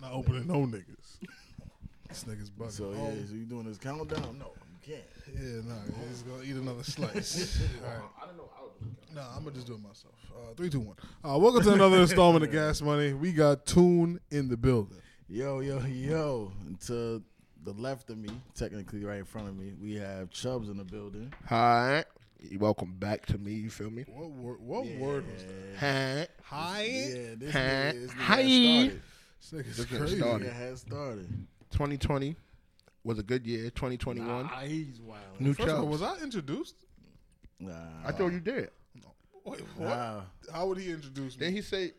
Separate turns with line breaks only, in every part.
Not opening no niggas. This nigga's bugging. Oh,
So yeah, so you doing this countdown? No, you can't.
Yeah, nah, he's gonna eat another slice. All right.
I don't know. I would do it.
Nah, I'm gonna just do it myself. Uh, three, two, one. Uh, welcome to another installment of Gas Money. We got Tune in the building.
Yo, yo, yo. And to the left of me, technically right in front of me, we have Chubbs in the building.
Hi. Welcome back to me. You feel me?
What word?
Oh,
What word was that?
Hi.
Hi.
Yeah, this
Huh?
nigga, this nigga
Hi.
has started.
This nigga's
This nigga
crazy.
Nigga
started.
has started.
2020 was a good year. 2021.
Nah, he's wild.
New
First of all,
challenge.
was I introduced?
Nah,
I told you did.
Wait, what?
Nah.
How would he introduce me?
Then he say,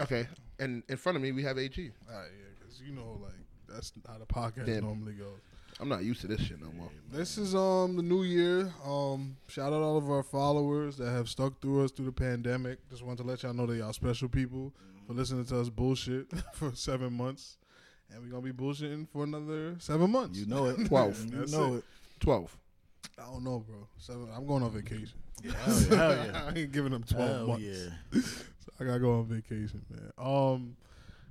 "Okay." And in front of me, we have AG.
All right, yeah, because you know, like that's how the podcast
Damn.
normally goes.
I'm not used to this shit no more.
This is um the new year. Um, shout out all of our followers that have stuck through us through the pandemic. Just want to let y'all know that y'all special people
Mm-hmm.
for listening to us bullshit for seven months, and we're gonna be bullshitting for another seven months.
You know it.
Twelve.
You
That's
know
it.
it.
Twelve.
I don't know, bro. Seven. I'm going on vacation.
Hell yeah. Hell yeah.
I ain't giving them twelve
Hell
months.
yeah.
So I gotta go on vacation, man. Um,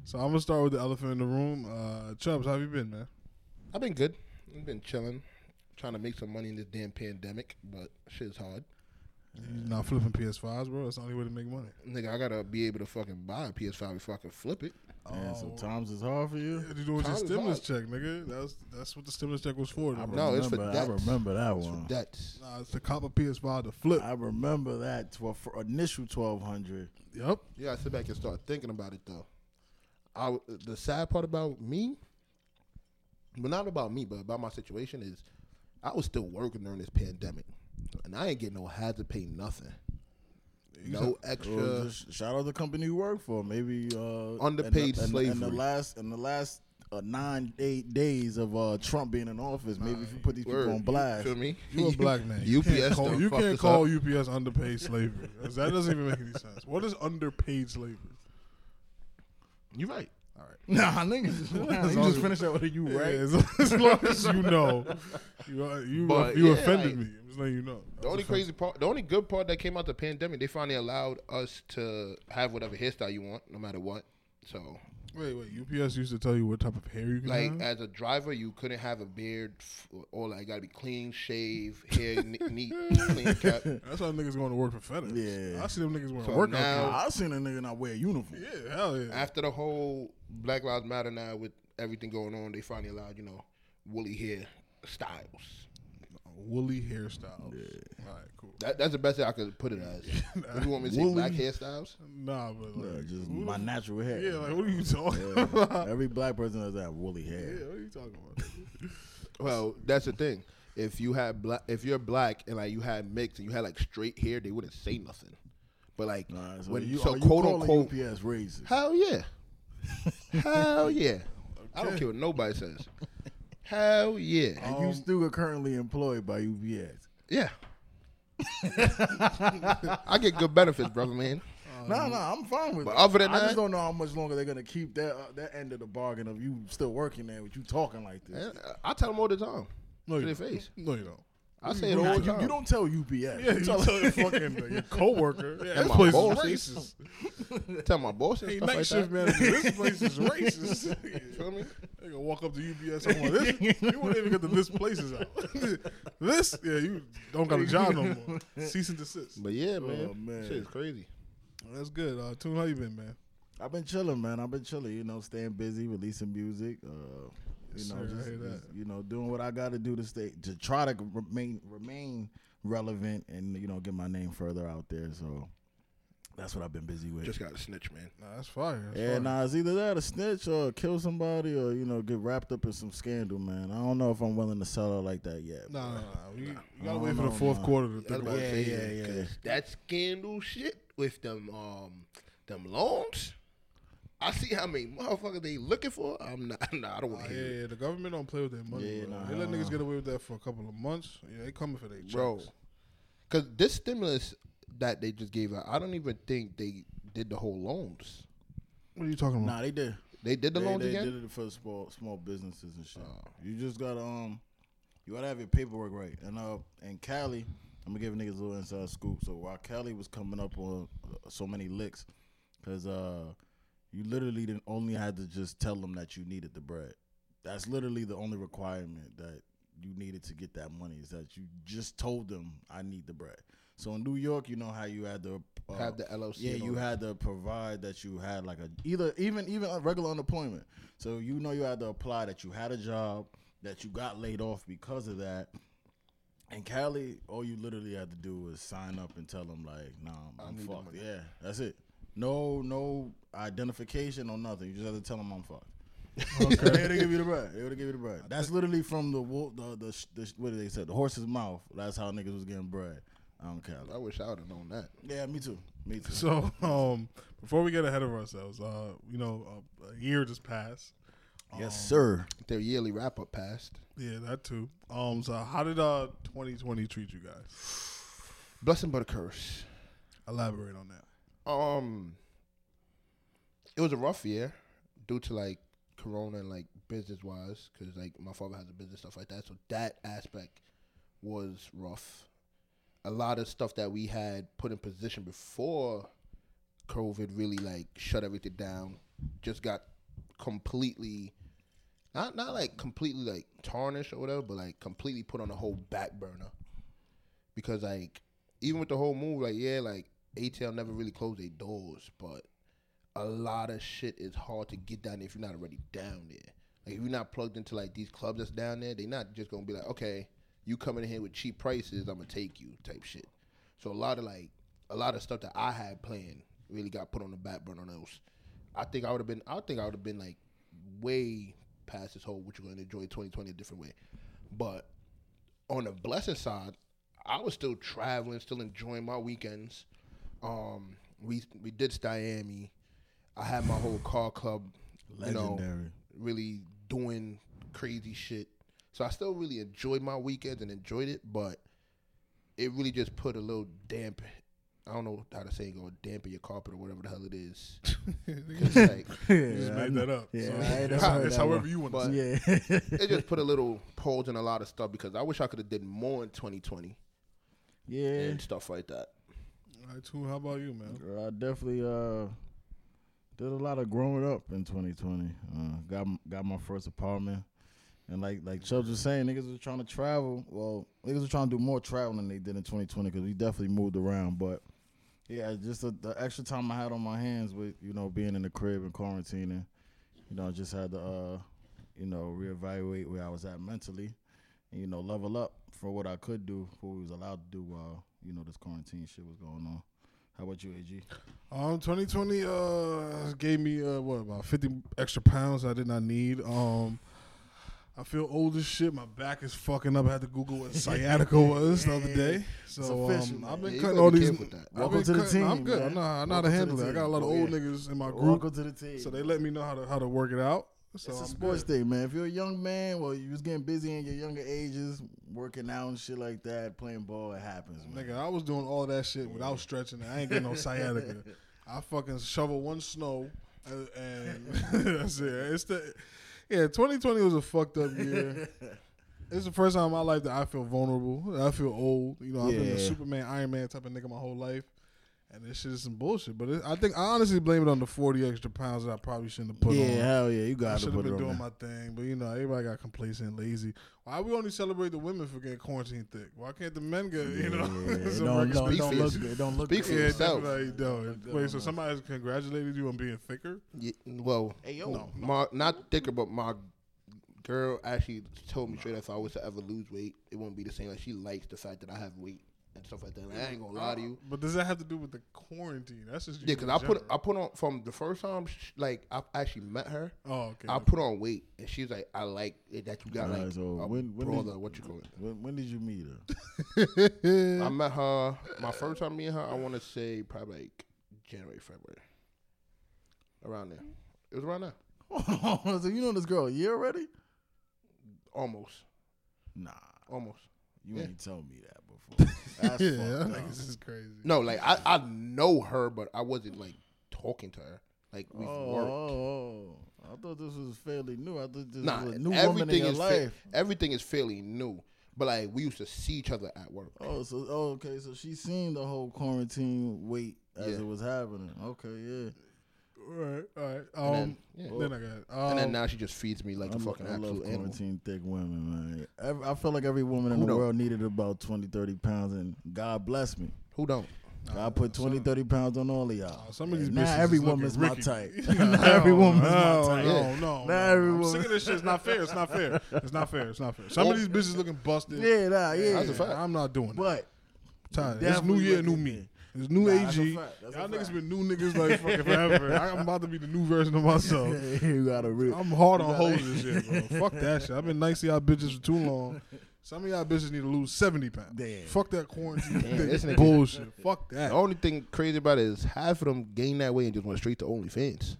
so I'm gonna start with the elephant in the room. Uh, Chubbs, how have you been, man?
I've been good. I've been chilling, trying to make some money in this damn pandemic, but shit's hard.
You not flipping PS5s, bro. That's the only way to make money.
Nigga, I gotta be able to fucking buy a PS5 before I can flip it.
Man,
Um,
so times is hard for you.
What you doing with your
Time is
stimulus
hot.
check, nigga? That's that's what the stimulus check was for.
I
though.
No, it's for
remember- I
debt.
remember that
That's
one.
what that's.
Nah, it's the cop a PS5 to flip.
I remember that twelve for initial twelve hundred.
yep.
You gotta sit back and start thinking about it though. I w- the sad part about me, but not about me, but about my situation is, I was still working during this pandemic, and I ain't getting no had to pay nothing, no
Well,
extra.
oh, just shout out the company you work for. Maybe uh, in
Underpaid
the, in the- In the
slavery.
last in the last uh, nine eight days of uh, Trump being in office, maybe if you put these
Word,
people on blast,
You feel me?
You a black man. You can't
UPS
call,
done
you
fucked
can't
us
call
up.
UPS underpaid slavery. 'Cause That doesn't even make any sense. What is underpaid slavery?
You right.
All right.
nah, niggas, you just finished that with a you
Yeah,
right.
as, as long as you know, you are- you,
But,
you
yeah,
offended
like-
me. I'm just letting you know.
The only crazy part, the only good part that came out the pandemic, they finally allowed us to have whatever hairstyle you want, no matter what. So,
Wait, wait. UPS used to tell you what type of hair you can
like uh,
have?
as a driver, you couldn't have a beard f- or like gotta be clean shave, hair ne- neat, clean cut.
That's how niggas going to work for FedEx.
Yeah.
I see them niggas wearing
So
workout
now-
clothes.
I seen a nigga not wear a uniform.
Yeah, hell yeah.
After the whole Black Lives Matter now with everything going on, they finally allowed you know woolly hair styles.
woolly hairstyles. All right, cool.
That, that's the best that I could put it as. If you want me to say
Woolly.
black hairstyles,
Nah, but like,
Yeah, just
who the
my
f-
natural hair.
yeah, like what are you talking about?
Yeah. Every black person has that woolly
Yeah,
hair.
what are you talking about?
well, that's the thing. If you had black, if you're black and like you had mixed and you had like straight hair, they wouldn't say nothing. But like
Nah, so
when
you,
so
are you
quote
calling
unquote,
UPS racist.
hell yeah, hell yeah. I don't care what nobody says. Hell yeah,
and you still are currently employed by UPS.
yeah. I get good benefits, brother man.
No, no, I'm fine with
But
it.
other than
I just
that-
don't know how much longer they're gonna keep that uh, that end of the bargain of you still working there with you talking like this.
And I tell them all the time.
No,
to
you
their
don't.
face.
No, you don't.
I say it
Nah,
all the
you,
time.
you don't tell UPS.
Yeah, you tell your fucking uh, your coworker. Yeah, this
my
place
boss
is racist.
tell my boss and
Hey,
stuff
night
like
shift
that.
manager, this place is racist.
You feel me?
They gonna walk up to UPS. I'm like, this, you wouldn't even get the this places out. this, yeah, you don't got a job no more. Cease and desist.
But yeah, man.
Oh,
man.
Shit is crazy.
That's good. Uh, Tune, how you been, man?
I've been chilling, man. I've been chilling. You know, staying busy, releasing music. Uh,
Yes,
you know,
sir, I
just,
hear that.
just, you know, doing what I got to do to stay to try to remain remain relevant and you know get my name further out there. So that's what I've been busy with.
Just got a snitch, man.
Nah, that's fire. That's
Yeah,
fire.
nah, it's either that, a snitch, or kill somebody, or you know, get wrapped up in some scandal, man. I don't know if I'm willing to sell out like that yet.
Nah, nah, nah. We, you
I
gotta
don't
wait for the
know,
fourth
man.
quarter to
I was
think
about
about
to
it.
say
yeah,
that,
yeah,
'cause That scandal shit with them um them loans. I see how many motherfuckers they looking for. I'm not. Nah, I don't want
Nah,
to hear
yeah,
it,
yeah, the government don't play with their money.
Yeah,
bro.
nah,
they let
nah,
niggas
nah.
get away with that for a couple of months. Yeah, they coming for their checks.
bro. Because this stimulus that they just gave out, I don't even think they did the whole loans.
What are you talking about?
Nah, they did.
They did the
they,
loans
they
again. Oh.
did it for small small businesses and shit. You just gotta um, you gotta have your paperwork right. And uh, and Cali, I'm gonna give niggas a little inside scoop. So while Cali was coming up on uh, so many licks, cause uh, You literally didn't only had to just tell them that you needed the bread. That's literally the only requirement that you needed to get that money is that you just told them I need the bread. So in New York, you know how you had to uh,
Have the LLC.
yeah,
and all
you
that.
had to provide that you had like a either even even a regular unemployment. So you know you had to apply that you had a job, that you got laid off because of that. And Cali, all you literally had to do was sign up and tell them like, "Nah, I'm,
need the
fucked."
money.
Yeah, that's it. No, no identification or nothing. You just have to tell them I'm fucked. they would give you the bread. They would give you the bread. That's literally from the wolf, the, the, sh- the sh- what did they say? The horse's mouth. That's how niggas was getting bread. Um, Cali.
I wish I would have known that.
Yeah, me too. Me too.
So, um, before we get ahead of ourselves, uh, you know, a, a year just passed.
Um,
yes, sir.
Their yearly wrap up passed.
Yeah, that too. Um, so how did uh 2020 treat you guys?
Blessing but a curse.
Elaborate on that.
Um, it was a rough year due to like Corona and like business wise, because like my father has a business stuff like that. So that aspect was rough. A lot of stuff that we had put in position before COVID really like shut everything down. Just got completely, not not like completely like tarnished or whatever, but like completely put on a whole back burner. Because like even with the whole move, like yeah, like ATL never really closed their doors, but a lot of shit is hard to get down there if you're not already down there. Like if you're not plugged into like these clubs that's down there, they're not just gonna be like, okay, you coming in here with cheap prices, I'm gonna take you type shit. So a lot of like a lot of stuff that I had planned really got put on the back burner. on Those, I think I would have been. I think I would have been like way past this whole what you're gonna enjoy 2020 a different way. But on the blessing side, I was still traveling, still enjoying my weekends. Um, we we did Miami. I had my whole car club, you know,
Legendary.
really doing crazy shit. So I still really enjoyed my weekends and enjoyed it, but it really just put a little damp. I don't know how to say it, go dampen your carpet or whatever the hell it is. 'Cause, like,
You just
Yeah, I
made
know.
that up.
Yeah,
so,
I ain't
it's,
never heard
it's
that
however
one.
you want.
But-
to
Yeah.
it just put a little pause in a lot of stuff because I wish I could have did more in 2020
yeah.
and stuff like that.
All right, Toon, how about you, man?
Girl, I definitely uh did a lot of growing up in 2020. Uh, got m- got my first apartment, and like like Chubbs was saying, niggas was trying to travel. Well, niggas was trying to do more traveling than they did in 2020 because we definitely moved around. But yeah, just the, the extra time I had on my hands with you know being in the crib and quarantining, you know, I just had to uh you know reevaluate where I was at mentally, and you know level up for what I could do, for what we was allowed to do while you know this quarantine shit was going on. How about you, AG?
Um, 2020 uh gave me uh what about 50 extra pounds I did not need. Um, I feel old as shit. My back is fucking up. I had to Google what sciatica was the other day. So
official,
um,
man.
I've
Yeah,
been
you
cutting
gotta
all
be
these.
careful with that.
I've
Welcome
been
to the
cutting- I'm
team,
good.
man.
I know, I know how
Welcome
to
to the
handle it. I got a lot of
team.
old
Yeah.
niggas in my group,
Welcome to the team.
so they let me know how to how to work it out. So
it's
I'm
a sports
good.
thing, man. If you're a young man, well, you was getting busy in your younger ages, working out and shit like that, playing ball, it happens, man.
Nigga, I was doing all that shit without stretching. I ain't getting no sciatica. I fucking shovel one snow, uh, and that's it. It's the yeah. 2020 was a fucked up year. It's the first time in my life that I feel vulnerable. that I feel old. You know, I've been a
Yeah.
Superman, Iron Man type of nigga my whole life, and this shit is some bullshit. But it, I think I honestly blame it on the 40 extra pounds that I probably shouldn't have put
yeah,
on.
hell yeah, you
I
got to
should have
put it
been doing
on. there.
my thing, but you know, everybody got complacent and lazy. Why we only celebrate the women for getting quarantine thick? Why can't the men get, you know,
yeah, it
some
don't, no, it
recognition?
speak
don't
for
look
you.
good. It don't look
Speak for
good.
Yeah,
yourself.
definitely don't.
Good
Wait,
on
so
that.
somebody congratulated you on being thicker?
Yeah, well,
Hey, yo.
no, my not thicker, but my girl actually told me straight if I was to ever lose weight, it wouldn't be the same. Like she likes the fact that I have weight and stuff like that. Like, I ain't gonna lie to you.
But does that have to do with the quarantine? That's just you
Yeah,
in
because I put I
general.
put on from the first time sh- like I actually met her,
Oh, okay.
I put on weight, and she's like, I like it that you got
All right,
like
so
a
when- when
brother,
did-
what you call it.
When, when did you meet her?
I met her my first time meeting her. I want to say probably like January, February, around there. It was around there,
so you know this girl a year already?
almost,
Nah,
almost.
you
Yeah.
ain't tell me that before. That's
yeah,
fucked
I'm like,
up.
this is crazy.
No, like I, I know her, but I wasn't like talking to her. Like we've
oh,
worked.
oh, oh. I thought this was fairly new. I thought this
Nah,
was a new woman in
everything
your
is
life.
fa- everything is fairly new. But like we used to see each other at work.
Oh, so oh, okay, so she seen the whole quarantine wait as
Yeah.
it was happening. Okay, yeah.
Right, right. Um,
And
then,
then- yeah.
I got. Um,
and then now she just feeds me like a
Oh. I'm-
fucking
I love
absolute animal.
quarantine thick women, man. Every, I feel like every woman in
Who
the
don't?
world needed about 20, 30 pounds, and God bless me.
Who don't?
God put 20, 30 pounds on all of y'all.
Oh, some of these
Now
bitches
every
is looking
woman's
Ricky.
my type.
No,
Not every woman's
no,
my type.
No, no, no.
every
I'm
woman-
sick of this shit. It's not fair. It's not fair. It's not fair. It's not fair. Some of these bitches looking busted.
Yeah, nah, yeah.
That's a fact.
I'm not doing it.
But
Tired. It's
definitely
new year, new
looking-
me. It's new
Nah, that's a
AG.
fact. That's a
Y'all niggas
fact.
been new niggas like fucking forever. I'm about to be the new version of myself.
you gotta real.
I'm hard on
You gotta-
hoes this year, bro. Fuck that shit. I've been nice to y'all bitches for too long. Some of y'all bitches need to lose 70 pounds.
Damn.
Fuck that quarantine
Damn, this
thing.
nigga-
bullshit. Fuck that.
The only thing crazy about it is half of them gain that weight and just went straight to OnlyFans.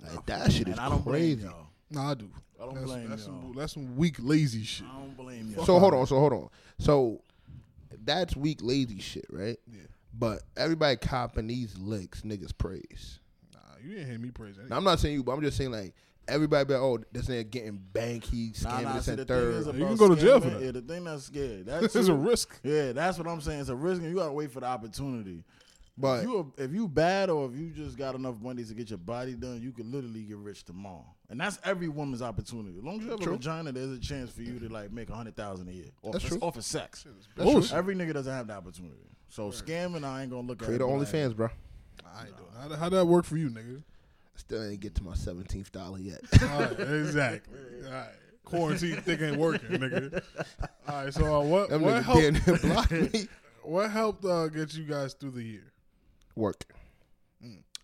Like that shit is
And I don't blame
crazy.
y'all.
Nah, I do.
I don't
That's,
blame
that's,
y'all.
some, that's some weak, lazy shit.
I don't blame y'all.
So hold on, so hold on. So that's weak lazy shit, right?
Yeah.
But everybody copping these licks, niggas praise.
Nah, you didn't hear me praise anything.
Now, I'm not saying you, but I'm just saying like everybody be like, oh, this nigga getting bank, he
Nah,
scamming
nah,
this
see,
and
the
third.
thing is
You
about
can go to jail for
scamming-
that.
Yeah, the thing that's scary. That's
This is a risk.
Yeah, that's what I'm saying. It's a risk, and you gotta wait for the opportunity.
but
If you if you bad or if you just got enough money to get your body done, you could literally get rich tomorrow, and that's every woman's opportunity. As long as you have
True.
a vagina, there's a chance for you to like make a hundred thousand a year off,
That's
of-
true.
off of sex.
That's
Bullshit.
Every nigga doesn't have the opportunity. So scamming, I ain't gonna look at.
create an
it, but
OnlyFans, bro.
I ain't doing it. How, how'd that work for you, nigga?
Still ain't get to my seventeenth dollar yet.
All right, exactly. All right. Quarantine thing ain't working, nigga. All right, so uh, what,
Them
what,
niggas damn
helped,
near blocked me.
what helped uh, get you guys through the year?
Work.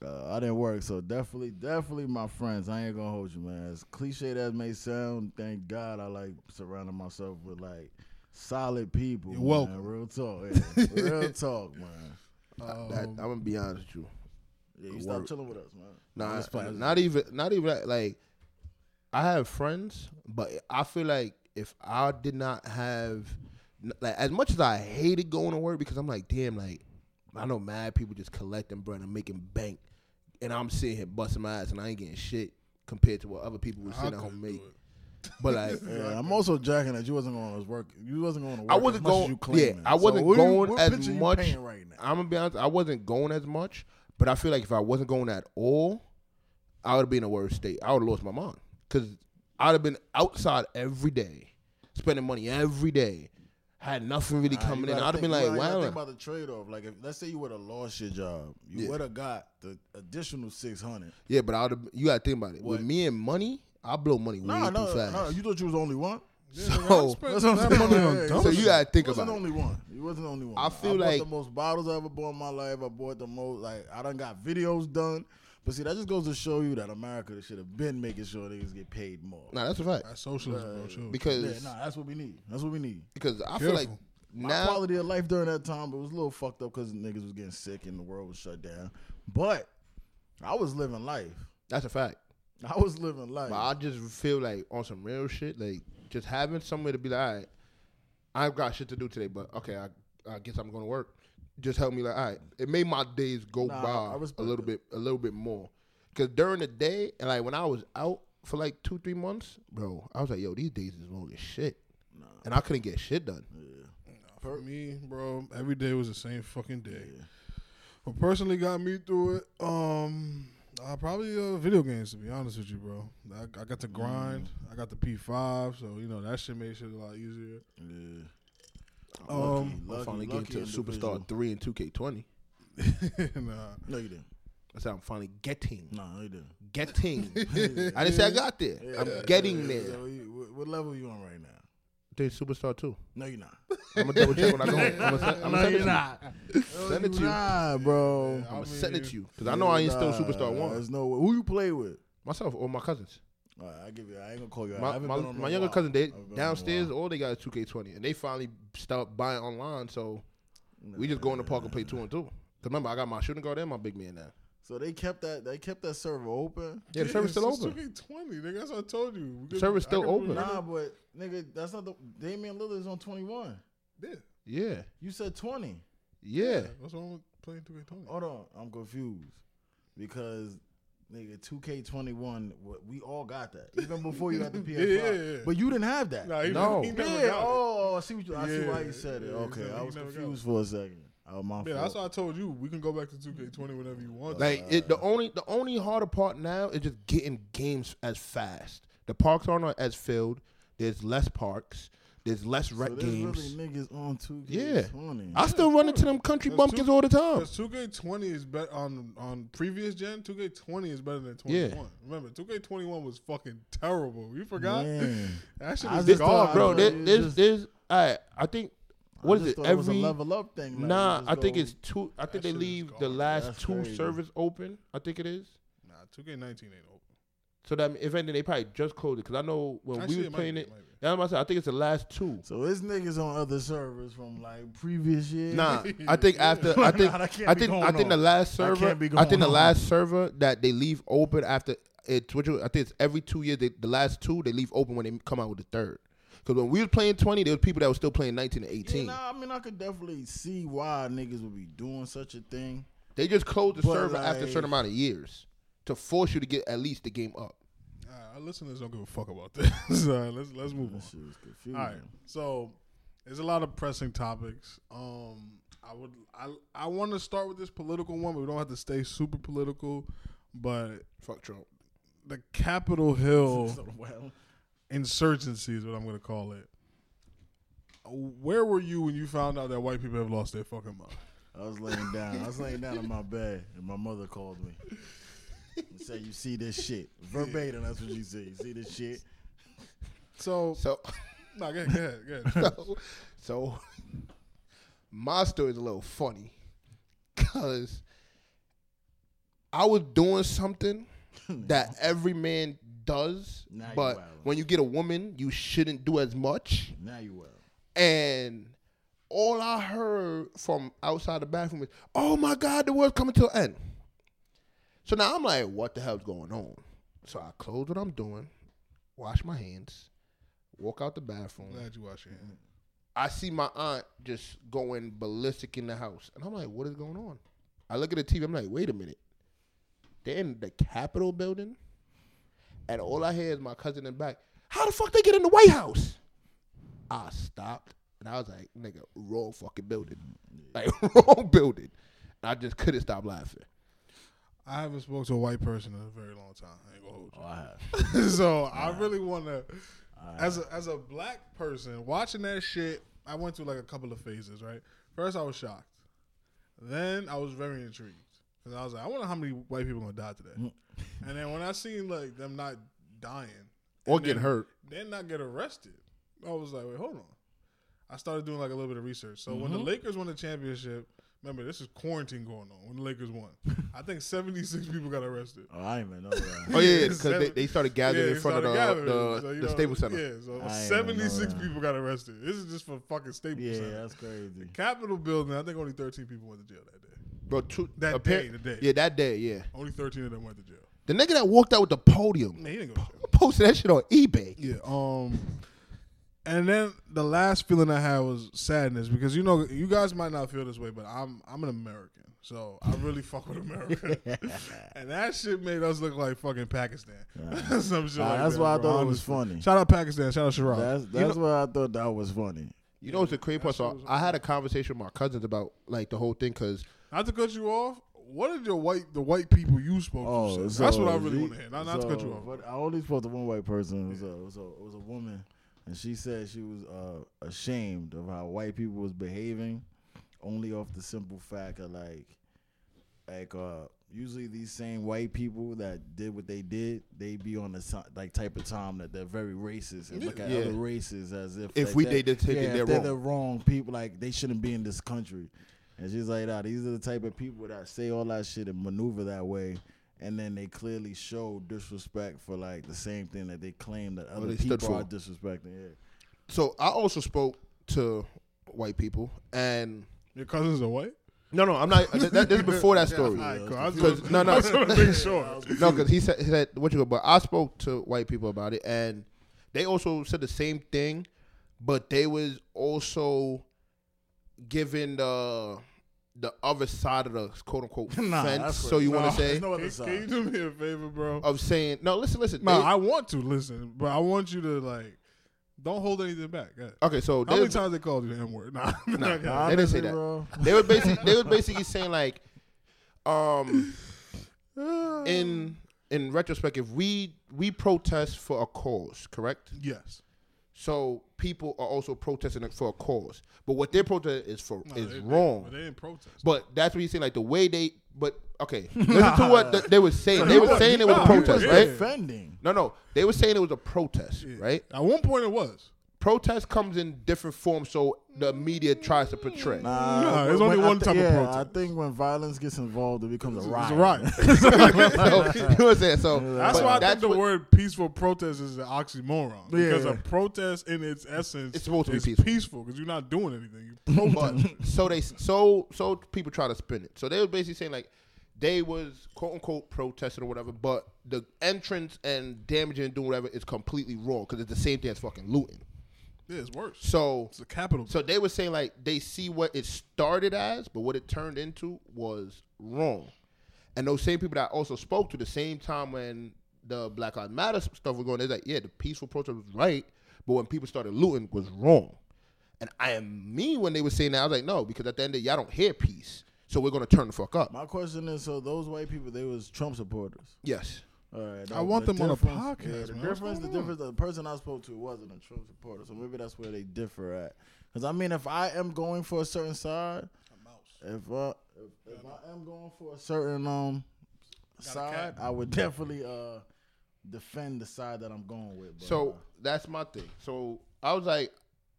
uh, I didn't work, so definitely, definitely my friends. I ain't gonna hold you, man. As cliche that may sound, thank God I like surrounding myself with like solid people.
You're
man.
welcome.
Real talk, yeah. real talk, man.
That, I'm
Um,
gonna be honest with you.
Yeah, you stop
Work.
chilling with us, man.
Nah,
Let's play.
not even, not even that, like. I have friends, but I feel like if I did not have, like, as much as I hated going to work because I'm like, damn, like, I know mad people just collecting bread and making bank, and I'm sitting here busting my ass and I ain't getting shit compared to what other people was
I
sitting at home
couldn't do
making.
it.
But like,
Yeah, I'm also jacking that you wasn't going to work. You wasn't going to work.
I wasn't
as much
going.
As you claiming.
yeah, I wasn't
so what
going
you- what
as
picture you
much.
painting right now.
I'm gonna be honest. I wasn't going as much, but I feel like if I wasn't going at all, I would have been in a worse state. I would have lost my mind because I'd have been outside every day, spending money every day, had nothing really
Nah, you
coming in.
gotta
I'd have been
think-
like,
you gotta
wow.
Think about the trade off. Like, if let's say you would have lost your job, you
Yeah.
would have got the additional six hundred.
Yeah, but I would. have. You gotta think about it.
What?
With me and money, I blow money way
No,
too
no,
fast.
no. You thought you was the only one.
Yeah, nigga, I
So-
spent
That's what I'm
that
saying.
money on
Yeah,
dumb
so you
shit.
gotta think
you wasn't
about
the
it.
only one. You wasn't the only one.
I feel
bought
like-
the most bottles I ever bought in my life. I bought the most. Like I done got videos done. But see, that just goes to show you that America should have been making sure niggas get paid more.
Nah, that's a fact.
That's socialism, bro. Sure.
Because
Yeah, nah, that's what we need. That's what we need.
because I feel
Careful.
like
My
now
quality of life during that time it was a little fucked up because niggas was getting sick and the world was shut down. But I was living life.
that's a fact.
I was living life.
But I just feel like on some real shit, like just having somewhere to be like, all right, I've got shit to do today, but okay, I, I guess I'm going to work. Just help me, like, all right. It made my days go
Nah, I
by
respect
a little bit, a little bit more. Cause during the day, and like when I was out for like two, three months, bro, I was like, yo, these days is long as shit, and I couldn't get shit done.
For me, bro, every day was the same fucking day. What personally got me through it, um, uh, probably uh, video games. To be honest with you, bro, I, I got to grind.
Mm.
I got the P five, so you know that shit made shit a lot easier.
yeah.
Um,
I finally
lucky
getting to
individual.
Superstar Three and Two K Twenty.
nah,
No, you didn't.
I said I'm finally getting,
No, no, you didn't.
getting. I didn't say I got there. I'm getting
Yeah,
there.
what, you- what- what level you on right now?
Dude, Superstar Two.
No, you're not.
I'm gonna double check when I go home. I'm gonna, I'm
no,
gonna
you're
send
not. No, you
it to you. Send it to you.
Nah, bro.
Yeah,
I'm
I
gonna send it
mean-
to you because I know I ain't still
Nah,
superstar one.
There's no way. Who you play with?
Myself or my cousins.
All right, I give you. I ain't gonna call you. out. I
My
haven't
my,
been on
my
in a
younger
while.
cousin
I
they
haven't been on in a
downstairs
while.
all they got is 2K20 and they finally stopped buying online. So we just go in the park and play two and two. 'Cause remember I got my shooting guard and my big man now.
So they kept that. They kept that server open.
Yeah, the service still open.
Twenty, nigga. That's what I told you. We could-
Service
I
still
could
open.
really-
Nah, but nigga, that's not the Damian Lillard is on twenty one.
Yeah.
Yeah,
You said twenty.
yeah.
What's wrong with playing two K twenty?
Hold on, I'm confused because nigga, two K twenty one. We all got that even before you had the PS5.
Yeah.
But you didn't have that.
Nah, he,
No.
he never
yeah.
got it.
Oh, I see. What you, I see
Yeah,
why you said it.
yeah,
Okay,
he
I was
never got
confused for a second. Oh my
Yeah,
fault.
that's why I told you we can go back to 2K20 whenever you want.
Like it, the only the only harder part now is just getting games as fast. The parks aren't as filled. There's less parks. There's less
So
rec
there's
games.
really niggas on two
Yeah.
twenty.
I still run into them country
There's
bumpkins
two-
all the time.
Because 2K20 is better on on previous gen. 2K20 is better than 21. Remember, 2K21 was fucking terrible. You forgot?
Man.
that shit
I
is
just
gone,
thought-
bro.
Bro, there,
it's
there's
just-
there's I I think
I
what is
just
it
thought was a
every
level up thing. like, you
nah
just
I think
go-
it's two I think
That
they
shit is
leave the
gone.
last
That's
two
crazy.
servers open. I think it is.
Nah, 2K19 ain't open.
So that if anything they probably just closed it because I know when
Actually,
we were
it might
playing
be,
it.
might be.
That's what I said. I think it's the last two.
So it's niggas on other servers from like previous years.
Nah, I think after I think
Nah, that can't
I
be
think
going
I think the
on.
last
That
server
can't be
I
going
think the
on.
last server that they leave open after it which I think it's every two years they, the last two they leave open when they come out with the third. Because when we was playing twenty, there was people that was still playing nineteen and
Yeah,
eighteen.
nah, I mean I could definitely see why niggas would be doing such a thing.
They just closed the
But,
server after a certain
like-
amount of years to force you to get at least the game up.
Alright, our listeners don't give a fuck about this. All right, let's let's move on.
That shit was confusing.
All right. So there's a lot of pressing topics. Um, I would I I want to start with this political one, but we don't have to stay super political. But
Fuck Trump.
the Capitol Hill
So, well,
insurgency is what I'm going to call it. Where were you when you found out that white people have lost their fucking mind?
I was laying down. I was laying down in my bed, and my mother called me. and said, "You see this shit verbatim? That's what you see. You see this shit?
So,
So,
nah, go ahead, go ahead, go ahead.
so, so my story's a little funny because I was doing something that every man does,
Now you
but
wildin'.
when you get a woman, you shouldn't do as much.
Now you well."
And all I heard from outside the bathroom is, "Oh my God, the world's coming to an end." So now I'm like, "What the hell's going on?" So I close what I'm doing, wash my hands, walk out the bathroom.
Glad you wash your hands.
I see my aunt just going ballistic in the house, and I'm like, "What is going on?" I look at the TV. I'm like, "Wait a minute, they're in the Capitol building," and all I hear is my cousin in the back. How the fuck they get in the White House? I stopped and I was like, "Nigga, wrong fucking building, like wrong building." And I just couldn't stop laughing.
I haven't spoken to a white person in a very long time. I ain't gonna hold you.
Oh, I have.
so I really want to, as a, as a black person watching that shit, I went through like a couple of phases. Right, first I was shocked, then I was very intrigued because I was like, I wonder how many white people gonna die today. and then when I seen like them not dying
Or
and
get
then-
hurt.
then not get arrested, I was like, wait, hold on. I started doing like a little bit of research. So when the Lakers won the championship, remember this is quarantine going on. When the Lakers won, I think seventy six people got arrested.
Oh, I ain't even know that.
Oh yeah, because
Seven-
they, they started gathering
Yeah,
in front of the uh,
started
the,
gathering. So, you
the
know,
Staples Center.
Yeah, so
I ain't even know
76
that.
people got arrested. This is just for fucking Staples
Yeah,
Center.
that's crazy.
Capitol building, I think only 13 people went to jail that day.
Bro, two,
That
appar-
day, the day.
Yeah, that day. Yeah,
Only 13 of them went to jail.
the nigga that walked out with the podium.
Man, he didn't go to jail.
posted that shit on eBay.
Yeah. Um. And then the last feeling I had was sadness because you know you guys might not feel this way, but I'm I'm an American, so I really fuck with America, and that shit made us look like fucking Pakistan. Some shit
Nah,
like
that's
that,
why I
bro,
thought it was
honestly.
funny.
Shout out Pakistan, shout out Shiraz.
That's that's why I thought that was funny.
You know what's the crazy part? So I had a conversation with my cousins about like the whole thing because
Not to cut you off. What did your white the white people you spoke to
Oh,
say? That's
so
what I really
the-
want to hear. Not, not to
so
cut you off.
what- I only spoke to one white person. It was, a, it, was a, it was a woman, and she said she was uh, ashamed of how white people was behaving, only off the simple fact of like, like uh, usually these same white people that did what they did, they be on the si- like type of time that they're very racist and look at
Yeah.
other races as if
If
like,
we
they-
did this, they
yeah,
did
if
they're
they're
wrong.
the wrong people, like they shouldn't be in this country. And she's like, nah, these are the type of people that say all that shit and maneuver that way. And then they clearly show disrespect for like the same thing that they claim that other
they stood
people are
for.
disrespecting. Yeah.
so I also spoke to white people and
Your cousins are white.
no no I'm not that, that- this is before that story.
Yeah, all right, cool. I was
'Cause-
gonna-
no, no.
I was gonna make sure.
No, because he said, he said what you go, but I spoke to white people about it, and they also said the same thing, but they was also given the the other side of the quote unquote
Nah,
fence.
that's
So you want
nah,
to say
there's no other
Can, can you
side.
do me a favor, bro?
of saying no? Listen, listen.
No,
Oh, they-
I want to listen, but I want you to like Don't hold anything back. Go ahead.
Okay, so
How many
there's-
times they called you the N word? Nah,
Nah.
Okay.
They didn't say
Honestly,
that.
bro.
they were basically they were basically saying like, um, in in retrospect, if we we protest for a cause, correct?
yes.
So people are also protesting it for a cause, but what they're protesting is for
Nah,
is
they- they-
wrong.
but They, didn't protest.
But that's what you saying, like the way they. But okay, listen to what th- they were saying. They were saying it was a
Nah, he was
protest,
yeah.
right?
Defending.
No, no, they were saying it was a protest,
Yeah.
right?
At one point it was.
Protest comes in different forms, so the media tries to portray.
Nah,
Nah,
when-
there's only
when I
one type of
yeah,
protest.
I think when violence gets involved, it becomes a riot.
It's a riot.
So, you know what I'm saying? So
That's
but
why I think
that's
the
what-
word peaceful protest is an oxymoron. Because
Yeah.
a protest in its essence
It's supposed to be
is
peaceful.
because you're not doing anything. You're protesting.
But so they so so people try to spin it. So they were basically saying like they was quote unquote protesting or whatever, but the entrance and damaging and doing whatever is completely wrong because it's the same thing as fucking looting.
yeah, it's worse.
So
It's a capital.
so they were saying like they see what it started as, but what it turned into was wrong. And those same people that I also spoke to the same time when the Black Lives Matter stuff was going, they're like, yeah, the peaceful protest was right, but when people started looting was wrong. And I am me when they were saying that, I was like, no, because at the end of the day, y'all don't hear peace. So we're gonna turn the fuck up.
My question is: So those white people, they was Trump supporters.
Yes.
All right,
I want them on a
difference-
podcast,
Yeah, the
man. What's
difference, the
going on?
difference. The person I spoke to wasn't a Trump supporter, so maybe that's where they differ at. Because I mean, if I am going for a certain side, if uh, if, if I am going for a certain um side, I would definitely uh defend the side that I'm going with. But,
So
uh,
that's my thing. So I was like,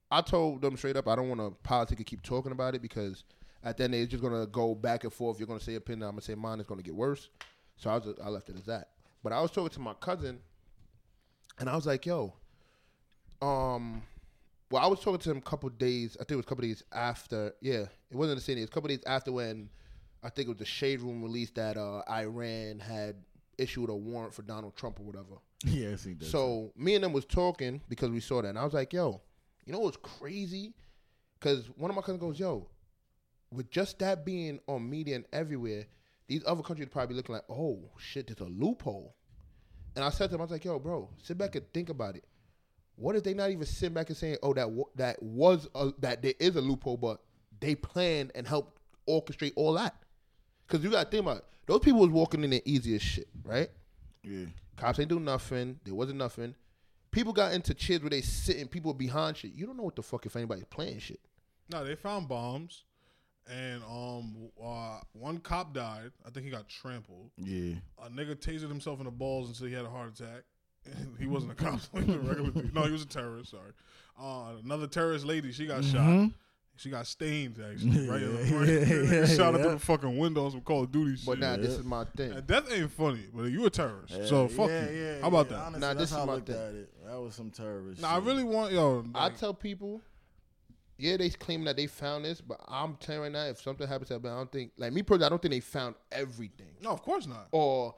I told them straight up, I don't want to politic and keep talking about it because at the end of the day, it's just gonna go back and forth. You're gonna say your opinion, I'm gonna say mine. It's gonna get worse. So I was, I left it as that. But I was talking to my cousin, and I was like, yo, um, well, I was talking to him a couple days. I think it was a couple days after. Yeah, it wasn't the same day. It was a couple days after when I think it was the Shade Room release that uh, Iran had issued a warrant for Donald Trump or whatever.
yes, he does.
So me and them was talking because we saw that, and I was like, "Yo, you know what's crazy?" Because one of my cousins goes, "Yo, with just that being on media and everywhere, these other countries probably looking like, oh shit, there's a loophole." And I said to him, "I was like, yo, bro, sit back and think about it. What if they not even sitting back and saying, oh, that wa- that was a, that there is a loophole, but they planned and helped orchestrate all that? Because you got to think about it. those people was walking in the easiest shit, right?"
yeah,
Cops ain't do nothing. There wasn't nothing. People got into chairs where they sitting. People behind shit. You don't know what the fuck if anybody's playing shit.
No, they found bombs, and um, uh, one cop died. I think he got trampled.
yeah.
A nigga tasered himself in the balls until he had a heart attack. he wasn't a cop, like a regular dude. No, he was a terrorist. Sorry. Uh, another terrorist lady. She got
Mm-hmm.
shot. She got stained actually. Right. in the front.
Yeah,
shot her
yeah.
through the fucking window on some Call of Duty shit.
But now this is my thing.
And death ain't funny, but you a terrorist, so fuck
yeah,
you.
yeah,
How about
yeah.
that?
Honestly,
Nah,
that's
this
how
is
I
my
looked
thing.
at it. That was some terrorist.
Nah, I
shit.
really want yo.
I
like,
tell people, yeah, they claim that they found this, but I'm telling you right now, if something happens to that, I don't think like me personally, I don't think they found everything.
no, of course not.
Or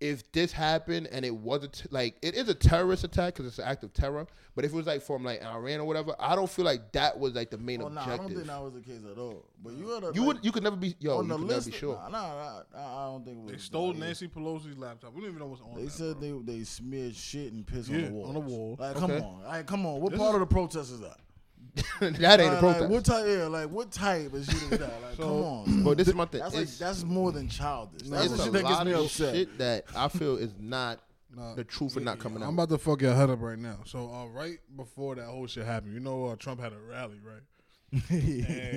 if this happened and it was a t- like it is a terrorist attack because it's an act of terror. But if it was like from like Iran or whatever, I don't feel like that was like the main
Oh, nah, I don't think
objective.
that was the case at all. But you had a
you would you could never be
on
yo, Oh, you
the
could never
list.
be sure.
Nah, nah, nah, I I don't think it was
They stole
nah, yeah.
Nancy Pelosi's laptop. We don't even know what's on.
They
that,
said
bro.
they they smeared shit and piss on
Yeah,
the wall.
on the wall.
Like, come
Okay.
on, like, come on. What
This
part
is-
of the protest is that?
that ain't a
Like,
protest.
Like, what type? Yeah, like what type of shit is that? Like, come on. son.
But this is my thing.
That's like
It's-
that's more than childish. That's
it's
the
a
shit that gets
lot
me
of
upset.
shit that I feel is not
Nah.
the truth and not coming
I'm
out.
about to fuck your head up right now. So uh, right before that whole shit happened, you know uh, Trump had a rally, right? and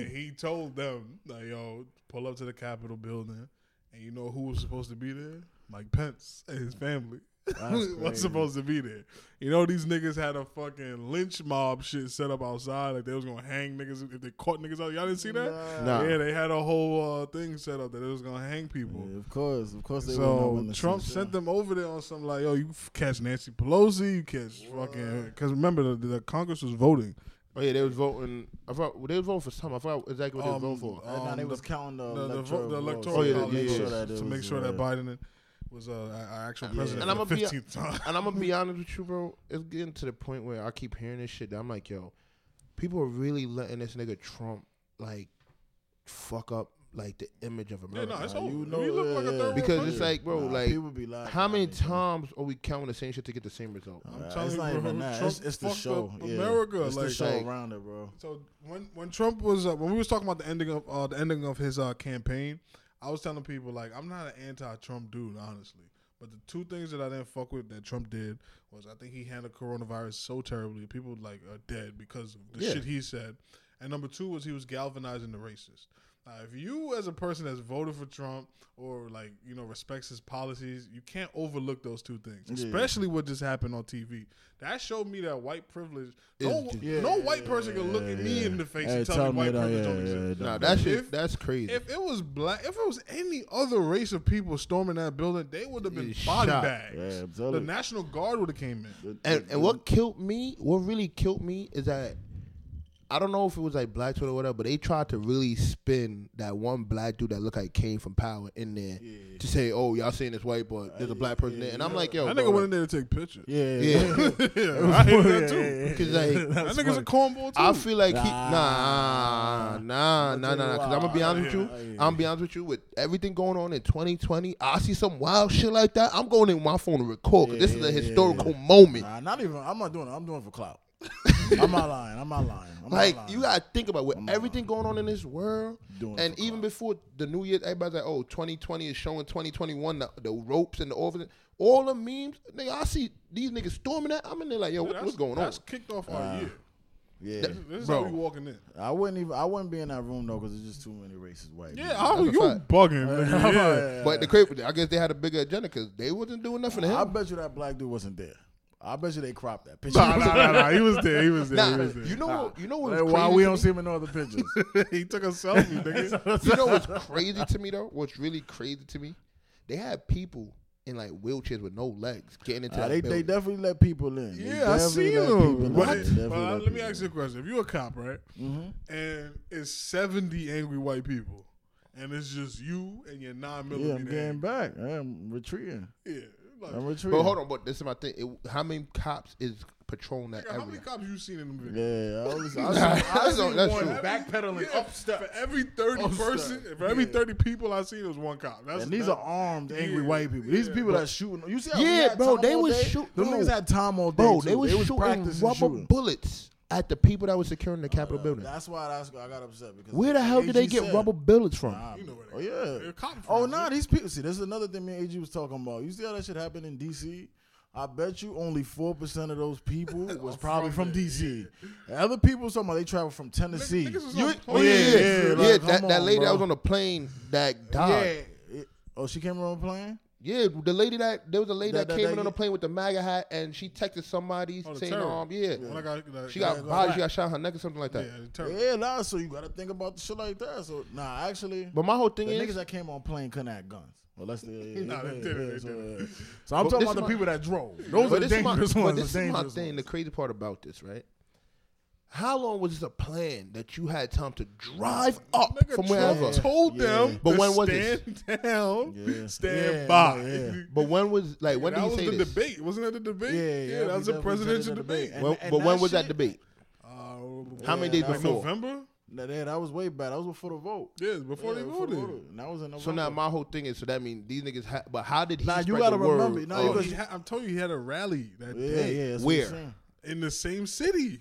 he told them like, "Yo, pull up to the Capitol building." And you know who was supposed to be there? Mike Pence and his family. was
crazy.
supposed to be there. You know these niggas had a fucking lynch mob shit set up outside, like they was gonna hang niggas if they caught niggas out. Y'all didn't see that?
Nah.
Yeah, they had a whole uh, thing set up that they was gonna hang people.
Yeah, of course, of course. They
So Trump sent them over there on something like, yo, you f- catch Nancy Pelosi, you catch fucking, because remember the, the Congress was voting.
Oh yeah, they was voting. I forgot, they was voting for something. I forgot exactly what they was
Um,
voting for.
uh,
nah, they
um,
was
the-
counting the,
The, the,
electoral
vote, the
votes.
electoral
Oh, yeah,
college
yeah, yeah.
was
it
to
was,
make sure
uh,
that Biden was uh, our- our actual president
And
for
I'ma
the
be-
15th time.
and I'm gonna be honest with you, bro. It's getting to the point where I keep hearing this shit. That I'm like, yo, people are really letting this nigga Trump like fuck up like the image of
Yeah,
America.
no, it's
Nah,
over.
you
We
know-
look like
yeah.
a third world
because
country.
it's like, bro,
Nah,
like
people be lying
how
about
many
that, bro.
times are we counting the same shit to get the same result?
I'm
Nah,
telling
it's
you,
not
bro,
even that.
Trump
It's, it's the
fucked
show.
up
Yeah.
America,
It's the
like-
show
Like-
around it, bro.
So when when Trump was uh, when we was talking about the ending of uh, the ending of his uh, campaign, I was telling people like I'm not an anti-Trump dude, honestly. But the two things that I didn't fuck with that Trump did was I think he handled coronavirus so terribly. People like are dead because of the
Yeah.
shit he said. And number two was he was galvanizing the racist. Now, if you as a person that's voted for Trump or like you know respects his policies, you can't overlook those two things,
Yeah.
especially what just happened on TV. That showed me that white privilege. No,
Is-
Yeah,
no
yeah,
white
yeah,
person can look at
yeah,
me
yeah.
in the face
Hey,
and tell me white
that,
privilege
yeah,
don't
yeah,
exist.
don't
Nah,
do
that
If-
shit, that's crazy.
If it was black, if it was any other race of people storming that building, they would have been
Yeah,
body
shot.
bags.
Yeah, I'm
the
telling you.
National Guard would have came in.
The-
and
the-
and what killed me, what really killed me is that I don't know if it was like black Twitter or whatever, but they tried to really spin that one black dude that looked like came from power in there
Yeah.
to say, "Oh, y'all saying this white, but there's a black person
Yeah,
there," and
yeah.
I'm like, "Yo,
that
bro,
nigga went in there to take pictures.
Yeah,
Yeah.
Yeah, I hated that too.
Cause like,
That nigga's a cornball too.
I feel like he
Nah.
nah nah nah nah nah. Because I'm gonna be honest with you.
Yeah,
I'm
yeah.
gonna be honest with you. With everything going on in 2020, I see some wild shit like that. I'm going in with my phone to record. 'cause
Yeah,
this is
yeah,
a
yeah,
historical
yeah.
moment.
Nah, not even. I'm not doing it. I'm doing it for clout. I'm not lying. I'm not lying. I'm
Like
not lying.
you gotta think about it. with
I'm not
everything going on in this world,
Doing it
and
for
even
clout.
before the new year, everybody's like, "Oh, 2020 is showing 2021 the, the ropes and the over." All the memes, nigga. I see these niggas storming that. I'm in there like, "Yo, what,
That's-
what's going on?"
That's kicked off our year.
Yeah.
This is
bro.
how we walking in.
I wouldn't even. I wouldn't be in that room though, because it's just too many racist white.
Yeah,
people.
I
That's a
was you
fact.
bugging. nigga, yeah.
But the crazy, I guess they had a bigger agenda because they wasn't doing nothing to him.
I bet you that black dude wasn't there. I bet you they cropped that picture.
Nah, nah, nah, nah. He was there. He was there.
Nah,
he was there.
you know what? You know what?
Like,
was
why
crazy
we
to
don't
me?
see him in no other pictures?
he took a selfie, nigga.
You know what's crazy to me though? What's really crazy to me? They had people in like wheelchairs with no legs getting into
Nah,
that
they, they
building.
definitely let people in. They
Yeah, I
definitely
see
let people in.
him.
They
But,
definitely
but I-
let
let me
people
ask
in.
you a question. If you a cop, right,
Mm-hmm.
and it's seventy angry white people, and it's just you and your nine
Yeah, I'm
millimeter,
getting
ang-
back. I'm retreating.
yeah. Like,
I'm retreating.
but hold on, but this is my thing. It, how many cops is patrolling that
nigga, how many
area?
cops you seen in the video?
Yeah, I was. I
Nah,
was
that's not- that's
For
true.
every- yeah, For every thirty
Up
person,
step.
for every
Yeah.
thirty people I seen, it was one cop. That's
and these
that-
are armed, angry
Yeah,
white people. These
yeah.
people that shooting. You see how
Yeah,
we had
bro,
time
they
all
was
day?
shoot-
Those
bro.
niggas had time all day.
Bro,
too.
they was, shooting
practicing
rubber
shooting. Uh,
bullets at the people that were securing the Capitol building.
That's why that's, I got upset because
Where the hell did they
AG
get
said-
rubber bullets from?
Nah,
You know where they
oh
got it.
yeah.
They're cotton
oh
fields,
nah,
right?
these people. See, this is another thing me and AG was talking about. You see how that shit happened in DC? I bet you only four percent of those people was probably
from
from
there,
DC. Other people, talking about they travel from Tennessee.
niggas was
You-
on
oh
planes.
yeah, yeah,
yeah,
yeah.
like,
Yeah,
come
that, that
on,
lady that
bro.
was on the plane that
yeah.
died.
It- Oh, she came on a plane.
Yeah, the lady that there was a lady
That-
that,
that-
came
that
in on the
yeah.
plane with the MAGA hat, and she texted somebody
Oh, the
saying,
terror.
"Um, yeah,
When I got, that-
she
yeah,
got body, she
back.
got shot in her neck or something like that."
yeah, the terror.
Yeah, nah. So you got to think about the shit like that. So nah, actually,
But my whole
the
thing
niggas
is,
that came on plane couldn't have guns. Well, that's the yeah,
Nah, they
yeah,
didn't,
yeah,
they
so,
didn't.
yeah. So I'm
But
talking
this
about the
my-
people that drove. Those are
but
the
this is my,
dangerous
but
ones.
this
the
is my
dangerous
thing. The
ones.
crazy part about this, right? How long was this a plan that you had time to drive
Oh,
up
Nigga,
from
Trump
wherever?
told
Yeah.
them,
But
to
when was this?
stand down,
Yeah.
stand
Yeah,
by.
no, yeah.
But when was like when
that
did he
was
say
the
this?
debate. Wasn't that the debate?
Yeah, yeah,
that
we
was the
definitely
presidential
did the debate.
debate.
And-
Well,
and
but when
shit-
was that debate?
Uh,
How many days
like
before?
November?
Nah, yeah, that was way back. That was before the vote.
Yeah, before
Yeah,
they
before the
voted.
vote. And that was in
So now my whole thing is so that means these niggas. Ha- but how did he?
Nah, you
spread
gotta
the word
remember, nah, you
of-
Oh,
gotta-
he ha- I'm telling you, he had a rally that
yeah,
day
yeah. that's
Where?
What I'm saying.
in the same city.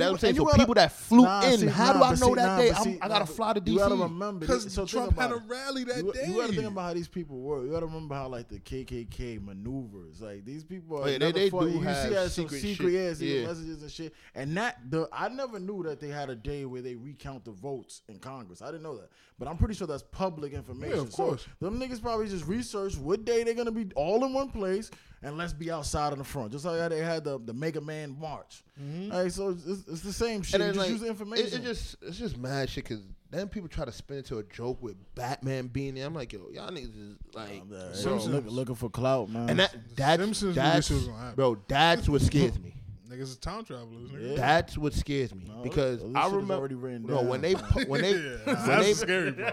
And
that's
you-
what I'm saying.
and you
So
gotta-
people that flew
Nah,
in,
see,
how
nah,
do I
but
know
see,
that
nah,
day?
but
I'm,
see,
I gotta
nah,
fly to
You gotta
DC.
remember
Because
so think
Trump
about
had a
it.
rally that
You,
day.
you gotta think about how these people work. You gotta remember how like the KKK maneuvers. Like these people are
Oh, yeah, they-
another
they
fu-
do
you
have
see how some
secret
secret
shit.
ass secret
Yeah.
messages and shit. And that the I never knew that they had a day where they recount the votes in Congress. I didn't know that, but I'm pretty sure that's public information.
Yeah, of course.
So them niggas probably just researched what day they're gonna be all in one place. And let's be outside on the front, just like how they had the, the Mega Man March. Like, so it's, it's, it's the same shit. You
Mm-hmm. And then
just
like,
use the information.
It, it just it's just mad shit because then people try to spin it to a joke with Batman being there. I'm like, yo, y'all niggas is like,
Yeah,
bro.
Simpsons.
look- looking for clout, man.
and that that's
Simpsons knew
that's
this was gonna happen.
bro, that's what scares me.
Niggas is time travelers. Nigga.
Yeah.
That's what scares me
No,
because
this
I
shit is
remember
already written
no when they
down.
po- when they
Yeah, nah,
when
that's
they
scary, bro.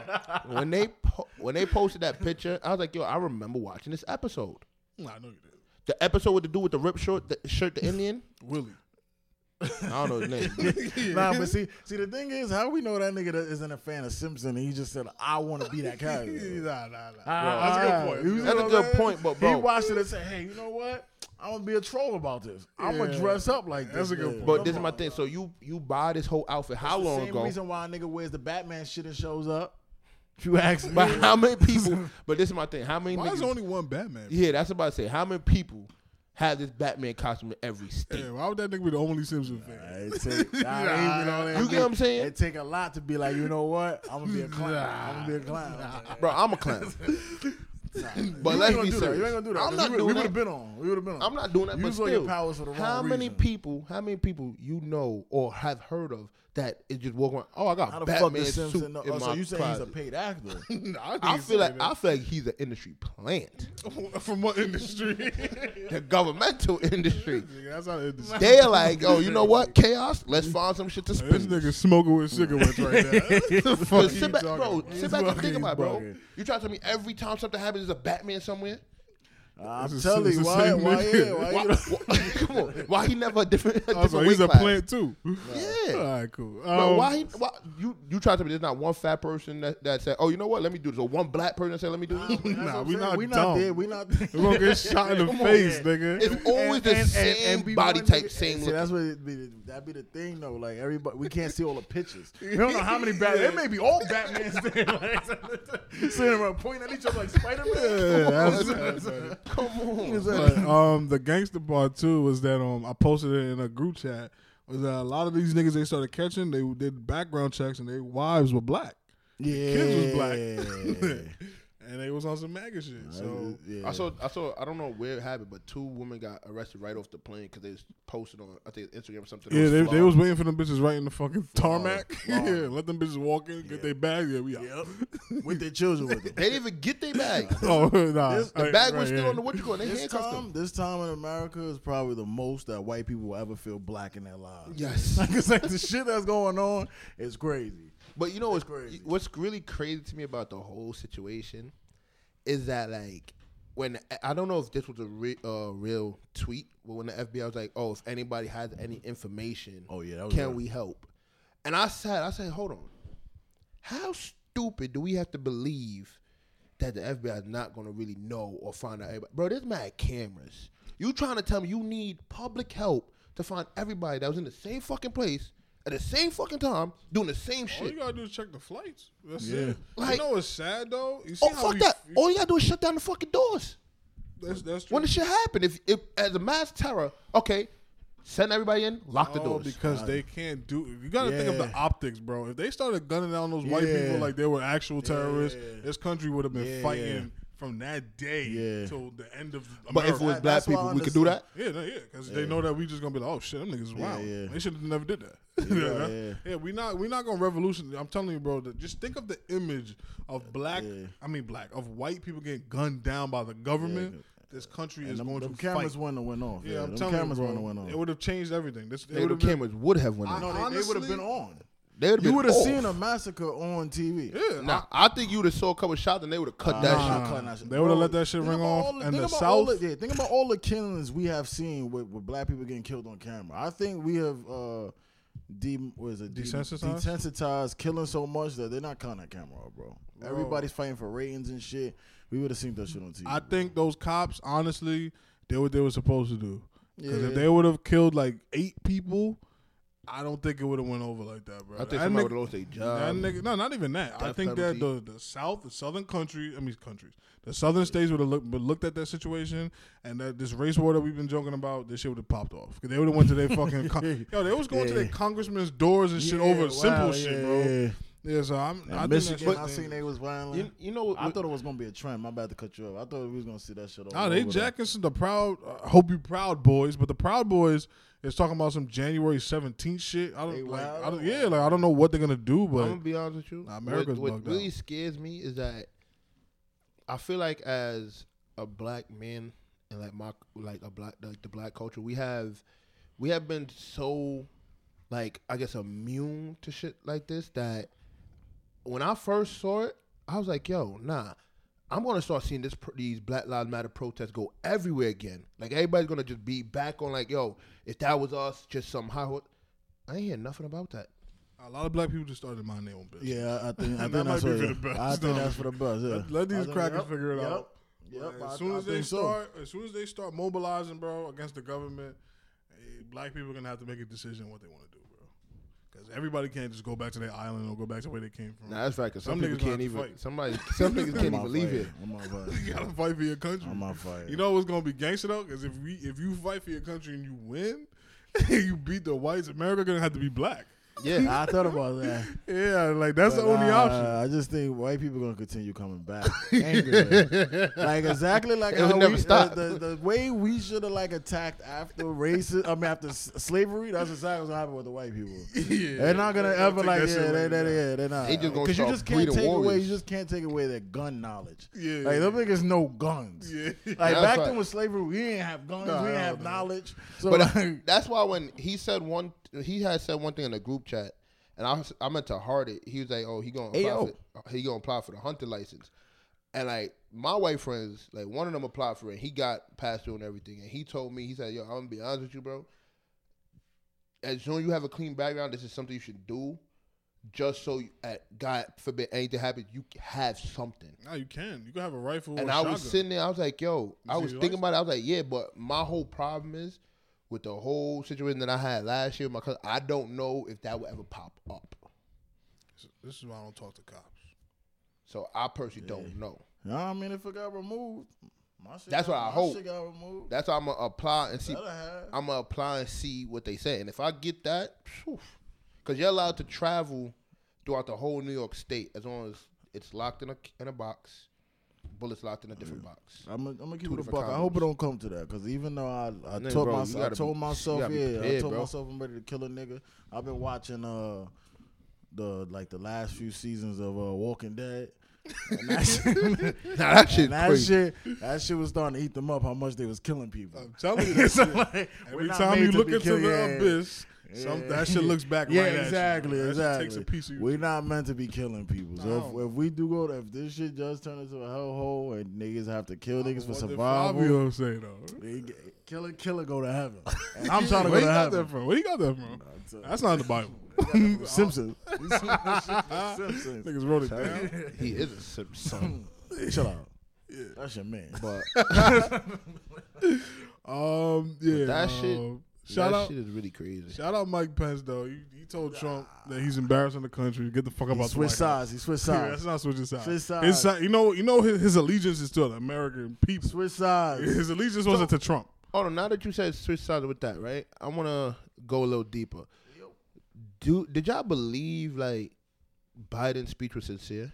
when they po- when they posted that picture, I was like, yo, I remember watching this episode.
Nah, I know you did.
The episode with the dude with the rip shirt, the shirt, the Indian.
Willie.
I don't know his name. but
Nah, but see, see, the thing is, how we know that nigga that isn't a fan of Simpson? And he just said, "I want to be that character."
nah, nah, nah.
Ah,
That's a
ah,
good point.
you see
That's
a
what
good
I'm saying?
point, but
he
bro.
watched it and said, "Hey, you know what? I'm gonna be a troll about this. I'm gonna
Yeah.
dress up like
That's
this."
a good
nigga."
point.
this is my thing. So you you buy this whole outfit how
It's the
long
same
ago?
reason why a nigga wears the Batman shit and shows up. If you ask me,
But how many people? But this is my thing. How many?
Why is
niggas,
there only one Batman?
yeah, that's about to say. How many people have this Batman costume in every state?
Yeah, why would that nigga be the only Simpson fan?
It take, nah,
Nah.
you know
You get what I'm saying?
It take a lot to be like, you know what? I'm gonna be a clown. I'm gonna be a clown.
Bro, I'm a clown. but
You ain't
let's
gonna
be
do that.
serious.
You ain't gonna do that.
I'm not
we,
doing
would
that.
have been on. We would have been on.
I'm not doing that.
Use
but
all
still,
your powers for the wrong
how many
reason.
people? How many people you know or have heard of that is just walking? Around, oh, I got
How the fuck
Batman
is
suit
Simpson? know-
in
Oh,
my
so you saying he's a
closet.
paid actor?
Nah,
I feel like I feel like he's an industry plant,
from what industry?
the governmental industry.
Nigga, That's not industry.
They're like, oh, you know what? Chaos. Let's find some shit to
This
spend.
nigga smoking with cigarettes right now. the fuck
But
you
sit back,
talking
bro.
about?
Sit back and
bugging,
think about it, bro.
bugging.
You try to tell me every time something happens, there's a Batman somewhere.
I'm
It's the-
telling
it's
you,
the
why?
same
Why?
nigga.
Yeah, why
Why,
you know-
why- come on, why he never a different? A
Oh,
different
so he's
weight
a
class?
plant too.
Yeah.
All right, cool.
Bro,
Um,
why he? Why, you you try to tell me there's not one fat person that, that said, oh, you know what? Let me do this. Or one black person that said, let me do this.
That's what I'm
we
saying.
not
We not
dumb.
there. We not.
We're gonna get shot in the
Come on,
face,
man.
nigga.
It's always the same
be
body
one
type,
nigga-
same
See,
look.
that's what it be. That be the thing though. Like everybody, we can't see all the pictures. We don't know how many Batman. It may be all Batman's there, like sitting around pointing at each other like Spider Man.
Yeah, that's- that's right.
Come on.
But, um, the gangster part too was that um, I posted it in a group chat. Was that a lot of these niggas they started catching? They did background checks and their wives were black,
Yeah,
kids was black, and they was on some MAGA shit. So
yeah.
I saw, I saw, I don't know where it happened, but two women got arrested right off the plane because they was posted on, I think Instagram or something.
yeah, they, they
flawed.
was waiting for them bitches right in the fucking tarmac.
Wow.
yeah, let them bitches walk in, get their bag. Yeah, we out.
Yep. with their children with them.
They didn't even get their bag.
Oh, nah.
This-
The
Right,
bag was
right,
still
yeah.
on the what you call it, they
This
handcuffed
time,
them.
this time in America is probably the most that white people will ever feel black in their lives.
Yes.
Like it's like the shit that's going on is crazy.
But you know what's
crazy.
What's really crazy to me about the whole situation is that like when I don't know if this was a re- uh, real tweet, but when the FBI was like, "Oh, if anybody has any information,
Oh, yeah, that was
can
real.
we help?" And I said, "I said, hold on, how stupid do we have to believe that the FBI is not going to really know or find out everybody? Bro, there's mad cameras. You trying to tell me you need public help to find everybody that was in the same fucking place at the same fucking time doing the
Oh,
same
All
shit?
you gotta do is check the flights. That's
Yeah.
it. you
Like-
know what's sad though? You see
Oh
how
fuck
we-
that! All you gotta do is shut down the fucking doors.
That's, that's true.
When this shit happen, if if as a mass terror, okay, send everybody in, lock the
Oh,
doors.
because they can't do. You got to think of
Yeah.
the optics, bro. If they started gunning down those white
Yeah.
people like they were actual terrorists,
Yeah.
this country would have been
Yeah.
fighting from that day
Yeah.
till the end of. America.
but if it
That-
was black
that's why
people,
I
we could do that.
understand.
yeah, no, yeah, because they know that we just gonna be like, oh shit, them niggas is wild.
yeah.
They should have never did that.
Yeah,
Yeah,
yeah.
we not we not gonna revolution. I'm telling you, bro. That just think of the image of black.
Yeah.
I mean, black of white people getting gunned down by the government. This country is
And them,
going
them
to
cameras
fight.
wouldn't have went off.
Yeah,
Yeah,
I'm
them
telling
cameras
you,
wouldn't
bro,
have went off.
it would have changed everything. This it
They
would
the
have been
cameras would have went.
I-
off.
no, they, they would have
honestly-
been on.
They would
You would have
off.
seen a massacre on TV.
Yeah,
Nah, I think you would have saw a couple shots and they would have cut that
Nah.
shit.
cutting that shit.
They would've
Bro,
let that shit
think
ring
about
off.
all the-
And
think
the
about all
South-
the- yeah, think about all the killings we have seen with, with black people getting killed on camera. I think we have uh, de was it de-
Desensitized?
desensitized killing so much that they're not counting that camera, up, bro. Everybody's fighting for ratings and shit. We would have seen that shit on TV.
I think those cops, honestly, did what they were supposed to do. Because
Yeah.
if they would have killed like eight people, I don't think it would have went over like that, bro.
I think
That
somebody
nigga-
would have lost their
that
job.
nigga, no, not even that. I
Death
think
penalty.
that the, the South, the Southern country, I mean countries, the Southern states would have looked, but looked at that situation and that this race war that we've been joking about, this shit would have popped off. 'Cause they would have went to their fucking, con- yo, they was going to
Yeah.
their congressman's doors and shit over simple shit, bro. Yeah, so I'm, I
I
think that's
Michigan,
just
I
dangerous.
seen they was violent.
You, you know what?
I thought it was gonna be a trend. My bad to cut you off. I thought we was gonna see that shit. all
Nah, Oh, they
over there.
jacking some the proud. Uh, hope you proud boys, but the proud boys is talking about some January seventeenth shit. I don't
They
like.
wild
I don't,
out.
yeah, like I don't know what they're gonna do, but
I'm gonna be honest with you.
Nah, America's
what what
bugged
really
out.
scares me is that I feel like as a black man and like my like a black like the black culture, we have we have been so like I guess immune to shit like this that when I first saw it, I was like, yo, nah. I'm gonna start seeing this pr- these Black Lives Matter protests go everywhere again. Like everybody's gonna just be back on like, yo, if that was us, just some high. I ain't hear nothing about that.
A lot of black people just started minding their own business.
Yeah, I I think I think
That might
that's
be
what,
for the best,
I think
though.
that's for the best. Yeah.
Let, let
I
these
think-
crackers
yep,
figure it
yep,
out.
Yep,
as
I-
soon
I
as they
think so.
start, as soon as they start mobilizing, bro, against the government, eh, black people are gonna have to make a decision what they want to do, bro. Because everybody can't just go back to their island or go back to where they came from.
Nah, that's right. Cause some,
Some
people
niggas gonna
can't
have to
even.
fight.
Somebody, some niggas can't
I'm
even
on
leave
fire.
it.
I'm on
you
fire.
gotta fight for your country.
I'm on fire.
You know what's gonna be gangster though? Because if we if you fight for your country and you win, you beat the whites, America gonna have to be black.
Yeah,
I thought about that.
Yeah, like that's the
But,
only
uh,
option.
I just think white people gonna continue coming back, angrily. like exactly like
It'll
how
never
we,
stop.
The, the, the way we should have like attacked after racism, I mean after s- slavery. That's exactly what happened with the white people.
Yeah,
They're not gonna
They'll
ever
take
like
that
yeah,
shit
they,
like
they,
that.
yeah, they're not.
They just gonna
you
start
just can't
breeding
take away
warriors.
you just can't take away their gun knowledge.
Yeah.
like them niggas no guns.
Yeah.
Like
That's
back
right.
then with slavery, we didn't have guns,
Nah,
we didn't
hell
have
no.
knowledge. So
but
like,
that's why when he said one, he had said one thing in the group chat, and I was, I meant to heart it. He was like, "Oh, he gonna apply
Ayo.
for, he gonna apply for the hunter license," and like my white friends, like one of them applied for it. And he got passed through and everything, and he told me, he said, "Yo, I'm gonna be honest with you, bro. As soon as you have a clean background, this is something you should do." Just so, you, at God forbid, anything happens, you have something.
Nah, you can. You can have a rifle.
And
or a
I was
shotgun.
sitting there, I was like, yo, I
see
was
his
thinking about it. I was like, yeah, but my whole problem is with the whole situation that I had last year, with my cousin, I don't know if that will ever pop up.
This is why I don't talk to cops.
So I personally don't know.
no, I mean if it got removed, my shit
That's
got,
what I
my
hope.
Shit got removed.
That's why I'm gonna apply and see.
That'll have.
I'm gonna apply and see what they say. And if I get that, because you're allowed to travel throughout the whole New York state as long as it's locked in a in a box, bullets locked in a
Mm.
different box.
I'm gonna I'm keep it
Two
a
different
buck. I hope
combos.
it don't come to that because even though I, I
Nigga,
told
bro, you
myself, I
gotta
told
be-
myself,
you gotta be
yeah, I
prepared,
told
bro.
myself I'm ready to kill a nigga. I've been watching uh the like the last few seasons of uh Walking Dead. And that shit,
Now that shit's
and that
crazy.
shit, that shit was starting to eat them up. How much they was killing people.
I'm telling you. this
So,
shit.
like, we're
Every
not
time
made
you
to
look
be
into
killing-
the
yeah.
abyss, some, that shit looks back
yeah,
right
exactly,
at you. bro. That shit
exactly.
takes a piece of you.
We're not meant to be killing people. So
No.
if, if we do go, if this shit does turn into a hellhole and niggas have to kill niggas for
What did
survival,
Fabio say though?
They g- Killer, killer, go to heaven. And I'm trying to go
Where
to
you got that
heaven.
from? Where you got that from?
I'm
That's not in the Bible.
t- Simpsons. Simpsons.
Niggas wrote it down.
He is a Simpson.
Shut up. That's your man.
but
Um, yeah.
that shit-
um, Shout
that
out.
shit is really crazy.
Shout out Mike Pence though. He, he told Trump that he's embarrassing the country. Get the fuck up
He
out the White
switched
House.
sides. He switched
Yeah, that's
sides.
not switching sides.
Switch
His
sides.
side, you know, you know, his, his allegiance is to the American people.
Switch sides.
His allegiance wasn't to Trump.
Hold on, now that you said switch sides with that, right? I want to go a little deeper. Do did y'all believe like Biden's speech was sincere?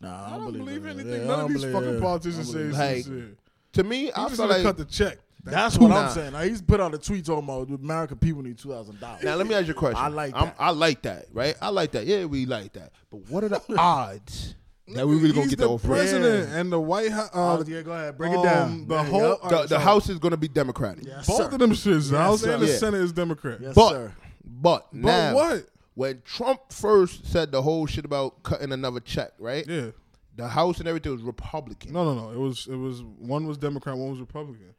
Nah,
I don't, believe,
in it.
anything.
Yeah, I
None
don't
of these
believe
fucking
it.
politicians
I
say
believe
it's
it.
Like,
sincere.
To me,
He
I
just
feel
gonna
like
cut the check.
That's what
Nah.
I'm saying. Now, he's put out a tweet talking about the American people need two thousand dollars.
now. Let me ask you a question.
I like
I'm-
that.
I like that, right? I like that. Yeah, we like that. But what are the odds that we really gonna
He's
get
the
that over? with?
president and the White House. Uh,
Oh, yeah, go ahead, break
um,
it down.
The
Yeah,
whole
yep.
all
The,
right, so
the House is gonna be Democratic.
Yes,
both
sir.
of them shits. The House
sir.
and the
Yeah.
Senate is Democrat.
Yes,
But
sir.
but now
what?
When Trump first said the whole shit about cutting another check, right?
Yeah.
The House and everything was Republican.
No, no, no. It was it was one was Democrat, one was Republican.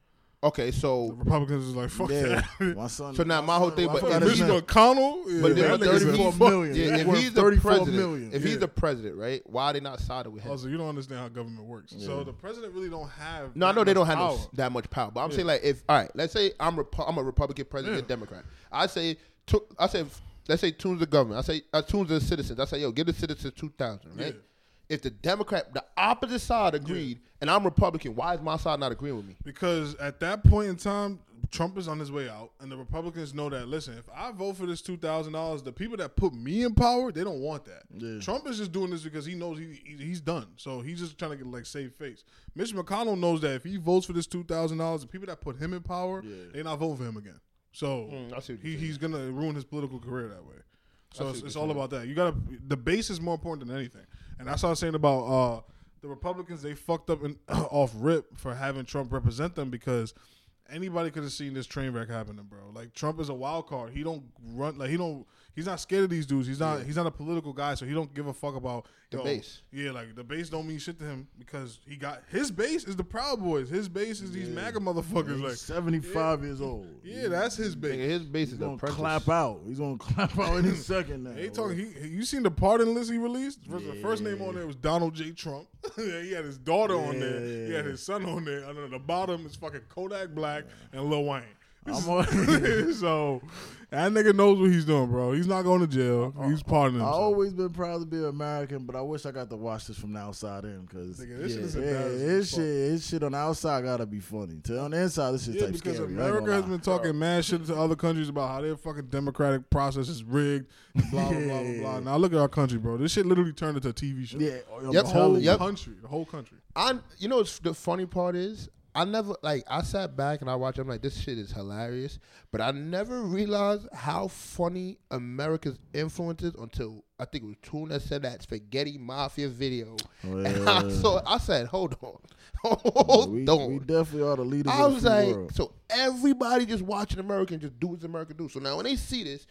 Okay,
The
so
Republicans was like fuck
Yeah,
that.
my son.
So now my whole thing,
I
but
forgot
if
his
Mitch
name.
McConnell. Yeah,
But
that
then with
nigga's a
34
fuck-
million.
Yeah, if
Worth
he's the
34
president,
million.
if
Yeah.
he's the president, right? Why are they not siding with him?
Also, you don't understand how government works. So the president really don't have.
no, I
that
know they
much
don't have no,
power.
s- that much power, but I'm saying like if all right, let's say I'm Repu- I'm a Republican president,
Yeah.
Democrat. I say to, I say f- let's say tunes the government. I say I tunes the citizens. I say yo, give the citizens two thousand, right?
Yeah.
If the Democrat, the opposite side agreed, and I'm Republican, why is my side not agreeing with me?
Because at that point in time, Trump is on his way out, and the Republicans know that. Listen, if I vote for this two thousand dollars, the people that put me in power, they don't want that.
Yeah.
Trump is just doing this because he knows he, he he's done. So he's just trying to get like save face. Mitch McConnell knows that if he votes for this two thousand dollars, the people that put him in power, they're not voting for him again. So
I see what
he,
you're saying.
he's gonna ruin his political career that way. So it's,
what
it's
you're
all about that. You gotta the base is more important than anything, and that's what I was saying about uh, the Republicans. They fucked up in, off rip for having Trump represent them because anybody could have seen this train wreck happening, bro. Like Trump is a wild card. He don't run like he don't. He's not scared of these dudes. He's not. He's not a political guy, so he don't give a fuck about
The
yo,
base.
Yeah, like the base don't mean shit to him because he got his base is the Proud Boys. His base is these MAGA motherfuckers.
He's
Like,
75 years old.
yeah, that's his
Nigga,
base.
his base
He's
is
gonna
apprentice.
clap out. He's gonna clap out any second now.
They talking. He, he- you seen the pardon list he released? The first- the first name
Yeah.
on there was Donald J. Trump. yeah, he had his daughter on there. He had
Yeah.
his son on there. And then the bottom is fucking Kodak Black and Lil Wayne.
I'm on-
so that nigga knows what he's doing, bro. He's not going to jail. He's pardoning
Uh, I
himself.
always been proud to be American, but I wish I got to watch this from the outside in because
Nigga, this shit is
yeah,
embarrassing as
this
fuck.
shit, this shit on the outside gotta be funny. To on the inside, this shit
yeah,
type
because
scary. I ain't
America
gonna
has
lie.
been talking mad shit to other countries about how their fucking democratic process is rigged, blah, blah, blah, blah, blah.
Yeah.
Now look at our country, bro. This shit literally turned into a TV show.
Yeah, I'm
The
Yep.
whole
telling you.
Yep.
country. The whole country.
I, you know, what's the funny part is, I never like I sat back and I watched. I'm like, this shit is hilarious, but I never realized how funny America's influence is until I think it was Tune that said that spaghetti mafia video, and I
Yeah.
saw. I said, hold on, hold
Uh. we,
on.
we definitely are the leaders.
I
of
was
the free
like,
world.
so everybody just watching America and just do what America do. So now when they see this,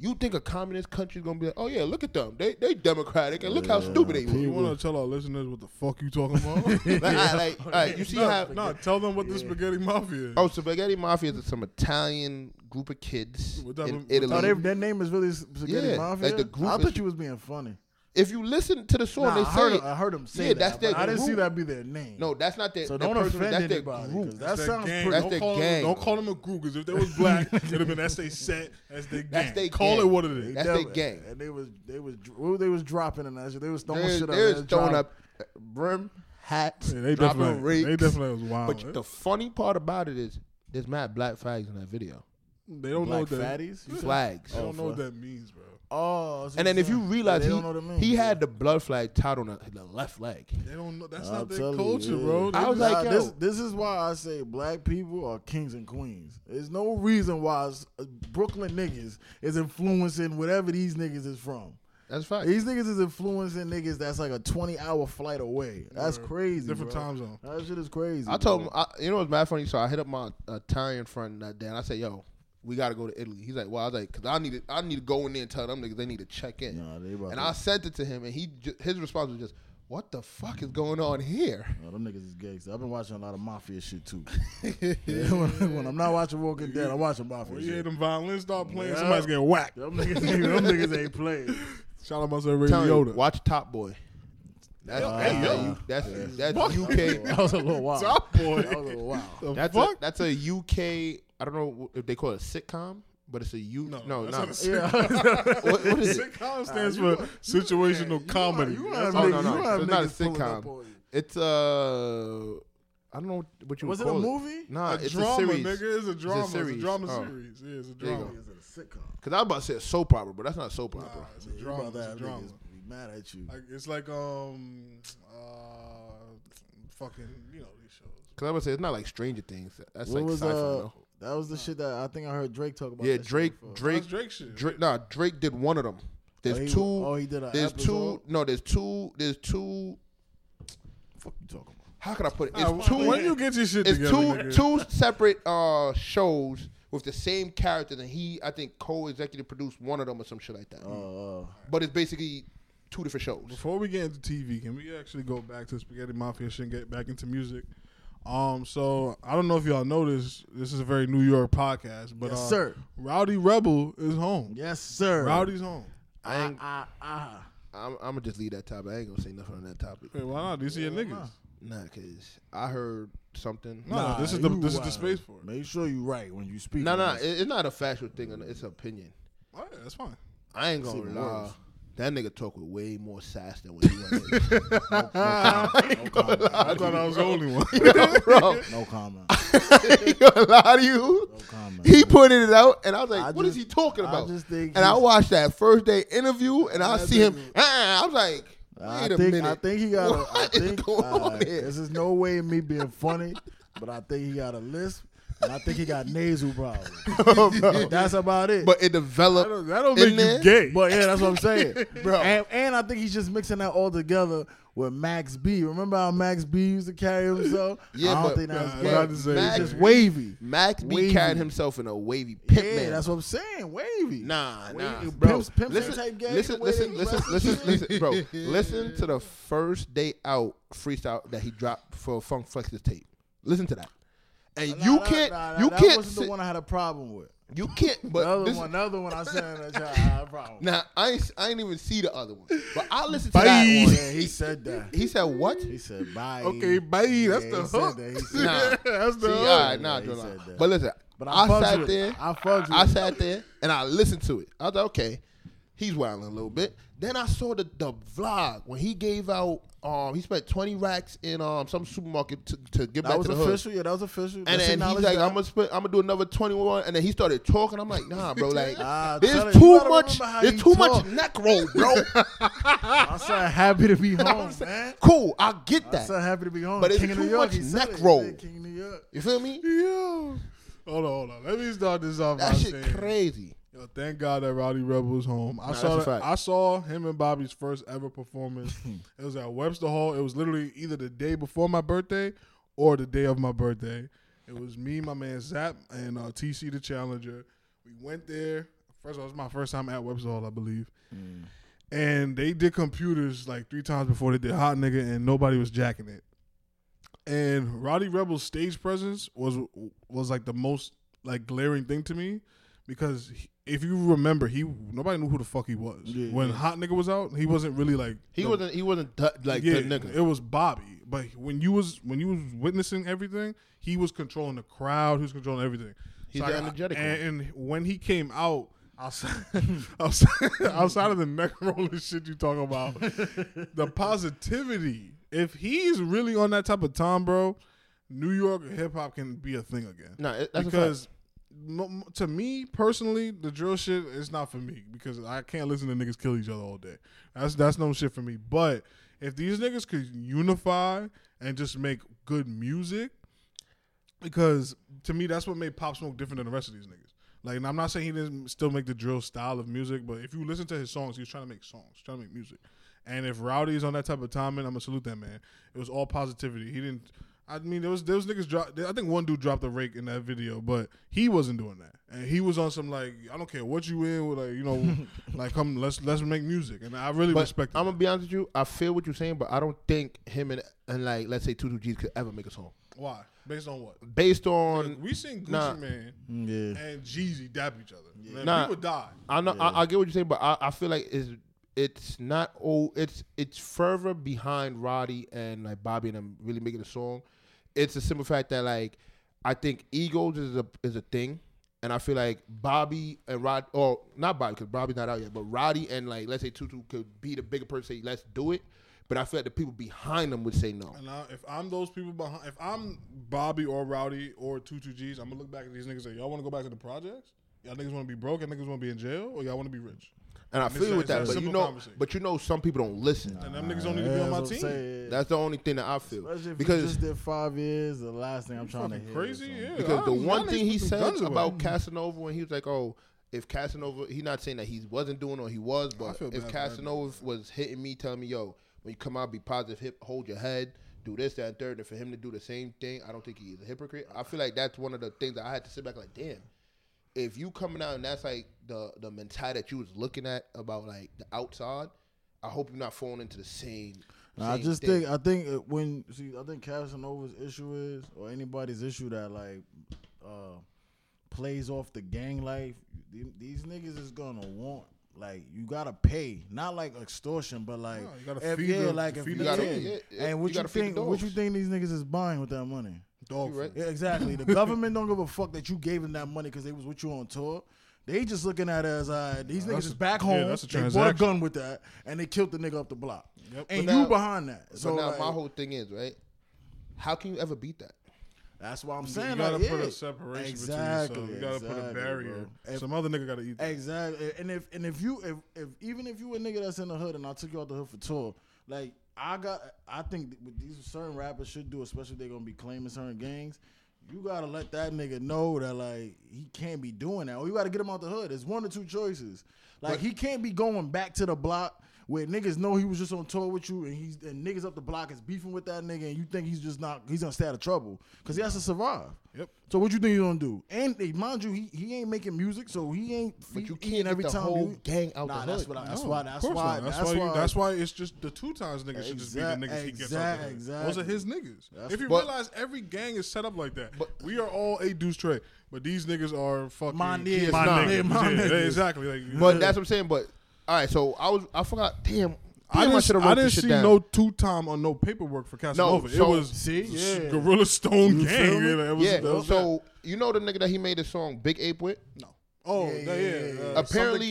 you think a communist country's gonna be like, oh yeah, look at them, they they democratic and look how
Yeah,
stupid they
people-
You
were.
want to tell our listeners what the fuck you talking about?
Like, I- like, all right, you see
no,
how?
no, tell them what the spaghetti mafia is.
Oh, Spaghetti Mafia is some Italian group of kids
What type
in
of-
Italy.
Oh, they, their name is really Spaghetti
Yeah,
Mafia.
like the group
I
is-
thought you was being funny.
if you listen to the song,
Nah,
they
I, heard,
say
I heard him say
Yeah,
that.
that's
but
their
I didn't see
group.
that be their name.
no, that's not their.
so
their
don't
person,
offend
that's their
anybody.
group.
'cause That
That's
sounds
their
pretty.
That's
Don't
their
call them-
gang.
don't call them a group because if they was black, it'd have been that's they set. That's they gang.
That's they
call
gang.
it what it is.
That's
They
their
def-
gang.
And they was they was dr- what they was dropping and that shit. They was throwing
They're,
shit up.
they're
They was
throwing
dropping-
up uh, brim hats,
Yeah, they
dropping
definitely,
rakes.
they definitely was wild.
But the funny part about it is, there's mad black flags in that video.
they don't know
black
what that.
fatties. You said-
Flags.
They don't
Oh,
know what
fuck.
that means, bro.
Oh, I see
And
what
then if
saying.
you realize
They
he,
don't know what it means.
he
Yeah.
had the blood flag tied on the, the left leg.
They don't know. That's
I'll
not their
tell you,
culture,
yeah.
bro. They
I was
just-
like, yo.
this, this is why I say black people are kings and queens. There's no reason why s- uh, Brooklyn niggas is influencing whatever these niggas is from.
That's fact.
These niggas is influencing niggas that's like a 20 hour flight away. That's
Word.
crazy.
different
bro.
time zone.
That shit is crazy.
I
bro.
told him, I, you know what's mad funny? So I hit up my Italian friend that day, and I said, "Yo, we got to go to Italy." He's like, "Well," I was like, "Cause I need to, I need to go in there and tell them niggas they need to check in."
Nah, they about
and
to-
I sent it to him, and he ju- his response was just, "What the fuck is going on here?"
No, them niggas is gay. So I've been watching a lot of mafia shit too. Yeah, when, when I'm not watching Walking Dead, I'm watching mafia.
When you hear
shit.
them violins start playing,
Yeah.
somebody's getting whacked.
Them niggas, them niggas ain't playing.
Shout out myself, Ray
Tell you,
Liotta.
watch Top Boy. That's
Yo,
that's,
hey, yo.
a U- that's
Yeah.
that's UK.
That was a little wild.
Top boy.
That was a little wild.
The
That's a,
fuck?
that's a UK. I don't know if they call it a sitcom, but it's a U.
No,
No,
that's
not.
not a sitcom.
Yeah.
what, what is it?
Sitcom stands for situational comedy.
You
That's
have
all-
Oh,
niggas,
no, no,
you
so
have niggas
it's not a
pulling up
sitcom.
on you.
It's uh, I don't know what you
Was
would
it a
call
movie?
Nah,
a
it's
drama,
a series.
nigga. It's a drama. It's a,
series.
drama
Oh.
series. Yeah, it's a
you
drama.
go.
Is it Oh, a sitcom?
Cause I was about to say a soap opera, but that's not a soap
Nah,
opera.
it's a
Yeah, you
drama.
about to
It's a
have
drama.
niggas be mad at you.
Like it's like um, uh, fucking you know these shows.
Cause I was about to say it's not like Stranger Things. That's
What
like
was
sci-fi.
uh?
no?
That was the shit that I think I heard Drake talk about.
Yeah,
that shit
Drake,
before.
Drake,
That's Drake shit.
Drake. Nah, Drake did one of them. There's
Oh, he-
two.
oh, he did a
there's
episode?
two. No, there's two. There's two.
Fuck you talking about?
How could I put it?
Nah,
It's two.
When you get your shit
it's
together, nigga.
two two separate uh shows with the same characters, and he I think co-executive produced one of them or some shit like that.
Oh, uh,
but it's basically two different shows.
Before we get into TV, can we actually go back to Spaghetti Mafia shit and get back into music? Um, so I don't know if y'all noticed, this is a very New York podcast, but
Yes,
uh,
sir.
Rowdy Rebel is home.
yes, sir.
Rowdy's home.
I ain't,
Ah, ah.
I'm, I'm gonna just leave that topic. I ain't gonna say nothing on that topic.
Wait, why not? These are your niggas.
Nah, cause I heard something.
No, no, this is the
you
this is the
wild.
space for it.
Make sure you right when you speak.
No,
on
no,
this.
it- it's not a factual thing. It's opinion.
All right, Oh, that's fine.
I ain't gonna
even
lie.
worse.
That nigga talk with way more sass than what he was.
I thought I was the only one.
bro,
no comment.
ain't gonna lie to you.
No comment.
He pointed it out, and I was like,
I
"What is
just-
he talking
I
about?"
just think
and I
he's-
watched that first day interview, and I
I
see him.
think-
"Ah," I was like, "Wait
I
a
think
minute."
I think he got. a I
What is
think
going
uh,
on here?
This is no way me being funny, but I think he got a list. And I think he got nasal problems.
bro.
That's about it.
But it developed.
That'll, that'll
In
make
there?
you gay.
But yeah, that's what I'm saying,
Bro.
And, and I think he's just mixing that all together with Max B. Remember how Max B used to carry himself?
Yeah,
I don't
but-
think that's
Nah,
gay.
what I'm saying
It's
is-
just wavy.
Max B
Wavy.
carried himself in a wavy
Yeah,
pimp man.
that's what I'm saying. Wavy.
nah, nah,
Wavy,
bro.
pimps- pimps
listen,
type gang,
listen,
the way
listen,
they
listen,
dress.
listen, listen, bro. Listen to the first day out freestyle that he dropped for Funk Flex's tape. Listen to that, and
Nah,
you
nah,
can't,
nah, nah,
you
that
can't,
wasn't
sit-
the one I had a problem with.
you can't.
The
But
other
this,
one, the other one I said that y'all had a problem. with.
now I ain't, I ain't even see the other one, but I listened to that
Bye.
one.
Yeah, he said that.
He said what?
He said bye.
Okay, bye. That's
Yeah,
the
he said
hook.
that. He said
Nah,
that.
That's
See,
the
all
hook.
right, nah,
Yeah, he
Jordan.
said that.
But listen,
But
I,
I, fucked
sat
with
there.
It. I fucked with
I
it.
sat there and I listened to it. I was like, okay, he's wilding a little bit. Then I saw the, the vlog when he gave out. Um, he spent twenty racks in um some supermarket to, to get
That
back
was
to the hood.
official. Yeah, that was official.
And
Let's
then he's
acknowledge
like,
that.
I'm gonna spend, I'm gonna do another twenty one. And then he started talking. I'm like, nah, bro. Like,
Ah, I'm
there's
telling you, you
too
gotta
much.
remember how
There's
you
too much
talk.
neck roll, bro.
I'm so happy to be home, man.
cool, I get
I'm so
that.
happy to be home.
But it's
King of
too
New York,
much
he said
neck
it. He
roll.
said King of New York.
You feel me?
Yo. Hold on, hold on. Let me start this off
That
by
shit
saying,
crazy.
yo, thank God that Rowdy Rebel's home. I
Nah,
saw
that's a
that,
fact.
I saw him and Bobby's first ever performance. it was at Webster Hall. It was literally either the day before my birthday or the day of my birthday. It was me, my man Zap, and uh, TC the Challenger. We went there. First of all, it was my first time at Webster Hall, I believe. And they did computers like three times before they did Hot Nigga, and nobody was jacking it. and Roddy Rebel's stage presence was was like the most like glaring thing to me because he- if you remember, he nobody knew who the fuck he was
Yeah,
when
yeah.
Hot Nigga was out. He wasn't really like
He
the-
wasn't. He wasn't du- like
yeah,
the nigga.
It was Bobby, but when you was when you was witnessing everything, he was controlling the crowd. He was controlling everything.
He's the energetic one.
and, and when he came out. Outside, outside, outside of the neck rolling shit you talking about, the positivity. If he's really on that type of time, bro, New York hip hop can be a thing again.
Nah, it- that's a
because mo- mo- to me personally, the drill shit is not for me because I can't listen to niggas kill each other all day. That's that's no shit for me. But if these niggas could unify and just make good music, because to me that's what made Pop Smoke different than the rest of these niggas. Like, and I'm not saying he didn't still make the drill style of music, but if you listen to his songs, he was trying to make songs, trying to make music. And if Rowdy's on that type of timing, I'm gonna salute that man. It was all positivity. He didn't. I mean, there was there was niggas drop. I think one dude dropped a rake in that video, but he wasn't doing that. And he was on some like, I don't care what you in, with like you know, like come let's let's make music. And I really
But
respect.
I'm
that.
gonna be honest with you. I feel what you're saying, but I don't think him and, and like let's say Two G's could ever make a song
Why? Based on what?
based on.
we seen Gucci
nah.
Man
Mm, Yeah.
and Jeezy dap each other. Man,
Nah.
people died.
I know I, I get what you're saying, but I, I feel like it's it's not oh it's it's further behind Roddy and like Bobby and them really making a song. It's a simple fact that like I think egos is a is a thing. And I feel like Bobby and Rod, or not Bobby, because Bobby's not out yet, but Roddy and like let's say Tutu could be the bigger person. Say let's do it, but I feel like the people behind them would say no.
And I, if I'm those people behind, if I'm Bobby or Rowdy or Tutu G's, I'm gonna look back at these niggas and say, y'all want to go back to the projects? Y'all niggas want to be broke? Y'all niggas want to be in jail? Or y'all want to be rich?
And I
It's
feel
a-
you
it's
with
a
that, but you
simple
know,
conversation.
but you know, some people don't listen.
And them niggas don't need to be on my team.
That's the only thing that I feel
Especially if because you
because
just did five years, the last thing I'm trying to
Fucking
hear. is
crazy,
something.
yeah.
because the
Y'all
one
niggas
thing
put
he
them
said
guns away.
about Casanova when he was like, "Oh, if Casanova," he not saying that he wasn't doing or he was, but
feel bad
if
for that
Casanova was hitting me, telling me, "Yo, when you come out, be positive, hip, hold your head." Do this, that, and third, and for him to do the same thing, I don't think he is a hypocrite. I feel like that's one of the things that I had to sit back like, damn, if you coming out and that's like the the mentality that you was looking at about like the outside, I hope you're not falling into the same.
Nah, I
same
just
thing.
think I think uh, when see I think Casanova's issue is or anybody's issue that like uh plays off the gang life. th- These niggas is gonna want like you gotta pay, not like extortion, but like
No, you gotta
if,
feed
yeah,
the-
like
you
if
feed
you
the
yeah.
kids.
Yeah, yeah,
and
you
what you,
gotta feed the
think what you
dogs.
think these niggas is buying with that money?
Dog
You right.
food.
Yeah, exactly. The government don't give a fuck that you gave them that money because they was with you on tour. They just looking at it as uh, these
Nah,
niggas
that's
is
a-
back
yeah,
home.
that's a
they bought a
transaction.
gun with that, and they killed the nigga up the block. And
But
you
now-
behind that.
So
So
now
like,
my whole thing is right. How can you ever beat that?
that's why I'm
You
saying.
gotta
like,
put
yeah.
a separation between yourself. You gotta put a
exactly,
barrier.
bro. If-
Some other nigga gotta eat. that.
Exactly. And if and if you if, if even if you a nigga that's in the hood and I took you out the hood for tour, like I got I think th- with these certain rappers should do, especially if they're gonna be claiming certain gangs. You gotta let that nigga know that like he can't be doing that. Or you gotta get him out the hood. It's one or two choices. Like he can't be going back to the block where niggas know he was just on tour with you and he's and niggas up the block is beefing with that nigga and you think he's just not he's gonna stay out of trouble. Cause he has to survive.
Yep.
So what you think he's gonna do? And eh, mind you, he, he ain't making music, so he ain't
But
he
you
eating
can't
every
get the
time
whole
you-
gang out
Nah,
the
that's
hood.
what I, that's
No,
why
of
that's
course
why
not. that's why you- that's why it's just the two times niggas should just be the
Exact-
niggas he gets out
exact-
there.
exact.
Those are his niggas. if you
but-
realize every gang is set up like that,
But-
we are all a deuce trade, but these niggas are fucking
My niggas,
my
my niggas,
niggas,
my
Yeah,
niggas.
exactly. Like,
But that's what I'm saying. But all right, so I was I forgot. Damn,
I
damn, I, should
didn't,
have
I
wrote
didn't
this shit
see
down.
no two time on no paperwork for Casanova.
so-
it was
see?
s-
Yeah.
Gorilla Stone
You
Gang.
feel me?
Yeah, like, it was,
yeah.
that was that.
So you know the nigga that he made the song Big Ape with? No.
oh
Yeah,
that-
yeah,
yeah,
yeah,
uh,
yeah.
Apparently,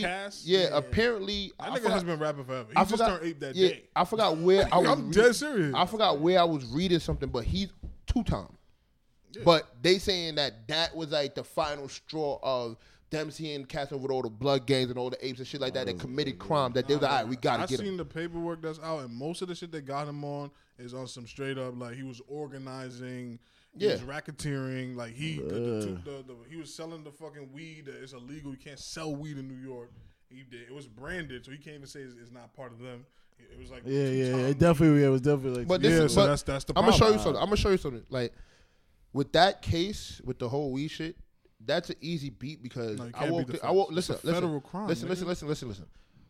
something Cass.
yeah, Apparently,
That
I
nigga
forgot-
has been rapping forever. He
I
just
forgot,
turned eight that
yeah,
day.
I forgot where I was.
I'm
read-
dead serious.
I forgot where I was reading something, but he's two time. But they saying that that was like the final straw of Dempsey and Castle with all the blood gangs and all the apes and shit like that that committed crime. That they was like, all right, we gotta
I've
get
Oh, seen
him.
the paperwork that's out, and most of the shit they got him on is on some straight up like he was organizing, he was
Yeah.
racketeering, like he the, the, two- the, the, he was selling the fucking weed that is illegal. You can't sell weed in New York. He did. It was branded, so he can't even say it's, it's not part of them. It was like
Yeah, yeah,
two-time-
yeah. It definitely it was definitely like
But
Yeah,
this is,
so
but
that's- that's the
I'm gonna show you
problem.
something. I'm gonna show you something. Like with that case, with the whole weed shit, that's an easy beat because
No, you
I
can't beat
walked.
the
in- I
feds.
walked.
It's
Listen,
a
listen,
federal crime,
listen,
nigga.
listen, listen, listen, listen.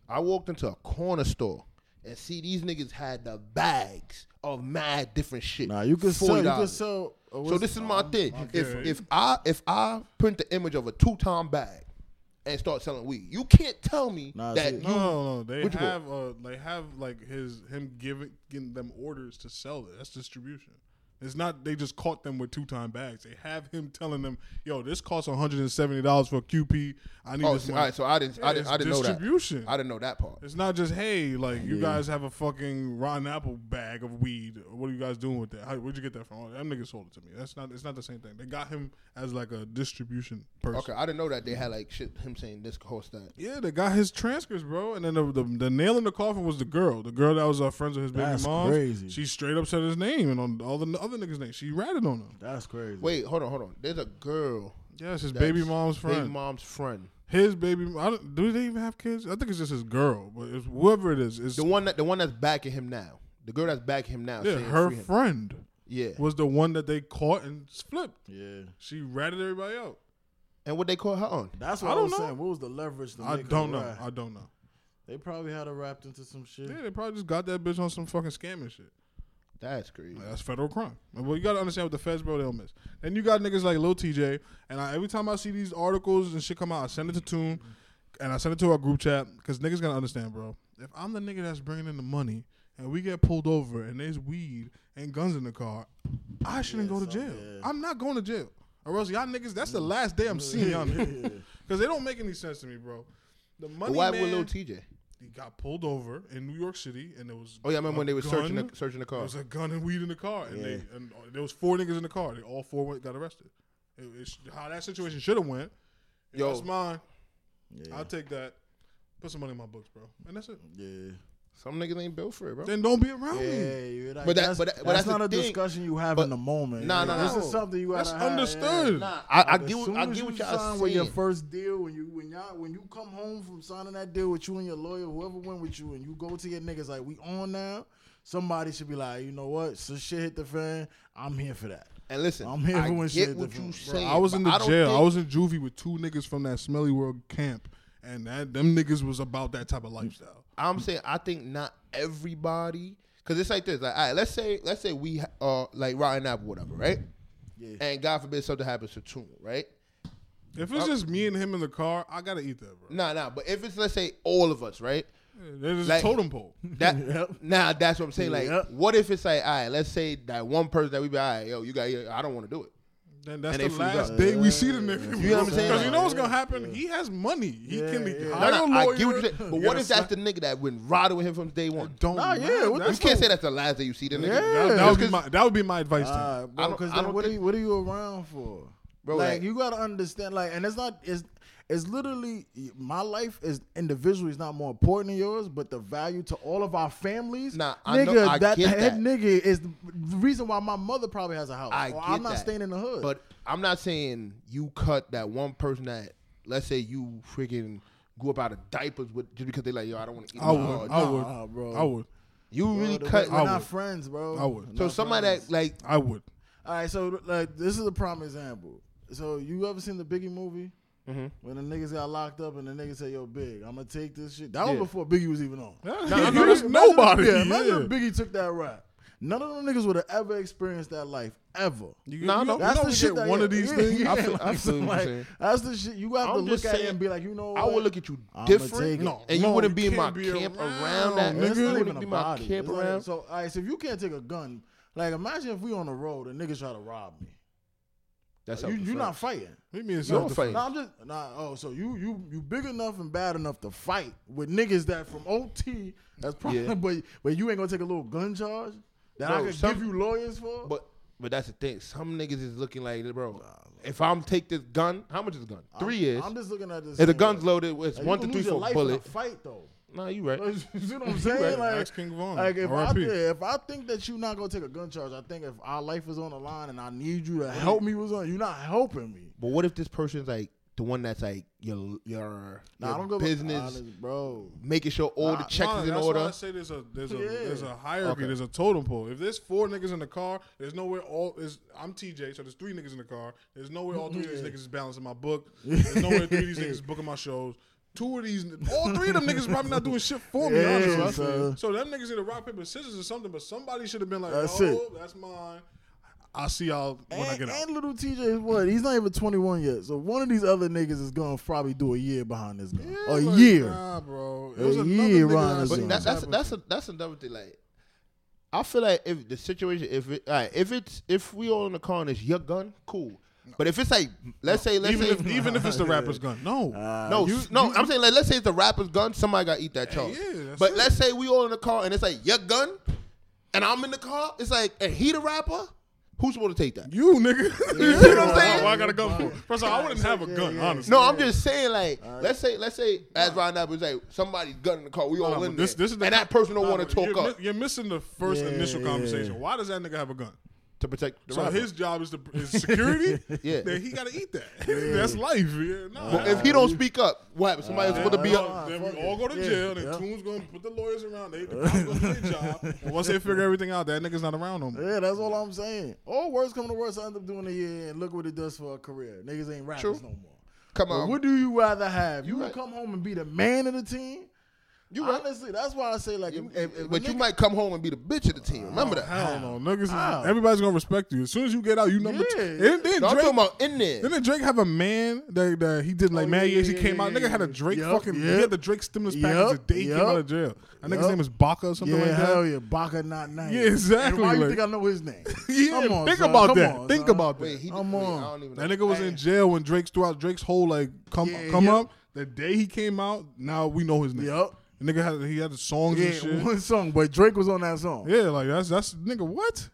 I walked into a corner store and see these niggas had the bags of mad different shit.
Nah, you could sell. You could
$40.
sell.
Oh,
uh,
So
what's-
this is my thing. If
okay.
if I if I print the image of a two time bag and start selling weed, you can't tell me
Nah,
that
see-
you
No, no, no. They
What you
have uh, they have like his him giving getting them orders to sell it. That's distribution. It's not they just caught them with two time bags. They have him telling them, "Yo, this costs one hundred and seventy dollars for a QP. I need
Oh,
this
so,
money."
all right, so I didn't,
Yeah,
I didn't,
it's
I didn't know that.
distribution.
I didn't know that part.
It's not just hey, like you guys have a fucking rotten apple bag of weed. What are you guys doing with that? How, where'd you get that from? Oh, that nigga sold it to me. That's not. It's not the same thing. They got him as like a distribution person.
Okay, I didn't know that they had like shit. Him saying this cost that.
Yeah, they got his transcripts, bro. And then the, the, the nail in the coffin was the girl. The girl that was uh, friends with his baby
That's
mom.
crazy.
She straight up said his name and on all the other niggas' names. She ratted on him.
That's crazy.
Wait, hold on, hold on. There's a girl.
Yes, his
that's-
baby mom's friend.
Baby mom's friend.
his baby. I don't, do they even have kids? I think it's just his girl, but it's whoever it is. It's
The one that the one that's backing him now. The girl that's backing him now.
yeah,
saying
her
free him.
friend
Yeah.
was the one that they caught and flipped.
Yeah.
She ratted everybody out.
And what they call her on?
That's what
I
I,
don't
was
know.
saying. What was the leverage? To
I
make her
don't know.
ride?
I don't know.
They probably had her wrapped into some shit.
Yeah, they probably just got that bitch on some fucking scamming shit.
That's crazy.
Like, That's federal crime. And, Well, you gotta understand what the feds, bro, they'll miss. Then you got niggas like Lil TJ, and I, every time I see these articles and shit come out, I send it to Tune, and I send it to our group chat, cause niggas gotta understand, bro. If I'm the nigga that's bringing in the money, and we get pulled over, and there's weed and guns in the car, I shouldn't go to jail. I'm not going to jail, or else y'all niggas. That's
Mm.
the last day I'm seeing y'all niggas, cause they don't make any sense to me, bro. The
But
money
what
man,
happened with little TJ?
he got pulled over in New York City, and there was
Oh yeah, I remember
a
when they were searching
gun.
the searching the
There
car.
was a gun and weed in the car, and they and uh, there was four niggas in the car. They all four went, got arrested. It, it's how that situation should have went. Yo,
Yo.
that's mine.
Yeah.
I'll take that. Put some money in my books, bro, and that's it.
yeah.
Some niggas ain't built for it, bro.
Then don't be around me.
Yeah, you're like,
But that-
that's,
but that- but
that's,
that's
not
the
a
thing.
discussion you have
But-
in the moment.
Nah,
Like,
nah,
this
nah.
is something you
That's
gotta have, yeah.
understood.
Nah, I, I
Like, as
get what-
soon
I
as
get
you
what
sign
y'all
with your
saying.
first deal when you when y'all when you come home from signing that deal with you and your lawyer, whoever went with you, and you go to your niggas like we on now. Somebody should be like, you know what? So shit hit the fan. I'm here for that.
And listen,
I'm here
I
when shit
get what
different.
you
Bro,
saying.
I was in
but
the
don't
jail. I
think-
was in juvie with two niggas from that Smelly World camp, and that them niggas was about that type of lifestyle.
I'm saying I think not everybody because it's like this. Like, all right, let's say let's say we uh like Ryan Apple, whatever, right?
Yeah.
And God forbid something happens to Tune, right?
If it's just me and him in the car, I gotta eat that, bro.
Nah, nah. But if it's let's say all of us, right?
There's a
Like-
totem pole.
That
Yep.
nah, that's what I'm saying. Like,
Yep.
what if it's like, all right, let's say that one person that we be, all right, yo, you got, I don't want to do it.
Then that's
And they
the
flew
last
out.
day we see the nigga.
You know what I'm saying?
Because you know what's
Yeah,
gonna happen. He has money. He
Yeah,
can
yeah.
hire
Nah,
a
nah,
lawyer.
I get what you're saying. But
get
what
a
if that's
sa-
the nigga that been riding with him from day one?
don't?
Nah, yeah,
matter.
what the
you
That's
can't
the-
say that's the last day you see the nigga.
Yeah.
That, that
Just
would be
'cause-
my that would be my advice. to him.
Uh,
I
bro,
don't-
because
I
then
don't
what are
think-
you what are you around for?
Bro,
like,
like-
you gotta understand, like, and it's not, it's, it's literally my life is individually is not more important than yours, but the value to all of our families.
Nah, I know-
nigga,
I
that
get
head
that.
nigga is the reason why my mother probably has a house.
I
Or
get
I'm not
that.
staying in the hood.
But I'm not saying you cut that one person that, let's say you freaking grew up out of diapers with just because they like, yo, I don't want to eat.
I would,
hard.
I
nah,
would,
bro.
I would,
you
Bro,
really
the-
cut.
We're
I
not
would.
friends, bro.
I would.
so
Not
somebody
friends.
that like,
I would.
All right, so like this is a prime example. So you ever seen the Biggie movie?
Mm-hmm.
When the niggas got locked up and the niggas say, "Yo, Big, I'm gonna take this shit." That
Yeah.
was before Biggie was even on.
no,
If
no, that's
imagine
nobody,
If, yeah, imagine
yeah.
if Biggie took that rap. None of them niggas would have ever experienced that life ever.
You,
Nah,
you
no,
know-
That's
you know
the
we
shit.
get
that,
one
yeah,
of these
yeah,
things.
yeah,
I feel- I
I'm
feel what you're
like,
saying.
That's the shit. You have
I'm
to look
just
at it
saying,
and be like, you know,
I
what?
would look at you
I'ma take
different,
it.
No,
and you
no,
wouldn't be
you
in my
can't be
camp
around,
around that.
nigga.
You
It's not even
wouldn't
a
be my
body.
camp
It's like-
around.
so, all right, so if you can't take a gun, like imagine if we on the road and niggas try to rob me.
That's
You, you're not fighting.
Leave me in
Don't
self-defense.
fight.
Nah, I'm just nah. Oh, so you you you big enough and bad enough to fight with niggas that from OT. That's probably,
Yeah.
but but you ain't gonna take a little gun charge that I
Bro,
could
some-
give you lawyers for.
But but that's the thing. Some niggas is looking like, bro. If I'm take this gun, how much is a gun?
I'm-
3 years.
I'm just looking at this.
if the
thing,
gun's
like,
loaded, it's
like, you
one
can
to three
lose your
for a
life
bullet.
In a fight though.
No, you right.
you see what I'm saying?
right.
Like,
Ask King Von.
like if I
R.I.P..
think, if I think that you're not gonna take a gun charge, I think if our life is on the line and I need you to help me with something, you're not helping me.
But what if this person's like the one that's like your your,
Nah,
your
I don't go
business,
honest, bro.
making sure all the
Nah,
checks
nah,
is in
that's Why I
order?
say there's a there's a
Yeah.
there's a hierarchy.
Okay.
There's a totem pole. If there's four niggas in the car, there's nowhere all is. I'm TJ, so there's three niggas in the car. There's nowhere all three of these niggas is balancing my book. There's nowhere three of these niggas is booking my shows. Two of these, all three of them niggas probably not doing shit for me.
Yeah,
honestly.
so-
So them niggas either rock paper scissors or something. But somebody should have been like,
That's
"No,
it.
that's mine. I'll see y'all when
and,
I get out."
and little TJ is what? He's not even 21 yet. So one of these other niggas is gonna probably do a year behind this guy. a
Like,
year.
nah, bro. It
A
was another
year,
nigga
Ron,
that I
is
seen
But that, that's
happened
that's a, that's another thing. Like, I feel like if the situation, if it, all right, if it's if we all in the car and it's your gun, cool. But if it's like, let's say, let's
even
say,
if even if it's the rapper's gun, no.
no,
you-
s- no, I'm saying like, let's say it's the rapper's gun. Somebody got to eat that charge.
yeah, that's
but
it.
let's say we all in the car and it's like your gun, and I'm in the car. It's like, and he the rapper. Who's supposed to take that?
You nigga. you see what I'm saying? Why I got a gun for? First of all, I wouldn't have a
Yeah,
gun,
yeah.
honestly.
No, I'm just saying, like, let's say, let's say, as right now, it's like somebody's gun in the car. We all
Nah,
in
but this,
there,
this is the
and that person don't
nah,
want
but
to talk
you're
up
mi- you're missing the first
Yeah,
initial
yeah,
conversation.
yeah.
Why does that nigga have a gun?
to protect. The
So
rapper.
his job is to is security.
Yeah.
then he gotta eat that. That's life. Yeah, nah.
But if he don't speak up, what happens? Somebody's supposed to be
Nah,
up.
then we all go to
Yeah,
jail. Then
yeah.
Coon's gonna put the lawyers around. They the cops gonna do their job. And once they figure everything out, that nigga's not around no more.
Yeah, that's all I'm saying. All words coming to worst, I end up doing a year and look what it does for a career. Niggas ain't rappers
True.
no more.
Come
But
on,
what do you rather have? You,
You right.
come home and be the man of the team.
you right?
Honestly, that's why I say like, if, if, if a
but you
nigga-
might come home and be the bitch of the team. Remember that?
Hell no, niggas. is-
How?
Everybody's gonna respect you as soon as you get out. You number
Yeah.
two. And then
No, I'm
Drake,
talking about in there.
Didn't Drake have a man that, that he did like
Oh,
man
yeah,
years he
yeah,
came
yeah,
out?
yeah,
Nigga had a
yeah.
Drake
Yup,
fucking he
yup.
had the Drake stimulus
Yup,
package the day he came
yup.
out of jail. I think his
Yup.
name is Baka or something
yeah,
like that.
hell yeah, Baka not nice.
Yeah, exactly,
And why you
like-
think I know his name?
Yeah,
Come on,
think
son.
about
Come
that.
on,
think
son.
about that.
Wait, he,
Come
wait,
on.
I don't even
that
know.
nigga was in jail when Drake's throughout Drake's whole like come
Yeah,
come
yup.
up. The day he came out, now we know his name.
Yup.
The nigga had he had the songs and
yeah,
shit.
one song, but Drake was on that song.
Yeah, like that's that's nigga what?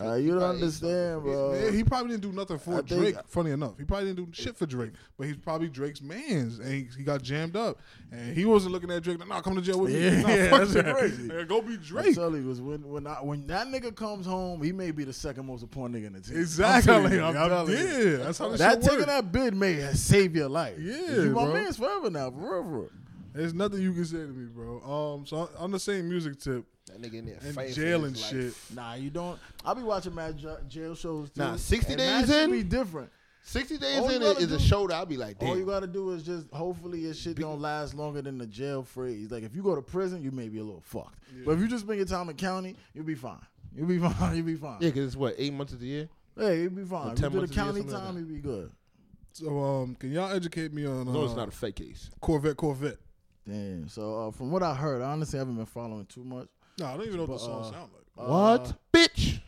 Uh, you don't understand, bro.
Yeah, he probably didn't do nothing for
I think-
Drake. funny enough, he probably didn't do shit for Drake, but he's probably Drake's man's, and he, he got jammed up, and he wasn't looking at Drake. Like, nah, come to jail with me.
Yeah,
Nah,
yeah,
fuck
that's
that.
crazy.
Yeah, go be
I'm
Drake.
telling you, 'cause when when I, when that nigga comes home, he may be the second most important nigga in the team.
Exactly.
I'm telling you, I'm telling you.
yeah, that's how this
That
shit
taking
works.
that bid may have saved your life.
Yeah,
you my
bro.
man's forever now, forever.
There's nothing you can say to me, bro. Um, so on the same music tip,
That nigga in there
and
fighting for
jail
his
and
life.
shit.
Nah, you don't. I be watching mad j- jail shows too.
Nah, 60
and that
days
shit
in?
be different.
Sixty days
All you
in
gotta
is a
do-
show that I'll be like,
All you
damn.
gotta do is just hopefully your shit don't last longer than the jail phrase. Like if you go to prison, you may be a little fucked. But if you just spend your time in county, you'll be fine. You'll be fine. You'll be fine.
Yeah, because it's what eight months of the year.
Hey, you'll be fine. If you
10
do the
months a year,
county
something like
time,
that.
you'll be good.
So um, can y'all educate me on
No, it's
uh,
not a fake case.
Corvette? Corvette.
Damn. So uh, from what I heard, I honestly haven't been following too much.
No, I don't even know what the
But,
song
uh,
sound like.
What?
bitch?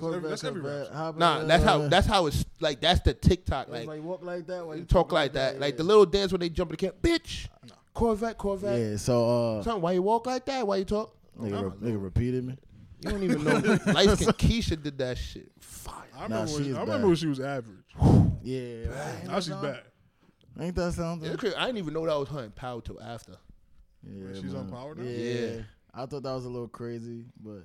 That's every, that's every rap. song.
Nah, that's how.
uh,
That's how it's like. That's the TikTok.
like,
Like,
walk like that. Why
you talk like that. Like the little dance when they jump in the camp. Bitch. Corvette. Corvette.
Yeah. So uh,
Son, why you walk like that? Why you talk?
nigga,
Oh,
re- nigga repeated me.
You don't even know. Light skin Keisha did that shit. Fire.
I remember,
she
when,
is
I
bad.
remember when she was average.
Yeah. right?
Now she's back.
Ain't that something?
Yeah, crazy. I didn't even know that was her and Powell till after.
Yeah,
she's
man.
on power now?
Yeah.
Yeah.
I thought that was a little crazy, but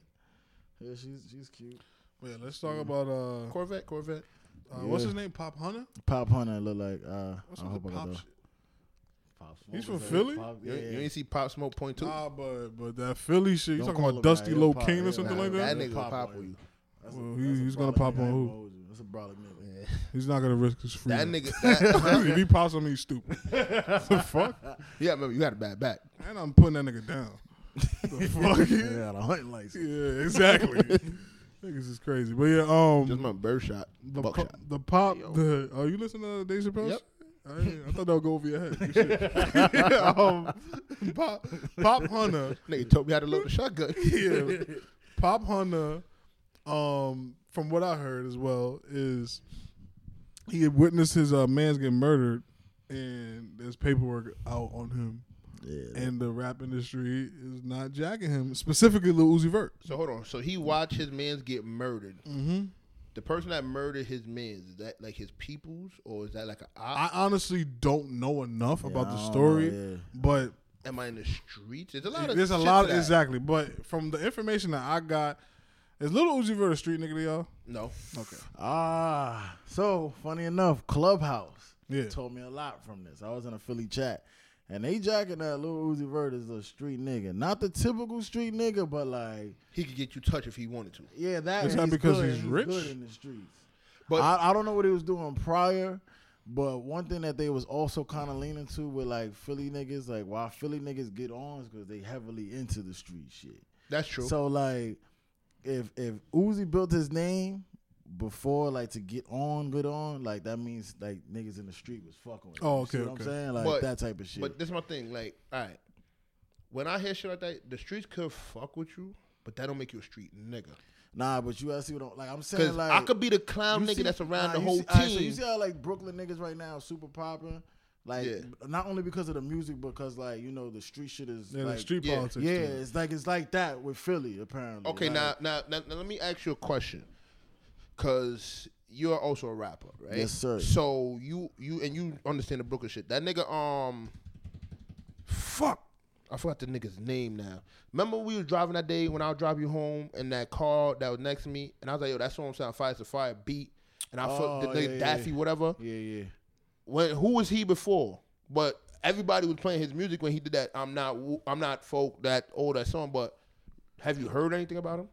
yeah, she's she's cute.
Wait, let's
Mm.
talk about uh,
Corvette, Corvette.
uh what's
Yeah.
his name? Pop Hunter.
Pop Hunter look like uh,
What's
I
up
hope I
with
got
Pop?
the
Shit?
Pop
He's
Smoke
from
is
Philly?
like Pop,
You, ain't- you
yeah.
ain't see Pop Smoke Point Two?
Nah, but but that Philly shit. You
Don't
talking
call
about
him that.
Dusty
He'll
Low
pop-
King
yeah,
or something
nah,
like that?
that nigga will pop
on
on you.
That's
Well,
a-
he-
that's a
he's gonna
brolic
pop
that
on who?
moves you. That's a brolic nigga.
He's not gonna risk his
That
freedom.
nigga, that,
if he pops on me, he's stupid. the fuck?
yeah, remember you got a bad back.
And I'm putting that nigga down. The fuck?
Yeah, the hunting license.
yeah, exactly. Niggas is crazy. But yeah,
Just
um,
my bird shot,
the,
buckshot.
po- the pop.
Yo.
The, are you listening to Dave Chappelle?
Yep.
I, I thought that would go over your head. Good shit. yeah, um, pop, pop Hunter.
Nigga told me how to load the shotgun.
Yeah, Pop Hunter. Um, from what I heard as well is he had witnessed his uh, man's get murdered, and there's paperwork out on him
Yeah.
and the rap industry is not jacking him, specifically Lil Uzi Vert.
So hold on. So he watched his mans get murdered.
Mm-hmm.
The person that murdered his mans is that like his peoples or is that like a
I
op?
honestly don't know enough about
I
the
don't
story,
know, yeah.
but
Am I in the streets? There's a lot of
there's a
shit
lot
to that.
exactly. But from the information that I got, is Little Uzi Vert a street nigga to y'all?
No,
Okay,
Ah, so funny enough, Clubhouse
Yeah.
told me a lot from this. I was in a Philly chat, and they jacking that Lil Uzi Vert is a street nigga, not the typical street nigga, but like,
he could get you touched if he wanted to.
yeah, that
Is that
he's
because
good,
he's rich?
good in the streets.
But-
But I, I don't know what he was doing prior. But one thing that they was also kind of leaning to with like Philly niggas, like why Philly niggas get on is because they heavily into the street shit.
That's true.
So like, if if Uzi built his name before like to get on, good on, like that means like niggas in the street was fucking with. him.
Oh,
You see
okay,
What
okay.
I'm saying like
But-
that type of shit.
but this is my thing. Like, all right, when I hear shit like that, the streets could fuck with you, but that don't make you a street nigga.
nah, but you gotta see what I'm, like I'm saying.
Because
Like
I could be the clown
you
nigga
see-
that's around
nah,
the
you
whole
see, alright, so
team.
you see how like Brooklyn niggas right now super popping. Like
Yeah.
not only because of the music, because like you know the street shit is
yeah,
like
the street
yeah,
politics.
yeah,
to it.
it's like it's like that with Philly apparently.
okay,
Like,
now, now, now, now let me ask you a question, because you're also a rapper, right?
Yes, sir.
So you, you, and you understand the Brooklyn shit. That nigga, um, fuck, I forgot the nigga's name now. Remember we was driving that day when I was driving you home, and that car that was next to me, and I was like, yo, that song sound fire, it's a fire beat, and I
Oh,
fucked the nigga
yeah, yeah.
Daffy, whatever.
yeah, yeah,
when who was he before? But everybody was playing his music when he did that. I'm not wo- I'm not folk that old that song. But have you heard anything about him?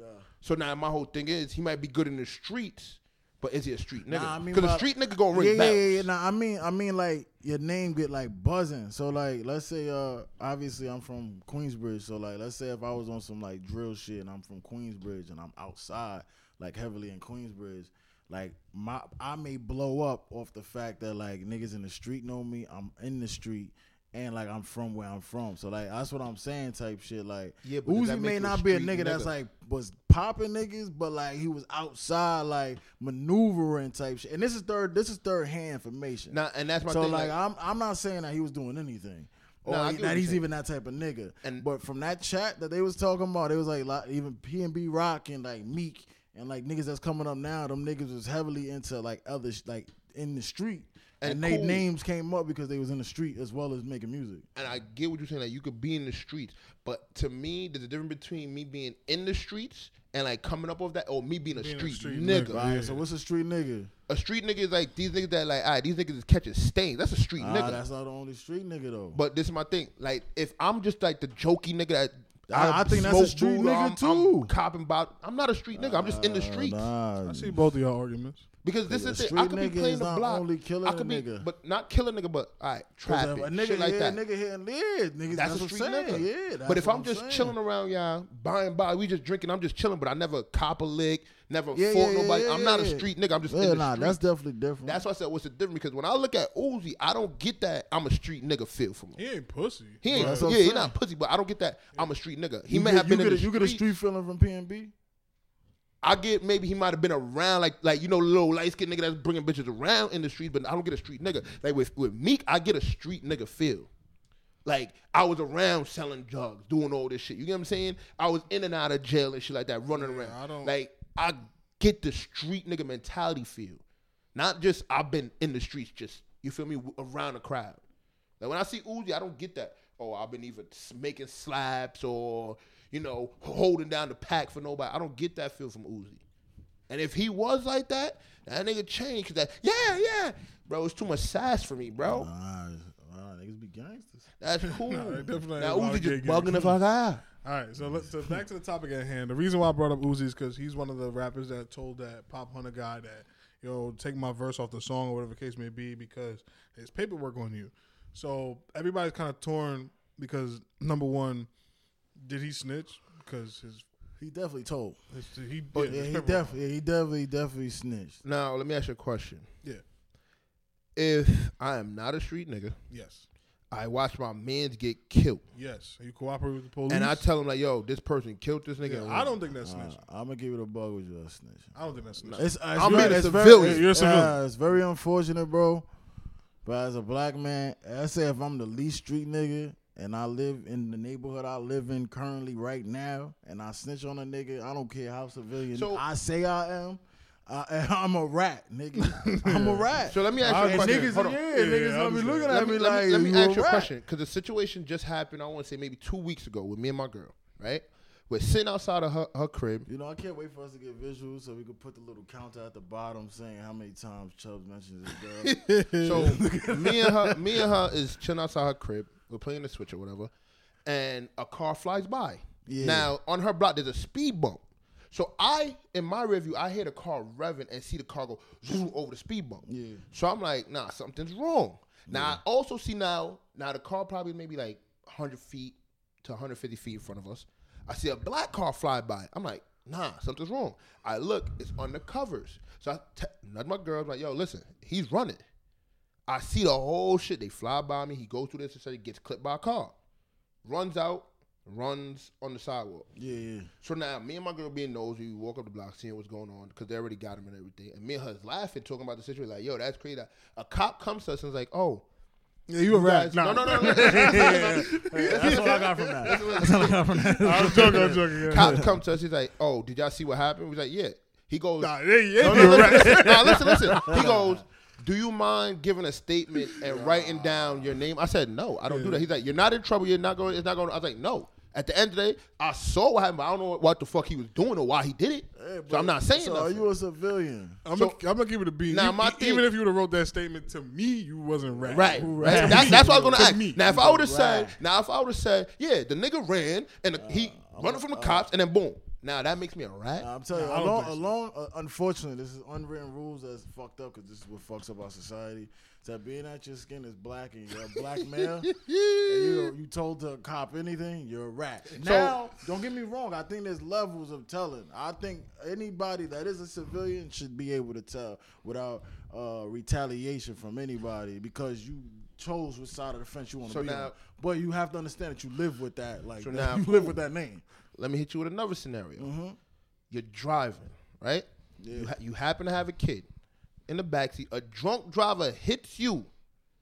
nah.
So now my whole thing is he might be good in the streets, but is he a street nigga? Because
Nah, I mean,
a
but-
street nigga gonna ring
yeah,
bells.
Yeah, yeah, yeah. Nah, I mean, I mean, like your name get like buzzing. So like, let's say, uh, obviously I'm from Queensbridge. So like, let's say if I was on some like drill shit and I'm from Queensbridge and I'm outside, like heavily in Queensbridge, like my I may blow up off the fact that like niggas in the street know me. I'm in the street. And like I'm from where I'm from, so like that's what I'm saying, type shit. Like
Yeah, but does that
Uzi
make you
may
a
not be a
street
nigga,
nigga?
that's like was popping niggas, but like he was outside, like maneuvering type shit. And this is third, this is third hand information.
Nah, and that's my
so
thing.
like,
like,
I'm I'm not saying that he was doing anything. Or
Nah,
he-
I get what
that
you're
he's
saying.
even that type of nigga.
And-
but from that chat that they was talking about, it was like lot, even P and B Rock and like Meek and like niggas that's coming up now. Them niggas was heavily into like other sh- like in the street, and,
And
they
cool.
names came up because they was in the street as well as making music.
and I get what you're saying. Like you could be in the streets, but to me, there's a difference between me being in the streets and like coming up off that, or me being a,
Being a
street,
street
nigga.
nigga.
Right.
Yeah.
So what's a street nigga?
A street nigga is like these niggas that like, all right, these niggas is catching stains. That's a street
Ah,
nigga.
that's not the only street nigga though.
But this is my thing. Like, if I'm just like the jokey nigga that
I- I think that's a
smoke
street
weed or
nigga,
I'm- I'm
too.
copping about. I'm not a street nigga. I'm just in the
Uh,
streets
nah.
I see both of y'all arguments.
because this
a
is the thing. I
street
could be
nigga
playing
is
the
not
block.
only killing
I could
a
be,
nigga.
but not killing nigga. But all right,
Cause
traffic,
a nigga,
shit like
yeah,
that.
nigga hitting lid, niggas.
That's, a
what I'm
street
saying.
nigga.
Yeah, that's
but if
what
I'm just
saying.
chilling around y'all, by and by, we just drinking. I'm just chilling, but I never cop a lick, never
Yeah,
fought
yeah,
nobody.
yeah,
I'm not a
yeah.
street nigga. I'm just in
yeah,
the
nah,
street.
that's definitely different.
That's why I said what's the difference because when I look at Uzi, I don't get that I'm a street nigga feel from him.
He ain't pussy.
He ain't,
but
That's what I'm
yeah, he
saying.
not pussy, but I don't get that. I'm a street nigga. He
you
may
get,
have been
you
in
get
the
a, you get a
street.
street feeling from P and B.
I get maybe he might have been around, like like you know, little light skinned nigga that's bringing bitches around in the street, but I don't get a street nigga. Like with with Meek, I get a street nigga feel. Like I was around selling drugs, doing all this shit. You get what I'm saying? I was in and out of jail and shit like that, running
Yeah,
around.
I don't-
Like I get the street nigga mentality feel. Not just I've been in the streets, just you feel me w- around the crowd. Like when I see Uzi, I don't get that. Oh, I've been either s- making slaps or you know holding down the pack for nobody. I don't get that feel from Uzi. And if he was like that, that nigga changed. 'cause That yeah, yeah, bro, it's too much sass for me, bro.
Nah, nah, niggas be gangsters.
That's cool.
Nah, it definitely
now
ain't a lot
Uzi
of
just
gay
bugging the
games.
fuck out.
All right, so let's so back to the topic at hand. The reason why I brought up Uzi is because he's one of the rappers that told that Pop Hunter guy that, yo, take my verse off the song or whatever the case may be because there's paperwork on you. So everybody's kind of torn because number one, did he snitch? Because his,
He definitely told.
his he,
Oh, Yeah,
there's
he
paperwork.
definitely, he definitely, definitely snitched.
Now let me ask you a question.
yeah,
If I am not a street nigga,
yes,
I watch my mans get killed,
yes. You cooperate with the police,
and I tell them like, "Yo, this person killed this nigga."
yeah, I don't think that's
Uh,
snitch.
I'm gonna give it a bug with you. That's snitching.
I don't think that's snitch.
It's, uh, it's
I'm
very-
being a
it's
civilian.
Very,
You're a civilian.
yeah, it's very unfortunate, bro. But as a black man, I say if I'm the least street nigga and I live in the neighborhood I live in currently right now, and I snitch on a nigga, I don't care how civilian
So-
I say I am. I, I'm a rat, nigga. I'm a rat.
So let me ask
I-
you a
and
question.
niggas-
Hold on.
yeah,
niggas
I
gonna be
understand.
looking at
Let
me
me,
like,
let me, let me
"You
ask
a
you a
rat."
question because the situation just happened. I want to say maybe two weeks ago with me and my girl. Right, we're sitting outside of her, her crib.
You know, I can't wait for us to get visuals so we can put the little counter at the bottom saying how many times Chubbs mentions his girl.
So me and her, me and her is chilling outside her crib. We're playing the switch or whatever, and a car flies by.
Yeah.
Now on her block, there's a speed bump. So I, in my review, I hear the car revving and see the car go zoom over the speed bump.
Yeah.
So I'm like, nah, something's wrong. Now I also see now, now the car probably maybe like 100 feet to 150 feet in front of us. I see a black car fly by. I'm like, nah, something's wrong. I look, it's under covers. So I te- none of my girls like, yo, listen, he's running. I see the whole shit. They fly by me. He goes through this and said he gets clipped by a car, runs out, runs on the sidewalk.
yeah, yeah.
So now me and my girl being nosy, we walk up the block, seeing what's going on, because they already got him and everything. And me and her's laughing, talking about the situation, like, yo, that's crazy. A cop comes to us and is like, oh,
yeah, you a rat?
guys, no,
Nah.
no, no, no. no.
That's all I got from that. That's all I got from that.
I'm joking. I'm joking. yeah.
Cops come to us, he's like, oh, did y'all see what happened? We're like, yeah. He goes,
Nah, yeah, yeah,
no,
you
no,
a rat.
listen, no, listen, listen. He goes, Do you mind giving a statement and writing down your name? I said, No, I don't do that. He's like, You're not in trouble. You're not going. It's not going. I was like, No. At the end of the day, I saw what happened. But I don't know what, what the fuck he was doing or why he did it. so I'm not saying
Eh, So are
nothing.
you a civilian?
I'm
So-
gonna I'm gonna give it a B.
Now,
You-
my
e-
thing-
even if you would have wrote that statement to me, you wasn't rat.
Right,
You
right.
rat.
That's,
To me.
that's, that's what I was
To
gonna ask.
me.
Now, if I would have
Right.
said, now if I would have said, yeah, the nigga ran and the, he running from the cops, and then boom. Now that makes me a rat.
I'm telling
Nah, I
you, along,
don't think so.
along uh, unfortunately, this is unwritten rules that's fucked up because this is what fucks up our society. It's that being that your skin is black and you're a black male, and you, you told the cop anything, you're a rat. Now, don't get me wrong, I think there's levels of telling. I think anybody that is a civilian should be able to tell without uh, retaliation from anybody because you chose which side of the fence you want to
So
be
now-
on. But you have to understand that you live with that, like
So
that
now-
you live with that name.
Let me hit you with another scenario.
Mm-hmm.
You're driving, right? You, ha- you happen to have a kid in the backseat. A drunk driver hits you,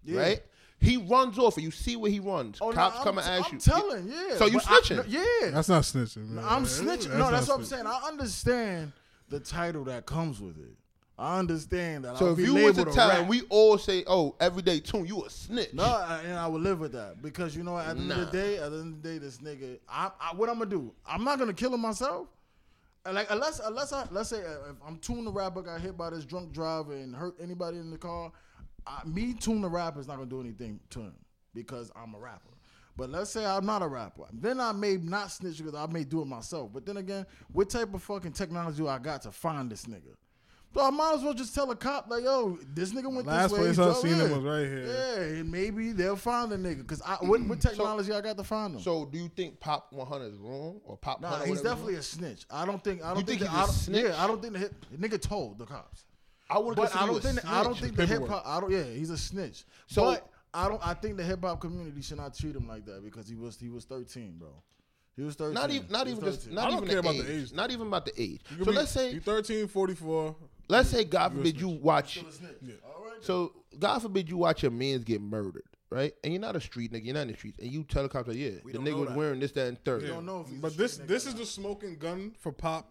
Yeah.
right? He runs off, and you see where he runs.
Oh, no,
Cops
I'm
come and
t-
ask
I'm
you.
telling, yeah.
So you
But I-
snitching.
no, yeah.
That's not snitching. Man.
I'm
That's-
snitching.
not
no, that's what I'm
snitching.
saying. I understand the title that comes with it. I understand that.
So
I'll
if
be
you was to
labeled a
tell,
rat.
and we all say, "Oh, everyday tune, you a snitch."
no, I- and I would live with that because you know, at the end of
Nah.
the day, at the end of the day, this nigga, I, I what I'm gonna do? I'm not gonna kill him myself. And Like unless unless I let's say uh, if I'm tuned the rapper got hit by this drunk driver and hurt anybody in the car, I, me tune the rapper is not gonna do anything to him because I'm a rapper. But let's say I'm not a rapper, then I may not snitch because I may do it myself. But then again, what type of fucking technology I got to find this nigga? So I might as well just tell a cop like, yo, this nigga went
Last
this way.
place
he's
I
drunk.
seen him
Yeah.
was right here.
Yeah, and maybe they'll find the nigga because I what, what technology I got to find him.
So do you think Pop 100 is wrong or Pop?
Nah,
100,
he's
whatever
definitely
is
a snitch. I don't think. I don't
think
think. that-
he's a
I don't,
snitch?
Yeah, I don't think the hip, the nigga told the cops.
wrong? I would
But I don't
think.
think. I don't think the hip hop.
paperwork.
I don't. Yeah, he's a snitch.
So-
but I don't. I think the hip hop community should not treat him like that because he was he was thirteen, bro. He was thirteen.
Not even, not
He was
even just,
13.
not
I don't
even
care
the
about
age.
the age.
Not even about the age.
You
So
could be-
let's say,
you 13, 44.
let's say, God forbid you watch.
All right.
So God forbid you watch your man's get murdered, right? And you're not a street nigga. You're not in the streets, and you tell the cops like, yeah, the
don't
nigga
know
was
that.
wearing this, that, and third.
don't know if he's a
but this
street nigga
this
or
is the smoking gun for pop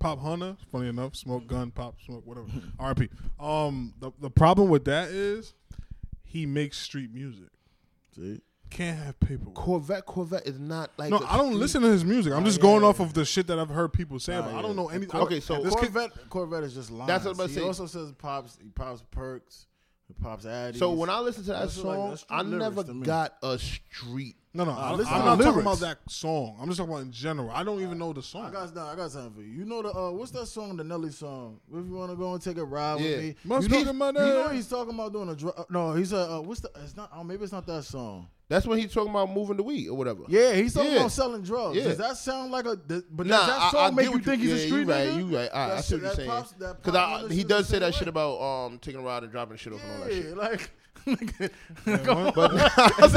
Pop Hunter, funny enough, Smoke Gun, Pop Smoke, whatever, RP. Um, the, the problem with that is he makes street music.
See,
Can't have paperwork.
Corvette, Corvette is not like.
No,
I
I don't listen to his music. I'm just
yeah,
going
yeah,
off of the shit that I've heard people say.
Nah,
about. I
yeah.
don't know any.
Okay, so
this kid,
Corvette, Corvette is just lines.
That's what I'm about to
he
say.
also says pops, he pops perks, he pops addies.
So when I listen to that
That's like-
song,
that's
I
street lyrics
never
to me.
got a street.
no, no, I, am
listen to
not
the
talking about
lyrics.
that song. I'm just talking about in general. I don't even know the song.
I got, no, I got something for you. You know the uh, what's that song, the Nelly song? If you wanna go and take a ride
Yeah.
with me,
Must
you
be
know,
the money.
You know he's talking about doing a drug. no, he's a uh, what's the? It's not. Oh, maybe it's not that song.
That's when he's talking about moving the weed or whatever.
Yeah, he's talking
Yeah.
about selling drugs.
Yeah.
Does that sound like a? th- but
Nah,
does that
I-
song
I
make
get
you
what
think
you-
he's a
yeah,
street
you right,
nigga?
you right. I- I
That
see
shit- that
what you're saying.
pops- that
Because
pop
I
Warner
he
shit
does
is
say
the
that
same
shit
way.
about um taking a ride and dropping shit off and all that shit.
Yeah, like.
But I see what you're saying. I see what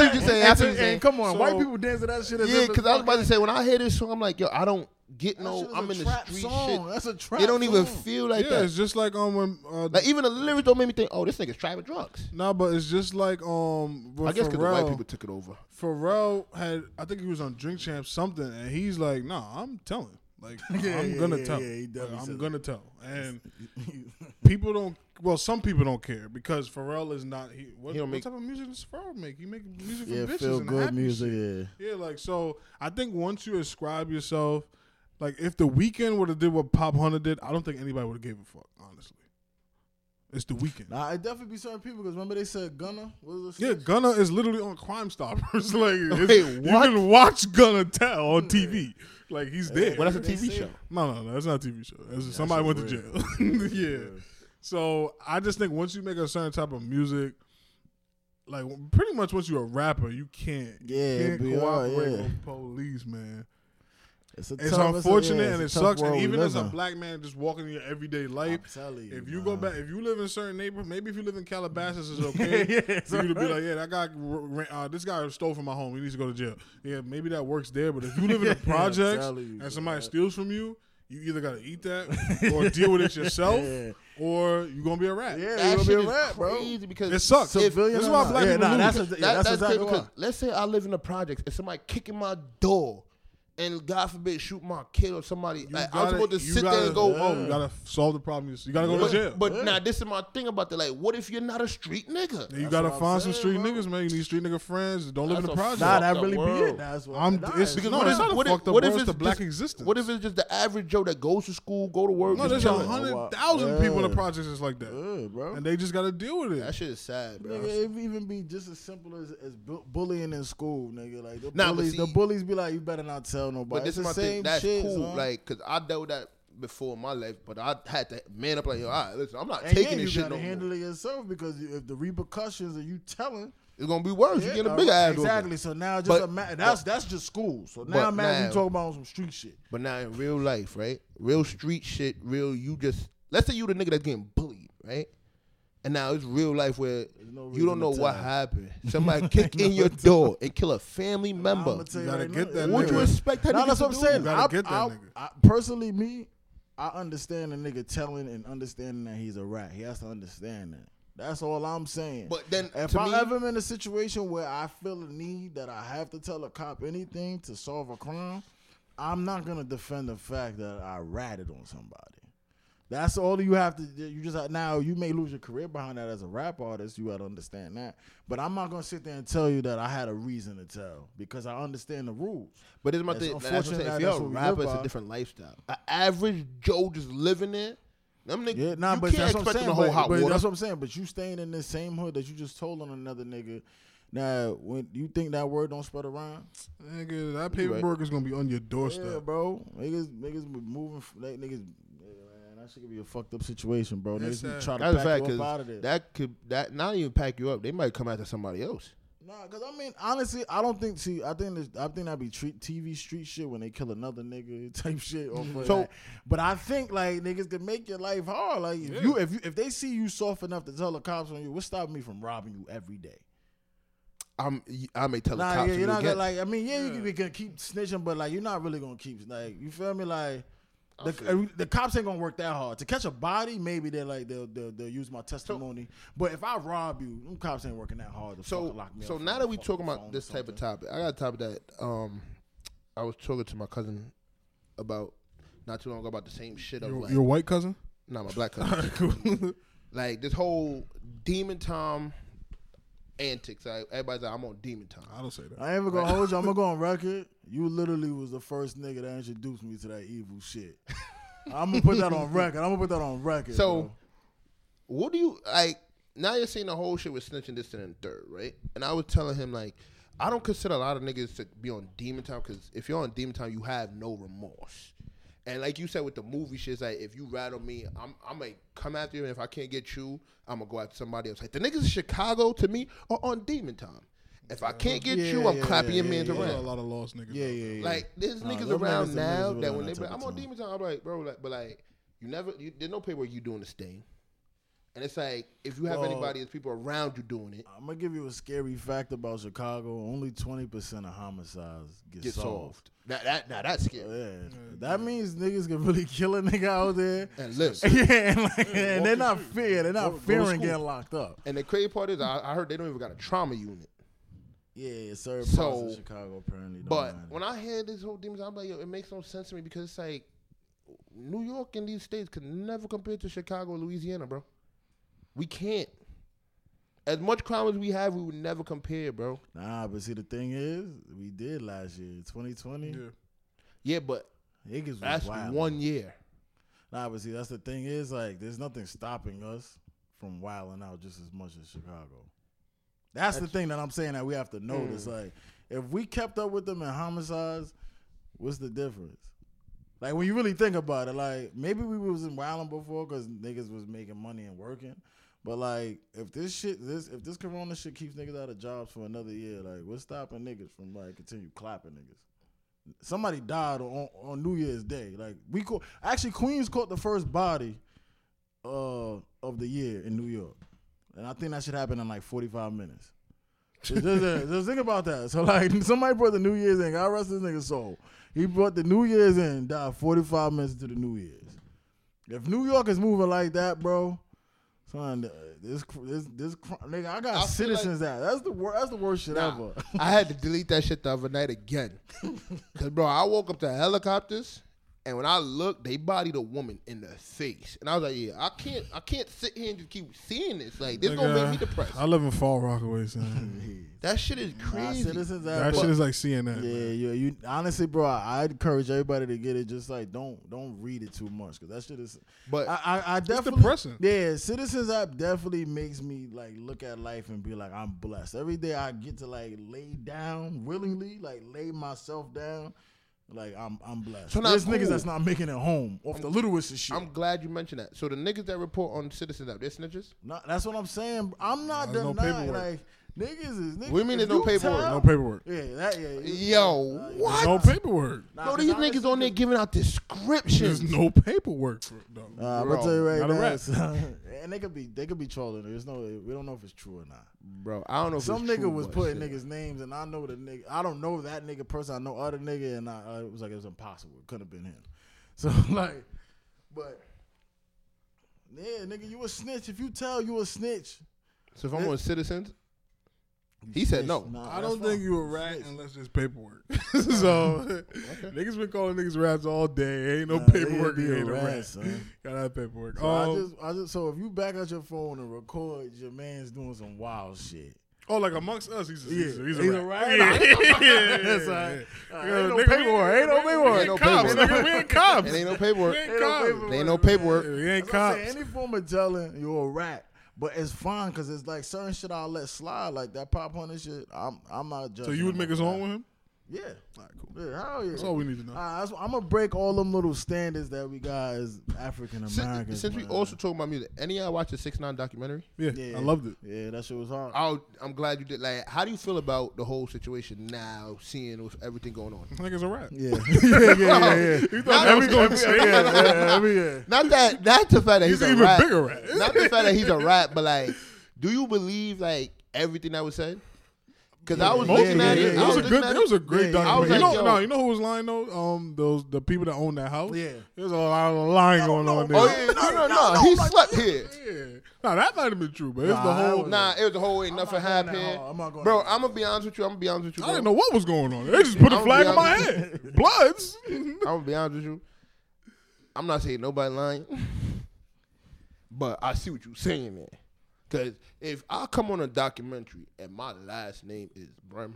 you're
and,
saying.
and come on,
So-
white people dancing that shit. As
Yeah,
if it's
because I was about
fucking-
to say when I hear this song, I'm like, yo, I don't get
That
no.
shit is
I'm
a
in the
trap
street
song.
shit.
That's a trap.
It don't even
song.
feel like
yeah, it's
that.
just like um when uh,
Like e- even the lyrics don't make me think, oh, this nigga's trapping drugs.
nah, but it's just like um. with
I guess because the
Pharrell.
white people took it over.
Pharrell had, I think he was on Drink Champ something, and he's like, "Nah, I'm telling. Like,
Yeah,
I'm
yeah,
gonna
yeah,
tell.
yeah, he definitely
Like, I'm
said
gonna tell." And people don't. Well, some people don't care because Pharrell is not. He, what,
He don't
what
make-
type of music does Pharrell make? He make music for
Yeah,
bitches
feel
and
good
happy
music.
shit.
Yeah.
Yeah, like so. I think once you ascribe yourself, like if the weekend would have did what Pop Hunter did, I don't think anybody would have gave a fuck. Honestly, it's the weekend.
Nah, it definitely be certain people because remember they said Gunna. What was
Yeah, Gunna is literally on Crime Stoppers. like, it's-
Wait,
you
what?
can watch Gunna tell on TV. Like, he's there.
But that's a
They
TV
say-
show.
no, no, no. That's not a TV show. That's somebody went to
real.
jail. yeah. So I just think once you make a certain type of music, like pretty much once you're a rapper, you can't.
Yeah, it'd
can't
be hard,
cooperate
yeah.
with police, man.
It's, a
It's
tough- a-
unfortunate
yeah,
and it
it's a tough
sucks. And
world we
even
live
as a
in.
black man, just walking in your everyday life,
I'm telling
if you go
man.
back, if you live in certain neighborhood, maybe if you live in Calabasas, it's okay
Yeah, it's
for you to be
alright.
like, yeah, that guy, ra- ra- uh, this guy stole from my home. He needs to go to jail. Yeah, maybe that works there. But if you live in the
Yeah, I'm
projects
telling you,
and somebody
bro.
steals from you, you either gotta eat that or deal with it yourself,
Yeah.
or you are gonna be a rat.
Yeah,
That
you gonna be
shit
a
is
rat, bro.
crazy because
It sucks.
If,
Civilian
This is
or
why
not.
black
yeah,
people
nah,
lose.
that's, a, yeah,
that,
that's,
that's
exactly
it,
why.
because Let's say I live in a project and somebody kicking my door, and God forbid shoot my kid or somebody.
You
Like,
gotta-
I'm supposed to
you
sit there
gotta-
and go,
oh, you gotta solve the problem. You gotta go
But,
to jail.
but now this is my thing about that. Like, what if you're not a street nigga?
you
that's
gotta
what I'm
find some
saying,
street
bro.
niggas, man. You need street nigga friends. Don't live in
That's
the
a
project.
Nah, that
fucked up
really be it.
world.
That's what
I'm,
nah,
it's,
Because
no,
what
it's
if-
not a
what if-
fucked up
what
world.
if
It's the
it's
black
just-
existence.
What if it's just the average Joe that goes to school, go to work?
No, there's
just
a
chill?
hundred
wow.
thousand
Yeah.
people in the projects that's like that,
Ugh, bro.
and they just got to deal with
That
it.
shit is sad, bro.
Nigga, it even be just as simple as, as bu- bullying in school, nigga. Like the
Nah, but
bullies, the
see-
bullies be like, you better not tell nobody.
But this
it's
is
the
my
same
thing. That's
shit,
cool.
son.
Like, cause I dealt with that before in my life, but I had to man up. Like, yo, all right, listen, I'm not
and
taking
yeah, you
this shit
gotta
no
handle
more.
it yourself because you, if the repercussions and you telling,
It's gonna be worse.
yeah,
you get a
uh,
bigger ass. whooping.
exactly. So now just
But-
imagine that's that's just school. So now
but
imagine
now-
you talking about some street shit.
But now in real life, right? Real street shit. Real, you just let's say you the nigga that's getting bullied, right? And now it's real life where
no
you don't
reason
know
to
what
tell.
happened. Somebody kick in your door and kill a family
I'ma
member.
tell
You gotta
right
get
now,
that
it-
Would you
nigga.
expect that?
Nah,
nigga
that's
to
what I'm
do?
saying.
gotta
I,
get that
I-
nigga.
I- personally, me, I understand a nigga telling and understanding that he's a rat. He has to understand that. That's all I'm saying.
But then,
if
to
I
me-
ever am in a situation where I feel a need that I have to tell a cop anything to solve a crime, I'm not gonna defend the fact that I ratted on somebody. That's all you have to. do. You just now you may lose your career behind that as a rap artist. You gotta understand that. But I'm not gonna sit there and tell you that I had a reason to tell because I understand the rules.
But this is my
That's
thing. That's what I'm
unfortunate
saying.
that
If you're
that's
a
what we
rapper,
live
it's
by.
a different lifestyle. An average Joe just living there. Them niggas,
Yeah, nah,
you
but
can't
that's what I'm
expect them
saying.
to hold
but,
hot
but
water.
that's what I'm saying. But you staying in this same hood that you just told on another nigga. Now, when you think that word don't spread around?
Nigga, that paperwork is gonna be on your doorstep.
Yeah, bro. Niggas, niggas be moving. f- Like, niggas, man, that shit could be a fucked up situation, bro.
Yes,
niggas
sir.
be trying to
That's a
pack
fact
you up out of there.
because that could that not even pack you up. They might come after somebody else.
Nah, cause I mean, honestly, I don't think. See, I think this, I think that be treat TV street shit when they kill another nigga type shit. Or for
So-
that. but I think like niggas can make your life hard. Like if you if you if they see you soft enough to tell the cops on you, what's stopping me from robbing you every day?
I'm I may tell the
Nah,
cops.
yeah,
and
you're
you'll
not
get-
gonna like. I mean, yeah, you can, you can keep snitching, but like, you're not really gonna keep like. You feel me? Like, the, the cops ain't gonna work that hard to catch a body. Maybe they're like they'll they'll, they'll use my testimony. but if I rob you, them cops ain't working that hard to fucking
so
lock me
so
up for
now
my
that we
fucking
talking
phone
about
or
this type of
something.
topic, I got a topic that um I was talking to my cousin about not too long ago about the same shit of
Your,
like
your white cousin?
not my black cousin. like this whole demon time antics. Like everybody's like, I'm on demon time.
I don't say that.
I ain't even gonna hold you. I'm gonna go on record. You literally was the first nigga that introduced me to that evil shit. I'm gonna put that on record. I'm gonna put that on record.
So,
bro.
what do you like? Now you're seeing the whole shit with snitching this and then third, right? And I was telling him like, I don't consider a lot of niggas to be on demon time because if you're on demon time, you have no remorse. And like you said with the movie shit, it's like if you rattle me, I'm I'm like come after you, and if I can't get you, I'm gonna go after somebody else. Like the niggas in Chicago to me are on demon time. If I can't get
Yeah,
you, I'm
yeah,
clapping
yeah,
your man's
yeah,
There's
around.
a lot of lost niggas.
yeah,
out
yeah, yeah.
Like there's
Nah,
niggas
them
around
niggas- them
now
niggas
that
really
when
on
they
that
be,
type
I'm
of
on
time.
demon time, I'm like, bro, like, but like, you never, you, there's no paper you doing this thing, and it's like if you have
Well-
anybody, there's people around you doing it.
I'm gonna give you a scary fact about Chicago. Only 20 percent of homicides get,
Get
solved.
solved. Now that, now that's
Yeah,
scary.
that means niggas can really kill a nigga out there.
And live.
yeah, and, like, and they're
walk
not
the street.
fear. They're
Go-
not
go to
fearing
school.
getting locked up.
And the crazy part is, I, I heard they don't even got a trauma unit.
Yeah, certain parts
So,
of Chicago apparently. Don't
But
mind it.
when I hear this whole demon, Time, I'm like, yo, it makes no sense to me because it's like New York and these states could never compare to Chicago, Louisiana, bro. We can't. As much crime as we have, we would never compare, bro.
nah, but see the thing is, we did last year, 2020.
there. Yeah.
Yeah, but
Niggas was
that's
wild.
one year.
Nah, but see, that's the thing is like, there's nothing stopping us from wilding out just as much as Chicago. That's, the thing that I'm saying that we have to notice. Like, if we kept up with them in homicides, what's the difference? Like when you really think about it, like maybe we was in wilding before because niggas was making money and working, but like if this shit, this if this Corona shit keeps niggas out of jobs for another year, like what's stopping niggas from like continue clapping niggas? somebody died on, on New Year's Day. Like we caught, actually Queens caught the first body uh, of the year in New York, and I think that should happen in like 45 minutes. Just, just- just think about that. So like somebody brought the New Year's in. God rest his nigga soul. He brought the New Year's in. Died 45 minutes to the New Year's. If New York is moving like that, bro. Son, uh, this cr- this this cr- nigga, I got
I feel
citizens out. That's the worst. That's the worst shit
Nah,
ever.
I had to delete that shit the other night again. Cause bro, I woke up to helicopters and when I looked, they bodied a woman in the face. And I was like, yeah, I can't I can't sit here and just keep seeing this. Like this gonna make me
Nigga,
depressed.
I live in Fall Rockaway, son.
that shit is
Nah,
crazy.
citizens out.
that
bro.
shit is like CNN.
Yeah,
man.
yeah. You honestly, bro, I, I encourage everybody to get it. Just like don't don't read it too much because that shit is.
But-
I I, I definitely
depressing.
Yeah, Citizens app definitely makes me like look at life and be like I'm blessed. Every day I get to like lay down willingly, like lay myself down. Like I'm I'm blessed.
So now-
There's
cool.
niggas that's not making it home off the littlest of shit.
I'm glad you mentioned that. So the niggas that report on citizens out, they're snitches?
Nah, that's what I'm saying. I'm not
There's no
denying
paperwork.
like niggas is niggas.
What do you mean
if
there's
you
no paperwork?
tell-
No paperwork.
Yeah, that Uh, yeah.
Yo, what?
No paperwork.
Nah,
Bro,
'cause
these
honestly,
niggas on there giving out descriptions.
There's no paperwork for no.
Nah, I'm
Bro,
gonna tell you right
not a
now,
rat.
son, and they could be they could be trolling. There's no we don't know if it's true or not.
Bro, I don't know if
Some
it's
nigga
true,
was
but
putting
shit.
niggas names, and I know the nigga. I don't know that nigga person. I know other nigga, and I, I it was like it was impossible. It couldn't have been him. So like, but yeah, nigga, you a snitch. If you tell, you a snitch.
So if I'm on citizens, he said no.
Oh,
I don't think you a rat unless there's paperwork. so niggas been calling niggas rats all day. Ain't no
Nah, nigga
paperwork.
be
You
a
ain't a
rat,
rat.
son.
Gotta have paperwork.
So I
Um,
just, I just. So if you back out your phone and record, your man's doing some wild shit.
oh, like amongst us, he's a, he's, a, he's, a
He's
rat.
a rat?
Yeah, yeah, yeah,
That's all
yeah.
right. All right,
Yeah,
ain't no
nigga, we
paperwork, ain't no paperwork.
We
Ain't
ain't cops.
no paperwork.
nigga, we ain't cops.
It ain't no paperwork.
We ain't
Ain't no paperwork.
cops. We ain't
There ain't no paperwork.
That's what I'm saying.
cops.
Any form of telling you're a rat, but it's fine because it's like certain shit I'll let slide, like that pop hunter shit. I'm I'm not judging.
So you would
him
make
on
his
that.
own with him?
Yeah. All right, cool. Yeah, hell yeah.
That's all we need to know.
I'm gonna break all them little standards that we got as African
Since,
Americans.
since we also talking about music, any of y'all watch the Six Nine documentary?
Yeah, I loved it.
Yeah, that shit was hard.
i I'm glad you did. Like, how do you feel about the whole situation now, seeing with everything going on?
I think it's a rat.
yeah, yeah, yeah, yeah.
You thought that was going to
yeah, yeah, yeah, yeah.
Not that, not the fact that he's,
He's an
a
even
rat.
bigger rat.
Not the fact that he's a rat, but like, do you believe like everything that was said? Because I was
Most
looking
Oh, yeah,
at
yeah,
it.
it,
yeah.
I
was a
looking
good.
at
It was a great
Yeah, yeah.
documentary.
I was
you
like,
know, no,
yo.
you know who was lying though? Um, those the people that own that house.
Yeah.
there's a lot of lying going on there.
Oh yeah, no, no, no. he slept here.
Yeah. Nah, that might have been true, but it's
Nah,
the
that
whole.
was-
Nah, it was a whole ain't nothing
not going that
happened.
hard. I'm not going
Bro,
that hard.
I'm gonna be honest with you. I'm gonna be honest with you.
I
bro.
didn't know what was going on. They just put a
I'm
flag in
gonna
my
be
head. Bloods.
I'm gonna be honest with you. I'm not saying nobody lying, but I see what you're saying there. Because if I come on a documentary and my last name is Brem,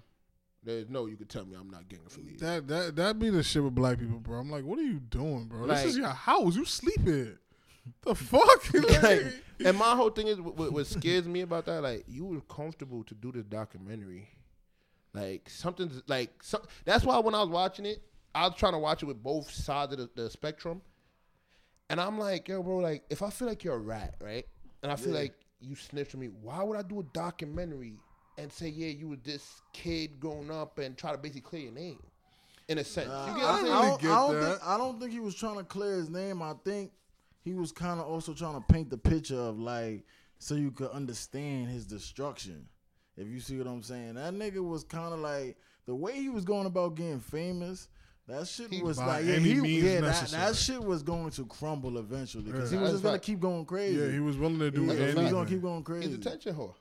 there's no you could tell me I'm not gang affiliated.
That that that be the shit with black people, bro. I'm like, what are you doing, bro?
Like-
this is your house. You sleep here. The fuck?
Like,
Like,
and my whole thing is what, what what scares me about that. Like you were comfortable to do this documentary, like something's like some, that's why when I was watching it, I was trying to watch it with both sides of the, the spectrum, and I'm like, yo, bro, like if I feel like you're a rat, right, and I feel like you snitched on me, why would I do a documentary and say yeah you were this kid growing up and try to basically clear your name, in a sense, you get what I'm
I
saying?
really
don't,
get
I don't
that.
think I don't think he was trying to clear his name. I think he was kind of also trying to paint the picture of like so you could understand his destruction. If you see what I'm saying, that nigga was kind of like the way he was going about getting famous. That shit was
by
like yeah,
any
he-
means
yeah, that,
necessary.
that shit was going to crumble eventually because
Yeah.
he was
That's
just gonna
fact.
keep going crazy.
yeah, he was willing to do
He was
anything.
gonna keep going
He's
crazy.
attention whore.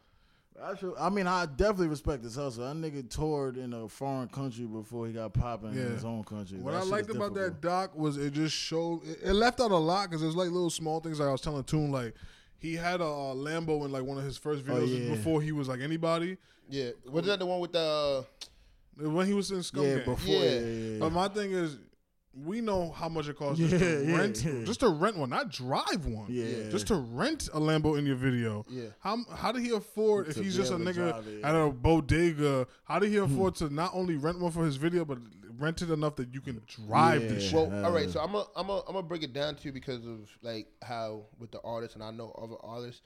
I, feel- I mean, I definitely respect his hustle. That nigga toured in a foreign country before he got popping
Yeah.
in his own country.
What
That
I
shit
liked
is
about
difficult.
that doc was it just showed it, it left out a lot because it was like little small things. Like I was telling Toon, like he had a uh, Lambo in like one of his first videos
Oh, yeah.
before he was like anybody.
Yeah, was that the one with the? uh,
When he was in Scum
yeah,
Gang.
before.
Yeah.
Yeah, yeah, yeah.
But my thing is, we know how much it costs just to
Yeah, yeah,
rent,
yeah.
just to rent one, not drive one.
Yeah.
just to rent a Lambo in your video.
Yeah.
how how did he afford if
To
he's
be
just a
able to
nigga
drive it, Hmm.
at a bodega? How did he afford to not only rent one for his video, but rent it enough that you can drive this
Yeah.
shit?
Well, all right.
Uh,
So I'm a, I'm a, I'm gonna break it down to you because of like how with the artists and I know other artists,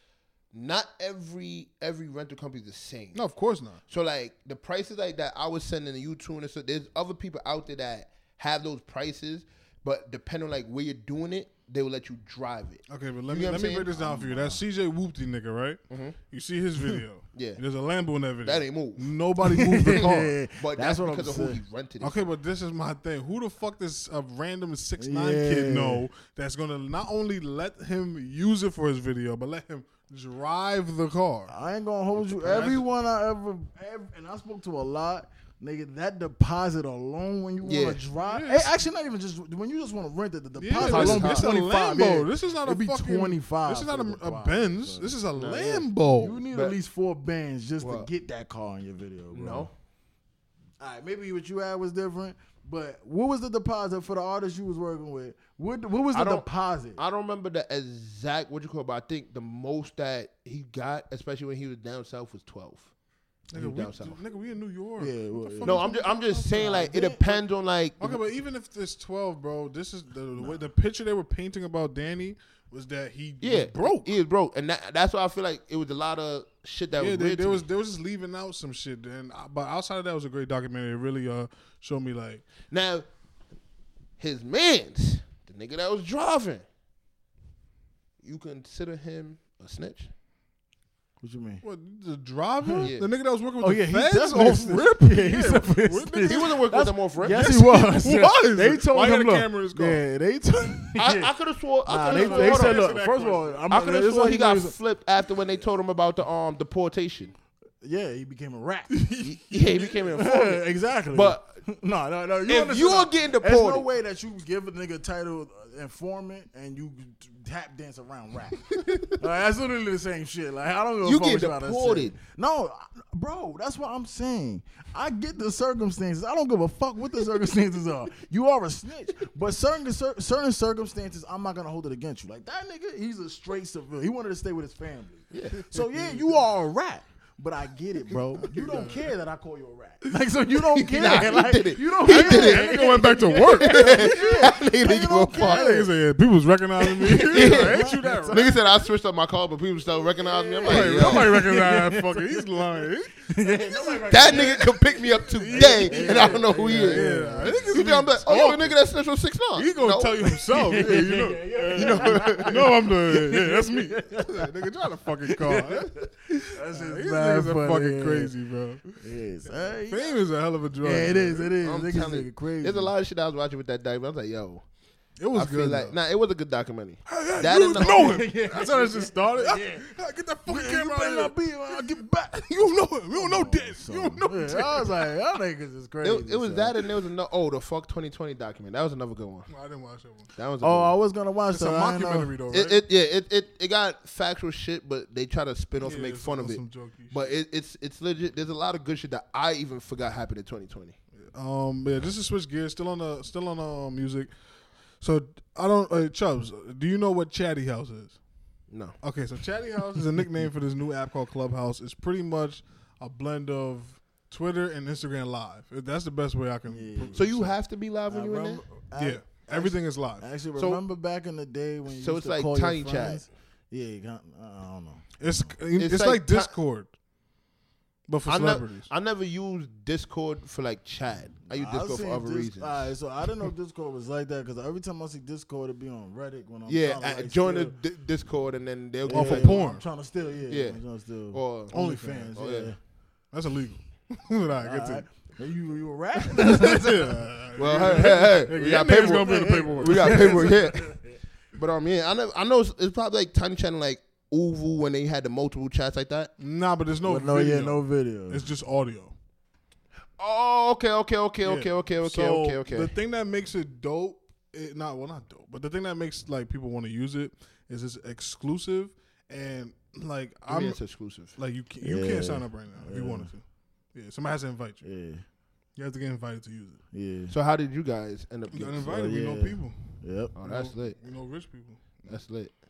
not every every rental company is the same.
No, of course not.
So like the prices like that I was sending to you too, and so there's other people out there that have those prices, but depending on like where you're doing it, they will let you drive it.
Okay, but let
You
me
get
let
what I'm
me
saying? Mm-hmm.
break this down for you. That CJ Whoopty nigga, right? You see his video.
Yeah.
there's a Lambo in that video.
That ain't move.
Nobody moved the car.
But that's,
That's what I'm
because of who he
saying.
rented it.
Okay, but this is my thing. Who the fuck does a random six nine
Yeah.
kid know that's gonna not only let him use it for his video, but let him drive the car?
I ain't gonna hold you. Everyone I ever, ev and I spoke to a lot, nigga. That deposit alone when you
Yeah.
want to drive,
Yeah.
Hey, actually not even just when you just want to rent it. The
Yeah,
deposit
this,
alone
this
be
is a
twenty five.
Lambo. This is not
it
a
be
fucking
twenty five.
This is not
for the
a, a
deposit,
Benz.
bro.
This is a
yeah.
Lambo.
You need
But-
at least four bands just
Well-
to get that car in your video, bro.
No.
All right, maybe what you had was different, but what was the deposit for the artist you was working with? What what was
I
the
don't-
deposit?
I don't remember the exact what you call, it, but I think the most that he got, especially when he was down south, was twelve. He
nigga,
was
we,
down south.
nigga, we in New York.
Yeah, well,
What the
yeah.
fuck
No,
is
I'm
you
just, I'm just saying like it
Nah,
depends on like
Okay, but even if it's twelve, bro, this is the, the way the picture they were painting about Danny was that he
yeah
was broke.
He is broke, and that, that's why I feel like it was a lot of shit that
yeah,
was
they,
weird.
they
to
was
me.
they was just leaving out some shit, and uh, but outside of that was a great documentary. It really uh showed me like
now his man's the nigga that was driving. You consider him a snitch?
what you mean?
what the driver,
Yeah.
the nigga that was working with
Oh
the
yeah, he
feds
definitely
off
snitched.
rip.
Yeah, he's definitely
What
snitched.
nigga-
He wasn't working with them off rip.
Yes, he was.
he was.
They told
Why
him,
the
look,
camera is gone?
yeah, they told.
I,
yeah.
I could have swore. I
nah,
coulda
they,
swore-
they
hold on.
said,
answer
look.
that
First of all,
question.
I'm
I could
this
have
is
swore
what
he got
was-
flipped after when they told him about the um deportation.
Yeah, he became a rat.
Yeah, he became an
Yeah,
informant.
exactly.
But
no, no, no. You
if
understand-
you are getting
there's no
deported-
way that you give a nigga title uh, informant and you tap dance around rap. like, that's literally the same shit. Like I don't know.
You
if
get deported.
No, I- bro. That's what I'm saying. I get the circumstances. I don't give a fuck what the circumstances are. You are a snitch, but certain cer- certain circumstances, I'm not gonna hold it against you. Like that nigga, he's a straight civilian. He wanted to stay with his family. So yeah, you are a rat. But I get it, bro. You don't care that I call you a rat. Like so, you don't care.
Nah, he
like,
did it.
You don't
He
care.
did it.
That nigga went back to work.
that nigga
Nigga
didn't give a
don't
fuck.
That nigga said, yeah, people was recognizing me. yeah. Ain't you that right?
Nigga said I switched up my car, but people still recognize me. I'm like,
Hey,
yo,
Nobody recognize that fucker. He's lying.
that nigga could pick me up today, and I don't know who he is.
Yeah, yeah.
Niggas be- I'm like, oh, yo, the nigga that's Central Six Nine.
He gonna
No.
tell you himself. Yeah, you know, you know, you know I'm the. Yeah, that's me. nigga, drive the fucking car.
That's just
These
mad
niggas are
funny,
fucking
yeah.
crazy, bro.
It is. Hey, yeah,
Fame is a hell of a drug.
it is. It is.
I'm
Niggas
telling
nigga
you,
crazy.
There's a lot of shit I was watching with that diagram. I was like, yo,
It was
I feel
good.
like
Like,
nah, it was a good documentary.
that you
and the-
know it. That's how it just started. Get that fucking
you
camera out
better
of
not
here. I'll get back. You don't know it. We don't know this.
So,
you don't know
yeah,
this.
I was like, y'all niggas is crazy.
It, it was
son.
that, and there was another. Oh, the fuck 2020 document. That was another good one.
I didn't watch that one.
That was. A
Oh, I
good
was gonna watch
It's a
that. I didn't know.
mockumentary though,
one.
right?
It, it yeah it, it it got factual shit, but they try to spin off
Yeah,
and make
it's
fun
on
of it.
some jokey
But it, it's it's legit. There's a lot of good shit that I even forgot happened in 2020.
Um, yeah, just to switch gears, still on the still on the uh, music. So I don't, uh, Chubbs. Do you know what Chatty House is?
No,
Okay, so Chatty House is a nickname for this new app called Clubhouse. It's pretty much a blend of Twitter and Instagram Live. That's the best way I can.
Yeah.
put
so you
this.
have to be live when
I
you in there.
remember-
yeah, everything is live.
I actually
So-
remember back in the day when you
so
used
it's
to
like
call your
Tiny Chat.
friends. Yeah, you got- I don't know.
It's it's,
It's
like,
like ti-
Discord, but for
I, nev-
celebrities.
I never used Discord for like chat. I use
I've
Discord for
seen
other
Dis-
reasons.
Alright, so I didn't know Discord was like that because every time I see Discord, it be on Reddit when I'm
yeah,
trying to,
I-
like,
join the
steal-
D- Discord and then they'll
yeah,
off of
yeah,
Oh, porn.
I'm trying to steal, yeah,
Yeah.
I'm trying to steal.
Or
OnlyFans,
Oh,
yeah.
yeah.
That's illegal. All right,
All
get to
right.
it.
You you were rapping.
That's it. Alright.
Well, hey, hey, hey,
Nigga,
we
y'all
got
niggas gonna be
paperwork.
in the paperwork.
We got paperwork here. But um, yeah, I never, I know it's, it's probably like Tiny Chat and like Uvu when they had the multiple chats like that.
Nah, but there's no
But no,
video.
yeah, no video.
It's just audio.
Oh, okay, okay, okay, okay,
Yeah.
okay, okay,
So,
okay, okay.
The thing that makes it dope, it, not well, not dope, but the thing that makes like people want to use it is it's exclusive and like
I mean,
I'm
it's exclusive.
like you can't, you can't
Yeah.
sign up right now if you wanted to. Yeah, somebody has to invite you.
Yeah,
You have to get invited to use it.
yeah,
So how did you guys end up?
You got
Getting,
invited.
yeah.
We know people.
yep.
oh, that's
we know,
lit.
We know rich people.
That's lit.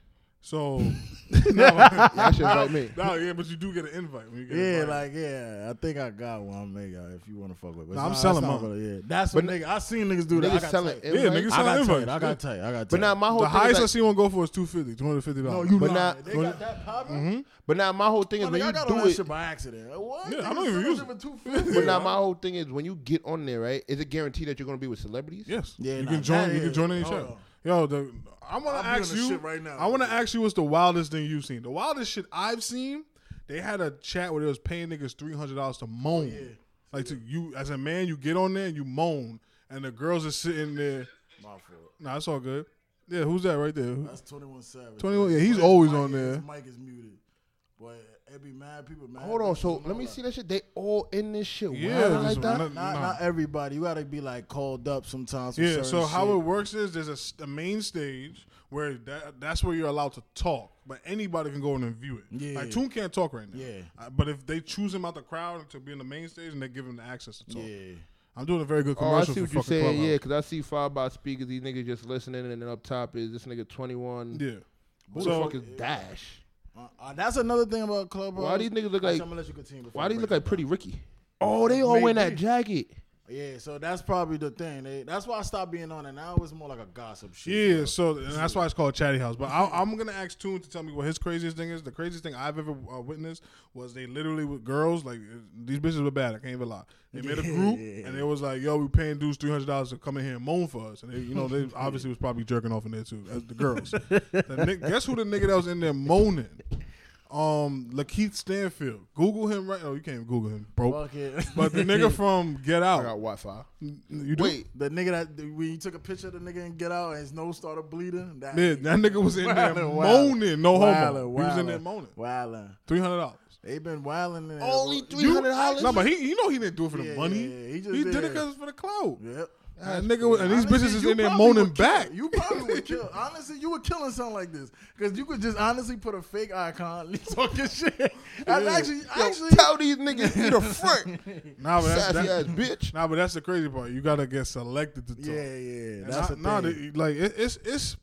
So no,
Y'all should invite me.
no, yeah, but you do get an invite when you get
Yeah,
invited.
like yeah, I think I got one. Maybe uh, if you want to fuck with, it. But
Nah, I'm
it's
selling
not
mine.
really- yeah, that's what
But
nigga. I seen niggas do that. I
Niggas
got
selling
tight.
Yeah,
invites?
niggas
I got
selling
tight.
invites.
I
yeah.
got tight. I got tight.
But now my whole
the
thing is
highest I
like-
seen one go for was two fifty, two hundred fifty
no,
dollars.
you
But
lying.
now-
they got that popping.
But now my whole thing is
Well,
when
Oh, nigga,
you
I got all
do
that
it.
shit by accident. Like, What?
Yeah, I
Nigga,
don't even
someone
use
said
it.
with 250.
But now my whole thing is when you get on there, right? Is it guaranteed that you're gonna be with celebrities?
Yes.
Yeah,
you
nah,
can join.
that
You can
is-
join any
hold
chat.
on.
Yo, the, I want to
I'll be on
ask
this
you
shit right now.
I want to ask you what's the wildest thing you've seen. The wildest shit I've seen. They had a chat where they was paying niggas three hundred dollars to moan.
Oh,
Like to you as a man, you get on there and you moan, and the girls are sitting there.
My fault.
Nah, it's all good. Yeah, who's that right there?
That's 21 Savage.
21 yeah, he's
His
always
mic
on
is-
there.
His mic is muted. But it be mad people mad.
Hold on.
bitches
So
and
let
all
me
that.
see that shit. They all in this shit.
Yeah,
Yeah,
this-
like that.
no-
Not,
Nah.
not everybody. You gotta be like called up sometimes. for
Yeah.
certain
So how
shit.
it works is there's a s- a, main stage where that, that's where you're allowed to talk, but anybody can go in and view it.
Yeah.
Like Toon can't talk right now.
Yeah.
Uh, but if they choose him out the crowd to be in the main stage and they give him the access to talk.
Yeah.
I'm doing a very good
Oh, I
commercial
see what
for
you're
fucking
saying. Yeah,
Clubhouse.
because I see five by speakers. These niggas just listening, and then up top is this nigga 21.
Yeah.
Who
So-
the fuck is Dash?
Uh, uh, that's another thing about Clubhouse.
Why these niggas look
Actually,
like?
I'm gonna let you continue. before
Why
I
do you
break
look
it
like
down.
Pretty Ricky? Oh, they all wearing that jacket.
Yeah, so that's probably the thing. They, that's why I stopped being on it. Now it's more like a gossip shit.
Yeah, so and that's why it's called Chatty House. But I, I'm gonna ask Toon to tell me what his craziest thing is. The craziest thing I've ever uh, witnessed was they literally with girls like uh, these bitches were bad. I can't even lie. They made a group and it was like, "Yo, we paying dudes three hundred dollars to come in here and moan for us." And they, you know, they obviously was probably jerking off in there too. As the girls, the ni- guess who the nigga that was in there moaning? Um, Lakeith Stanfield. Google him right. Oh, you can't even Google him, bro.
Fuck it.
But the nigga from Get
I
Out.
got Wi-Fi.
You do?
Wait,
the nigga that when you took a picture of the nigga and get out and his nose started bleeding. That
Yeah, that nigga was in there
Wildin',
moaning. No homo.
wildin',
He was in
wildin',
there moaning.
Wildin'.
Three hundred dollars.
They been wilding. in-
Only
Yeah,
three hundred dollars.
No, but he, you know, he didn't do it for the
yeah,
money.
yeah,
he
he just
did
did
it
it.
because for the clout.
Yep.
And, that nigga, was- and these
Honestly,
bitches is
you
in there
probably would
moaning
kill-
back.
You probably would kill. Honestly, you would killing something like this because you could just honestly put a fake icon on your shit. And actually,
Yo,
actually,
tell these niggas to the front.
Nah, but that's,
Sassy ass
that's,
bitch.
nah, but that's the crazy part. You gotta get selected to talk.
yeah, yeah,
And
that's
I,
the
nah,
thing.
the- like it, it's it's.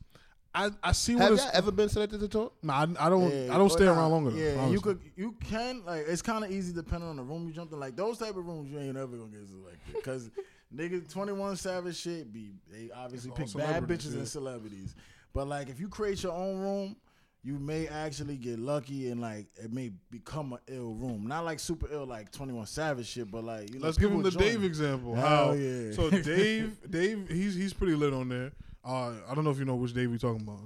I, I see what
Have
it's.
y'all ever been selected to talk?
Nah, I, I don't
Yeah,
I don't
but
stay
nah,
around longer.
Yeah,
Yeah,
you could, you can like it's kind of easy depending on the room you jumped in. Like those type of rooms, you ain't ever gonna get selected because niggas twenty one savage shit be they obviously
All
pick bad
celebrities,
bitches
yeah.
and celebrities. But like if you create your own room, you may actually get lucky and like it may become an ill room. Not like super ill like twenty one savage shit, but like you know,
Let's give him
people
the
join.
Dave example.
Hell
How?
yeah.
So Dave, Dave, he's he's pretty lit on there. Uh, I don't know if you know which Dave we talking about.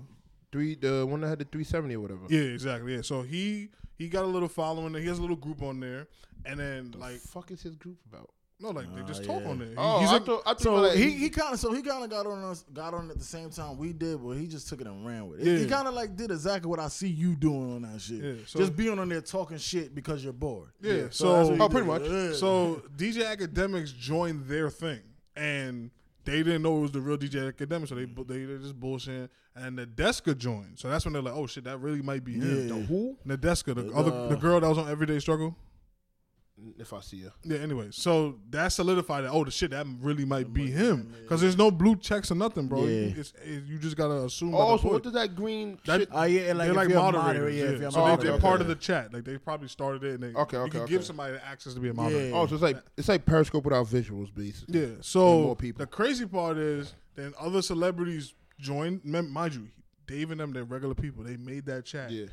Three, the one that had the three seventy or whatever.
Yeah, exactly. Yeah. So he he got a little following. There. He has a little group on there, and then
Like,
like
fuck is his group about?
No, like they
Ah,
just talk
yeah.
on it. He-
Oh,
he's
I
in-
thought, I thought
So
like,
he, he kind of so he kind of got on us got on at the same time we did, but he just took it and ran with it. He
Yeah.
kind of like did exactly what I see you doing on that shit.
Yeah, so-
just being on there talking shit because you're bored.
Yeah, so-
that's what he
Oh,
pretty
did.
much.
Yeah.
So DJ Academics joined their thing, and they didn't know it was the real DJ Academics, so they
Mm.
bu- they they just bullshitting. And Nadeska joined, so that's when they're like, "Oh shit, that really might be him."
Yeah.
The who? Nadeska, the other
uh,
the girl that was on Everyday Struggle.
if I see you,
Yeah. Anyway, so that solidified that. Oh, the shit, that really might be him because there's no blue checks or nothing, bro.
Yeah.
It's, it, you just gotta assume. by the
Oh, so
voice.
what does that green
That-
shit?
Oh yeah, and like
they're
if
like
you're a
moderators,
moderator, yeah, if you're a
so
Oh,
they,
moderator.
they're
okay,
part
okay.
of the chat. Like they probably started it, and they
Okay,
you
okay,
can
okay.
give somebody the access to be a moderator.
Yeah.
Oh, so it's like it's like Periscope without visuals, basically.
Yeah. So
more people.
the crazy part is then other celebrities joined. Mem- mind you, Dave and them, they're regular people. They made that chat.
Yeah.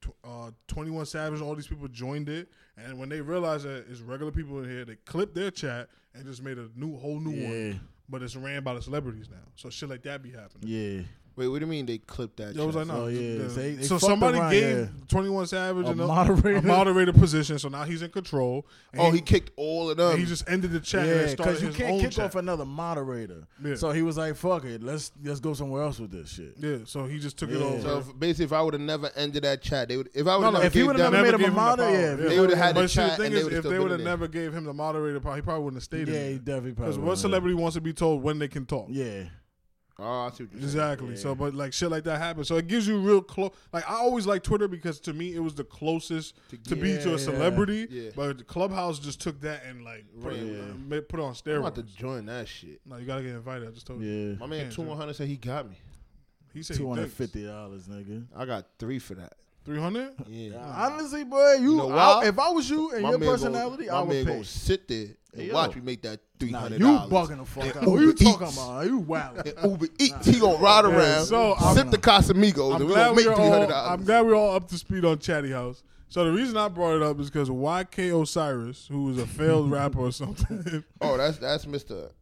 Tw- Uh, 21 Savage, all these people joined it, and when they realized that it's regular people in here, they clipped their chat and just made a new whole new
Yeah.
one. But it's ran by the celebrities now, so shit like that be happening.
yeah.
Wait, what do you mean they clipped that?
Yeah, I was like,
shit?
no,
Oh, yeah.
the-
So they- they
so
fucked
somebody
around,
gave
yeah.
21 Savage
A
and a,
moderator.
a moderator position, so now he's in control. and
oh, he kicked all of them.
and he just ended the chat and
Yeah,
then started
because you
his
can't
own
kick
chat.
off another moderator.
Yeah.
So he was like, "Fuck it, let's let's go somewhere else with this shit."
yeah, so he just took it
Yeah.
over.
so if, basally, if I would have never ended that chat, they would. If I would
No,
have
no,
never
if
he
gave
would've
them,
never made
gave
him a
him the
moderator,
power.
yeah, if
they would've had
But
the
see,
chat
the thing
and they
is,
would've
if
still
they
been
would have
in there.
never gave him the moderator power, he probably wouldn't have stayed.
Yeah, he
in
definitely
because
probably.
what celebrity wants to be told when they can talk?
Yeah.
Oh, I see what you're saying.
Exactly. So, but like shit like that happens. So it gives you real close. Like I always like Twitter because to me it was the closest to, be to
Yeah.
a celebrity.
Yeah.
But Clubhouse just took that and like put, it,
Right.
uh, ma- put it on
I'm
steroids.
about to join that shit.
no, you gotta get invited. I just told you.
Yeah.
My man,
Yeah,
two one hundred said he got me.
He said
Two hundred fifty dollars, nigga.
I got three for that.
Three hundred.
Yeah.
Honestly, boy, you,
know why?
I- if I was you and
My
your
man
personality,
gonna,
I
my man
would pay.
gonna sit there and
Hey, yo.
watch me make that three
Nah,
hundred
you bugging the fuck out. Who you talking about? You wild.
And Uber Eats, he gonna ride around,
so I'm-
sip the Casamigos,
I'm
and we
glad
gonna make
we're
three hundred
all. I'm
dollars.
glad we're all up to speed on Chatty House. So the reason I brought it up is because YK Osiris, who was a failed rapper or something,
Oh, that's that's Mister.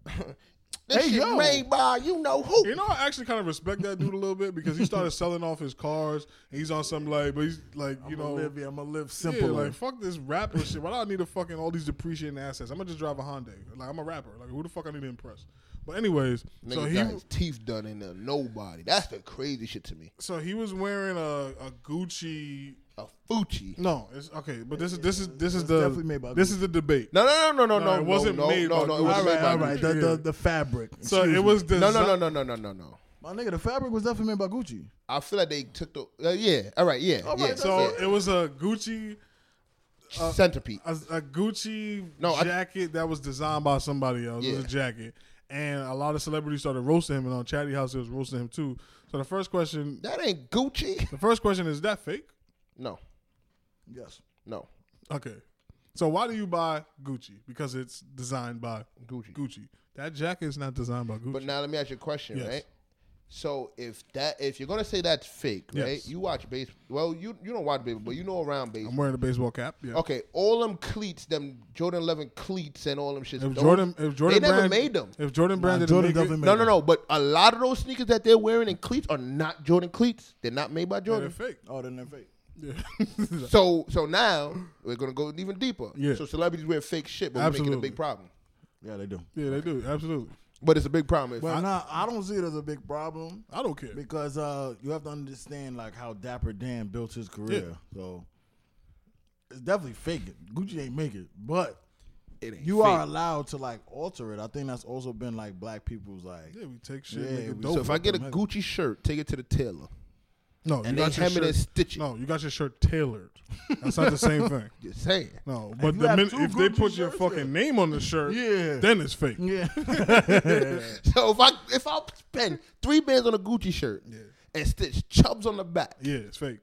this
Hey,
shit
yo.
made by you know who.
You know, I actually kind of respect that dude a little bit because he started selling off his cars. And he's on some like, but he's like, you
You
know,
know, live, I'm gonna live
yeah,
simple.
like
life.
fuck this rapper shit. Why do I need to fucking all these depreciating assets? I'm gonna just drive a Hyundai. Like I'm a rapper. Like who the fuck I need to impress? But anyways,
Nigga
so he
got his teeth done in there. Nobody. That's the crazy shit to me.
so he was wearing a, a Gucci.
A Fucci.
No, it's okay, but this is this is this is
It's
the
definitely made by
this
Gucci.
is the debate.
No, no, no, no, no,
No,
no.
it wasn't
no,
made by
No, no, it
Gucci.
was
all
made
right,
by
all right.
Gucci.
The,
Yeah.
the, the fabric.
So
Excuse
it was
me.
the
No, no, no, no, no, no, no, no.
my nigga. The fabric was definitely made by Gucci.
I feel like they took the. Uh, yeah. All right. Yeah.
All right,
yeah.
that's
So uh,
yeah.
it was a Gucci
centipede.
a, a Gucci
No, I-
jacket that was designed by somebody else. It was
Yeah.
a jacket. And a lot of celebrities started roasting him, and on Chatty House, it was roasting him too. So the first question,
That ain't Gucci.
the first question is that fake?
No.
Yes.
No.
Okay, so why do you buy Gucci? Because it's designed by
Gucci.
Gucci. That jacket is not designed by Gucci.
But now let me ask you a question,
Yes.
right? So if that if you're gonna say that's fake, right?
Yes.
You watch baseball. Well, you you don't watch baseball, but you know around
I'm
baseball.
wearing a baseball cap. Yeah.
Okay, all them cleats, them Jordan 11 cleats, and all them shit.
If Jordan, if Jordan,
they never
brand-
made them.
If Jordan
Nah,
branded,
Jordan
Jordan
definitely made
No, no, no. But a lot of those sneakers that they're wearing in cleats are not Jordan cleats. They're not made by
they're
Jordan.
fake.
Oh, then they're fake.
Yeah.
So, so now we're gonna go even deeper.
Yeah.
So celebrities wear fake shit, but we're making
Absolutely.
it a big problem.
Yeah, they do.
yeah, they do. Absolutely.
But it's a big problem. If
But nah, I don't see it as a big problem.
I don't care.
because uh, you have to understand like how Dapper Dan built his career. So it's definitely fake. It. Gucci ain't make it, but
it ain't
you
fake.
are allowed to like alter it. I think that's also been like black people's like
Yeah, we take shit.
Yeah,
make it
we-
dope.
So if I get a
man.
Gucci shirt, take it to the tailor.
No, you
And they
got your
hem it
shirt-
and stitch it.
No, you got your shirt tailored. That's not the same thing.
Just saying.
No, but
you
the
have
minute,
two
if they
Gucci
put your
shirts,
fucking
yeah.
name on the shirt,
Yeah.
then it's fake.
yeah.
So if I if I spend three bands on a Gucci shirt and stitch chubs on the back,
Yeah, it's fake.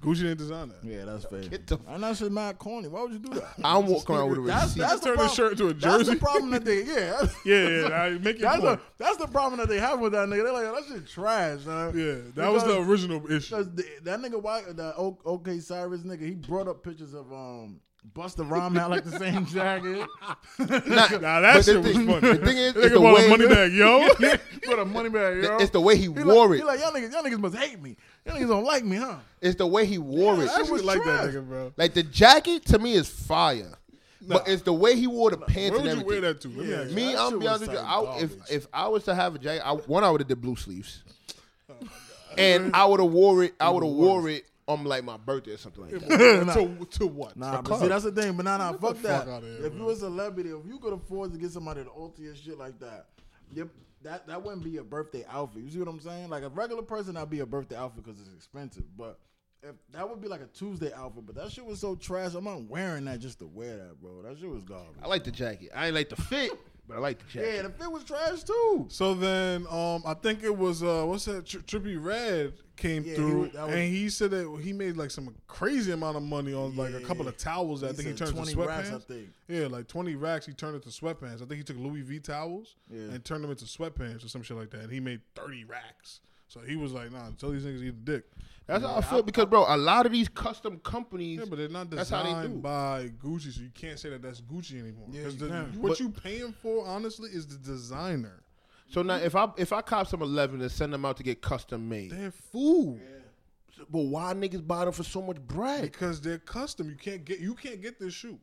Gucci didn't design that.
yeah, that's fake.
Get the-
And that shit mad corny. Why would you do that?
I'm walking around with a
That's-
receipt.
that's-
Turn
the
the shirt into a
That's
jersey.
the problem that they yeah.
yeah, yeah. I- make your
That's,
point.
the that's the problem that they have with that nigga. They're like, "Yo, that shit trash. Huh?
yeah, that was the original issue.
Because the, that nigga, why that O- OK Cyrus nigga, he brought up pictures of um Busta Rhymes had like the same jacket.
Not-
Nah,
but
that
the
shit was
thing-
funny.
The thing is,
Nigga
it's the
bought
way
a money bag, yo.
Put a money bag, yo.
It's the way he
He
wore
like,
it.
He like y'all niggas, y'all niggas must hate me. Y'all niggas don't like me, huh?
it's the way he wore
Yeah,
it.
that shit was
like that
trash.
nigga, bro.
Like the jacket to me is fire. But it's the way he wore the pants
Where
and
would you
everything.
wear that to? Let me
Yeah.
ask you.
Me,
That
I'm
shit
be
was
honest with you.
some
I, if
garbage.
if I was to have a jacket, I, one I would have did blue sleeves, and I would have wore it. I would have wore it on like my birthday or something like that.
to, to what?
Nah,
A
but see,
club.
that's the thing. But nah, nah, fuck
the
that.
fuck outta here,
if
bro.
you a celebrity, if you could afford to get somebody to alter your shit like that, yep, that that wouldn't be a birthday outfit. You see what I'm saying? Like a regular person, that'd be a birthday outfit because it's expensive. But if that would be like a Tuesday outfit, but that shit was so trash. I'm not wearing that just to wear that, bro. That shit was garbage.
I like the jacket. I ain't like the fit, but I like the jacket.
Yeah, the fit was trash too.
So then, um, I think it was uh, what's that? Tri- Trippy Red came
Yeah, he
through,
was- that was-
and he said that he made like some crazy amount of money on like a couple of towels. That I
He
think he
said
turned into
20 racks,
sweatpants.
I think.
Yeah, like twenty racks. He turned into sweatpants. I think he took Louis V towels
Yeah.
and turned them into sweatpants or some shit like that. And he made thirty racks. So he was like, "Nah, tell these niggas eat a dick."
That's how I feel because, bro, a lot of these custom companies.
Yeah, but they're not
That's how
designed
they do.
by Gucci, so you can't say that that's Gucci anymore.
Yeah,
'Cause
you
the-
can't.
what you paying for, honestly, is the designer.
so now, if I if I cop some eleven and send them out to get custom made,
They're fool.
but why niggas buy them for so much bread?
because they're custom. You can't get you can't get this shoe.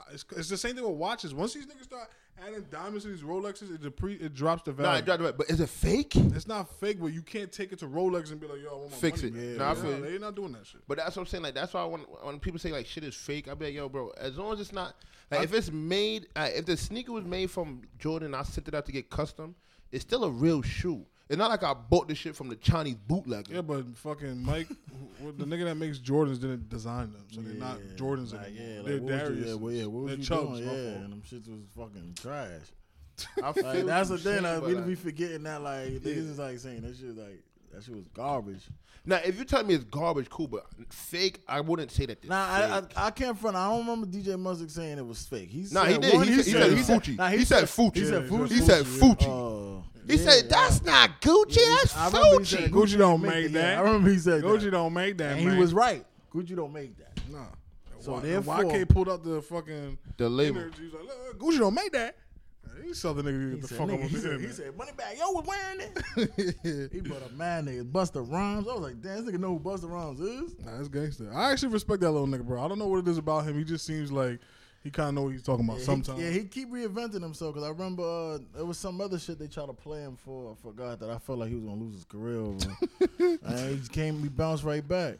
Uh, It's, it's the same thing with watches. Once these niggas start adding diamonds to these Rolexes, it, depre- it drops the value.
Nah, I dropped it, but is it fake?
it's not fake, but you can't take it to Rolex and be like, "Yo, I want my
Fix
money
it.
back."
Nah, I feel you.
they're not doing that shit.
But that's what I'm saying. Like that's why when when people say like shit is fake, I be like, yo, bro. As long as it's not like if it's made, uh, if the sneaker was made from Jordan, I sent it out to get custom. It's still a real shoe. It's not like I bought this shit from the Chinese bootlegger.
Yeah, but fucking Mike, wh- wh- the nigga that makes Jordans didn't design them, so they're not Jordans
like,
anymore.
yeah, like,
they're
what was you-
Darius.
Yeah, well, yeah, what was
they're
you
Chubbs.
doing?
my
Yeah,
fault.
and them shits was fucking trash.
I feel
Like, that's the
what
thing.
you're saying,
Like,
but,
we
like-
be forgetting that. Like niggas is like saying that shit was like that shit was garbage.
now, if you tell me it's garbage, cool, but fake, I wouldn't say that. It's
Nah,
fake.
I, I I can't front. I don't remember DJ Muzzik saying it was fake. He
Nah, he
said
did.
one-
He said- he said Fuji.
nah,
He said Fuji.
He said
Yeah,
Fuji.
he said Fuji.
Oh,
he
yeah.
said that's not Gucci.
Yeah, he-
that's
I remember he said
Gucci.
Gucci don't
didn't
make
the- yeah,
that.
I remember he said
Gucci
that.
don't make that.
And
man.
he was right. Gucci don't make that.
Nah.
So
So
therefore-
YK pulled out the fucking
The label.
innards. He was like, "Look, Gucci don't make that. These southern niggas
He
get the
said,
fuck up
nigga,
with
he, said, he
this.
said, money back. Yo was wearing it. he brought up mad niggas. Busta Rhymes. I was like, damn, this nigga know who Busta Rhymes is.
Nah, that's gangster. I actually respect that little nigga, bro. I don't know what it is about him. He just seems like he kind of know what he's talking about
Yeah, he-
sometimes.
yeah, he keep reinventing himself because I remember uh, there was some other shit they tried to play him for. I forgot that I felt like he was gonna lose his career over. and he just came, he bounced right back.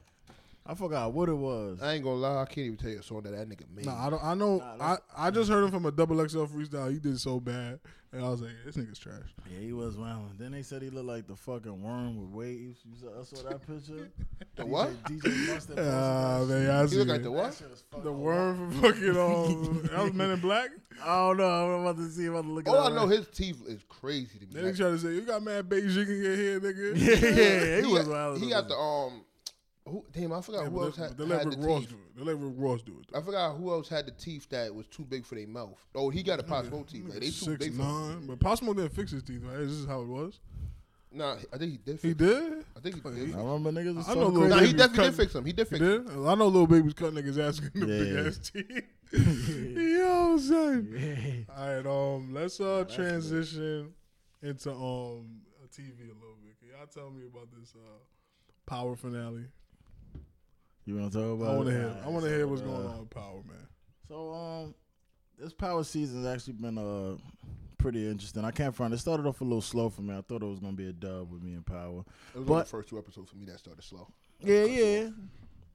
I forgot what it was.
I ain't gonna lie, I can't even tell you a song that that nigga made.
Nah, I don't. I know.
Nah,
I,
that's-
I just heard him from a double XL freestyle. He did so bad, and I was like, this nigga's trash.
Yeah, he was wild. Then they said he looked like the fucking worm with waves. You saw, I saw that picture.
The what?
DJ, DJ Mustard.
Ah, man, I
he
see
look like
it.
the
the,
what?
worm from fucking um, that was Men in Black.
I don't know. I'm about to see. I'm about to look.
All Oh, I
at
know, his teeth is crazy to
Then
me.
he tried to say, "You got mad Beijing in your head, nigga."
yeah, yeah, yeah, he,
he,
was
got,
wild.
he got the um. Who, damn, I forgot
Yeah,
who
but
else
they-
had,
they let
had the
Rick Ross
teeth.
do it. They let Rick Ross do it.
I forgot who else had the teeth that was too big for their mouth. Oh, he got a possible teeth. Like they too
six
big. For,
nine, but Possible didn't fix his teeth. Right, this is how it was.
nah, I think he did. Fix
He did.
I think he
Like,
did.
he-
I remember niggas was
I know
so
Lil
Nah,
crazy.
he
Baby
definitely
cut-
did fix him. He did
He
fix him.
did. I know little babies cutting niggas ass in the
Yeah.
big ass teeth. you know what I'm saying?
Yeah.
All right, um, let's uh transition into um TV a little bit. Can y'all tell me about this uh Power finale?
You want to talk about?
I want
it?
to hear. I
Alright,
want to hear
so,
what's
uh,
going on with Power, man.
So um, this power season's actually been uh pretty interesting. I can't front. It started off a little slow for me. I thought it was gonna be a dub with me and power.
It was
But-
the first two episodes for me that started slow.
Yeah, yeah,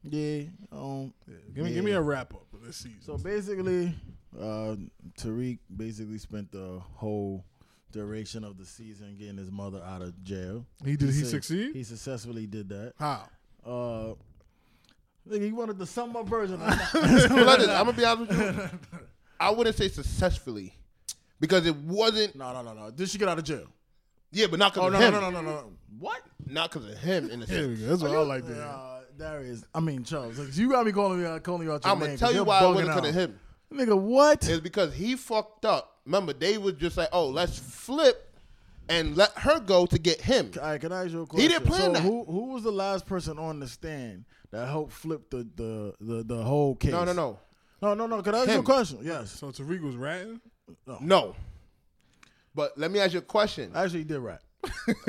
yeah. Um,
Give me, give me a wrap up of this season.
so basically, uh, Tariq basically spent the whole duration of the season getting his mother out of jail.
he did. He
suc-
succeed.
He successfully did that.
How?
Uh, nigga, he wanted the sum up version. Of that.
Well, like this, I'm gonna be honest with you. I wouldn't say successfully because it wasn't.
no, no, no, no. Did she get out of jail?
Yeah, but not
Oh
because of
no, no,
him.
no, no, no, no. What?
Not because of him. In the
There we
sense.
go. That's what I like to hear.
Uh, Darius, I mean Chubbs. Like, you got me calling you out, calling you out. Your
I'm
name,
gonna
'cause
tell you
you're
why it
bugging
wasn't
out.
because of him.
Nigga, what?
is because he fucked up. Remember, they was just like, "Oh, let's flip and let her go to get him."
All right, can I ask you a question?
didn't plan
so
that.
Who, who was the last person on the stand that helped flip the the the, the whole case?
No, no, no,
no, no, no. Can I ask you a
Him.
question? Yes.
So Oh, Tariq was ratting.
Oh.
no. But let me ask you a question.
Actually, he did rap.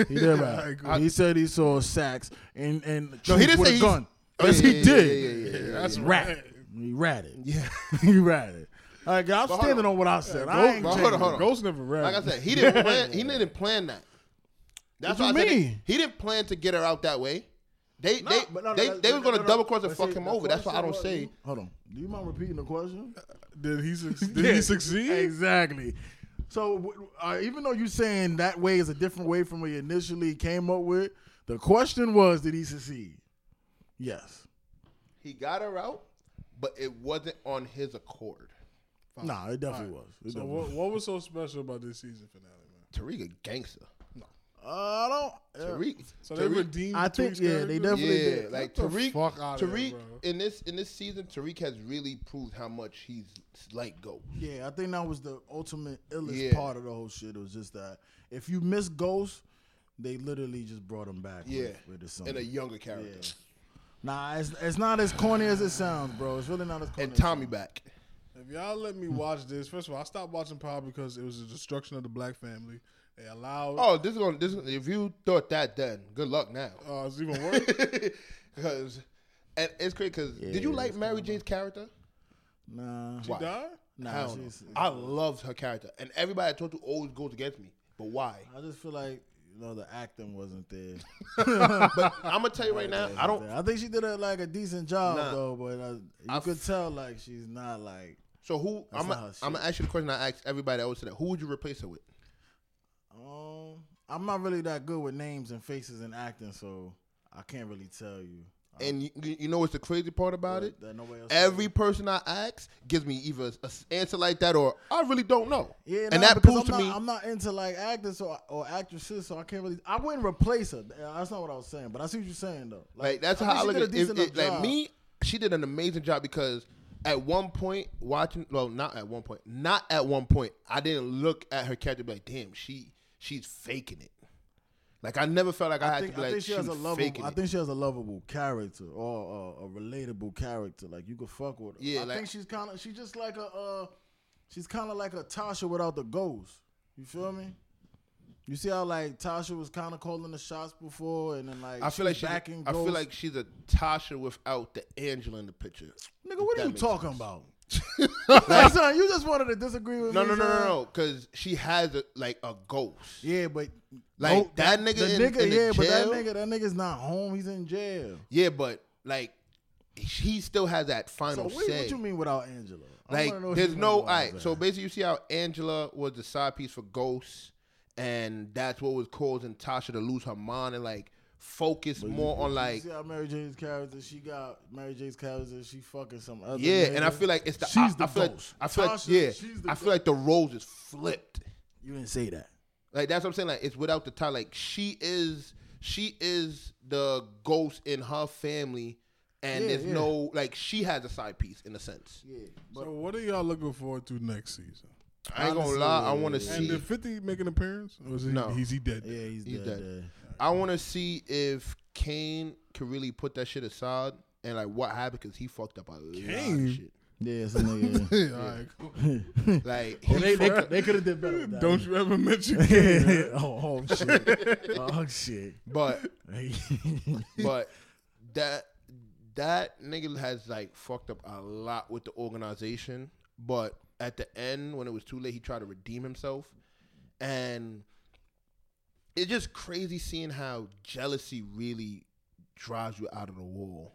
He did
I
rap.
agree.
he said he saw sacks and and
No, he didn't
with
say
a
he's-
gun.
Oh,
Yes,
yeah,
he
yeah, yeah,
did.
yeah, yeah, yeah, yeah,
That's
Rat. He ratted.
yeah.
he ratted. Like, I'm
But hold
standing
on.
on what I said. I
Ghost-
ain't
but
changing.
hold on, hold on.
Ghost never read.
Like I said, he didn't plan. He didn't plan that. That's
What
why
you
I said
mean?
He didn't plan to get her out that way. They
No,
they
but no, no,
they,
that-
they
no,
was gonna
no, no.
double cross and
But
fuck
see,
him
the
over. That's why I don't
question was-
say.
Hold on. Do you mind repeating the question?
Uh, did he suc- did he
Yeah,
succeed?
Exactly. So w- uh, even though you're saying that way is a different way from what you initially came up with, the question was, did he succeed? Yes.
He got her out, but it wasn't on his accord.
Nah, it definitely was. It
So
definitely
what,
was.
what was so special about this season finale, man?
Tariq a gangster.
Uh, I don't.
Tariq.
So they
Tariq,
redeemed.
I think,
Tariq's
yeah,
character?
they definitely-
Yeah,
did.
Get
like
the
Tariq.
fuck outta here,
Tariq
bro.
in this in this season, Tariq has really proved how much he's like go.
Yeah, I think that was the ultimate illest
Yeah.
part of the whole shit. It was just that if you miss Ghost, they literally just brought him back.
Yeah,
with, with the song.
in a younger character,
Yeah. Nah, it's, it's not as corny as it sounds, bro. It's really not as corny.
and
as it sounds.
Tommy back.
If y'all let
Hmm.
me watch this, first of all, I stopped watching Power because it was the destruction of the black family. They allowed. Oh,
Oh, this is gonna. This is- if you thought that, then good luck now.
it's uh, even worse.
Because and it's great. Because did you
Yeah,
like Mary Jane's character?
Nah,
She died.
I,
nah.
don't
she's-
know. I loved her character, and everybody I talked to always goes against me. But why?
I just feel like you know the acting wasn't there.
But I'm gonna tell you right now, I don't.
I think she did a, like a decent job
Nah.
though, but uh, you
I
could
f-
tell like she's not like
So who?
That's
I'm
not her
gonna I'm gonna ask you the question I asked everybody else today. Who would you replace her with?
Uh-huh. Um, I'm not really that good with names and faces and acting, so I can't really tell you. I
And you, you you know what's the crazy part about it?
don't- that nobody else
Every person I ask gives me either an answer like that or I really don't know.
yeah,
and
nah,
that
because
proves to
I'm not,
me.
I'm not into like actors or, or actresses, so I can't really. I wouldn't replace her. That's not what I was saying, but I see what you're saying though.
Like that's
think
how I
she
look
did
at
a
it.
decent
If- if-
enough
Like
job.
me, she did an amazing job because at one point watching, well, not at one point, not at one point, I didn't look at her character and be like, damn, she she's faking it. Like I never felt like I,
I
had
think,
to be
I
like
think
she,
she has a
was
lovable.
faking
I
it.
think she has a lovable character or uh, a relatable character. Like you could fuck with her.
Yeah,
I
like-
think she's kind of. She's just like a. Uh, she's kind of like a Tasha without the goals. You feel me? You see how like Tasha was kind of calling the shots before, and then like
I
she
feel
was
like she's, I
backing
feel
Ghost.
like she's a Tasha without the Angela in the picture.
nigga, what
that
are you
makes
talking about? like, son, you just wanted to disagree with
No,
me.
no, no, no,
son?
no, because she has a, like a ghost.
Yeah, but
Like,
Ghost-
that nigga
the
in-
nigga,
in the
yeah, but
jail?
that nigga, that nigga's not home. He's in jail.
Yeah, but like he still has that
So
final
what,
say.
what you mean without Angela? I wanna
Like,
know what
there's
you
no.
mean
All
without
right.
that.
So basically, you see how Angela was the side piece for Ghost, and that's what was causing Tasha to lose her mind and like focus more on like.
see how Mary Jane's character. She got Mary Jane's character. She fucking some other.
Yeah, and I
nigga.
feel like it's the.
She's
I,
the
I feel like,
ghost.
I feel like,
Tasha,
yeah.
she's the
I feel like the roles is flipped.
you didn't say that.
Like that's what I'm saying. Like it's without the tie. Like she is. She is the ghost in her family, and
Yeah,
there's
yeah.
no like she has a side piece in a sense.
Yeah,
So what are y'all looking forward to next season?
I ain't gonna lie. I want to
And
see.
did Fifty make an appearance? Or is he,
No.
he's he dead?
yeah, he's,
He's
dead.
dead.
dead.
I want to see if Kane can really put that shit aside and like what happened because he fucked up a lot
Kane?
of shit.
Yeah, it's a nigga.
Yeah, all right, cool.
Like he
they they,
fucked up-
could have did better. with that.
Don't you ever mention
oh, oh shit! Oh shit!
but
yeah,
but that that nigga has like fucked up a lot with the organization. But at the end, when it was too late, he tried to redeem himself, and it's just crazy seeing how jealousy really drives you out of the wall.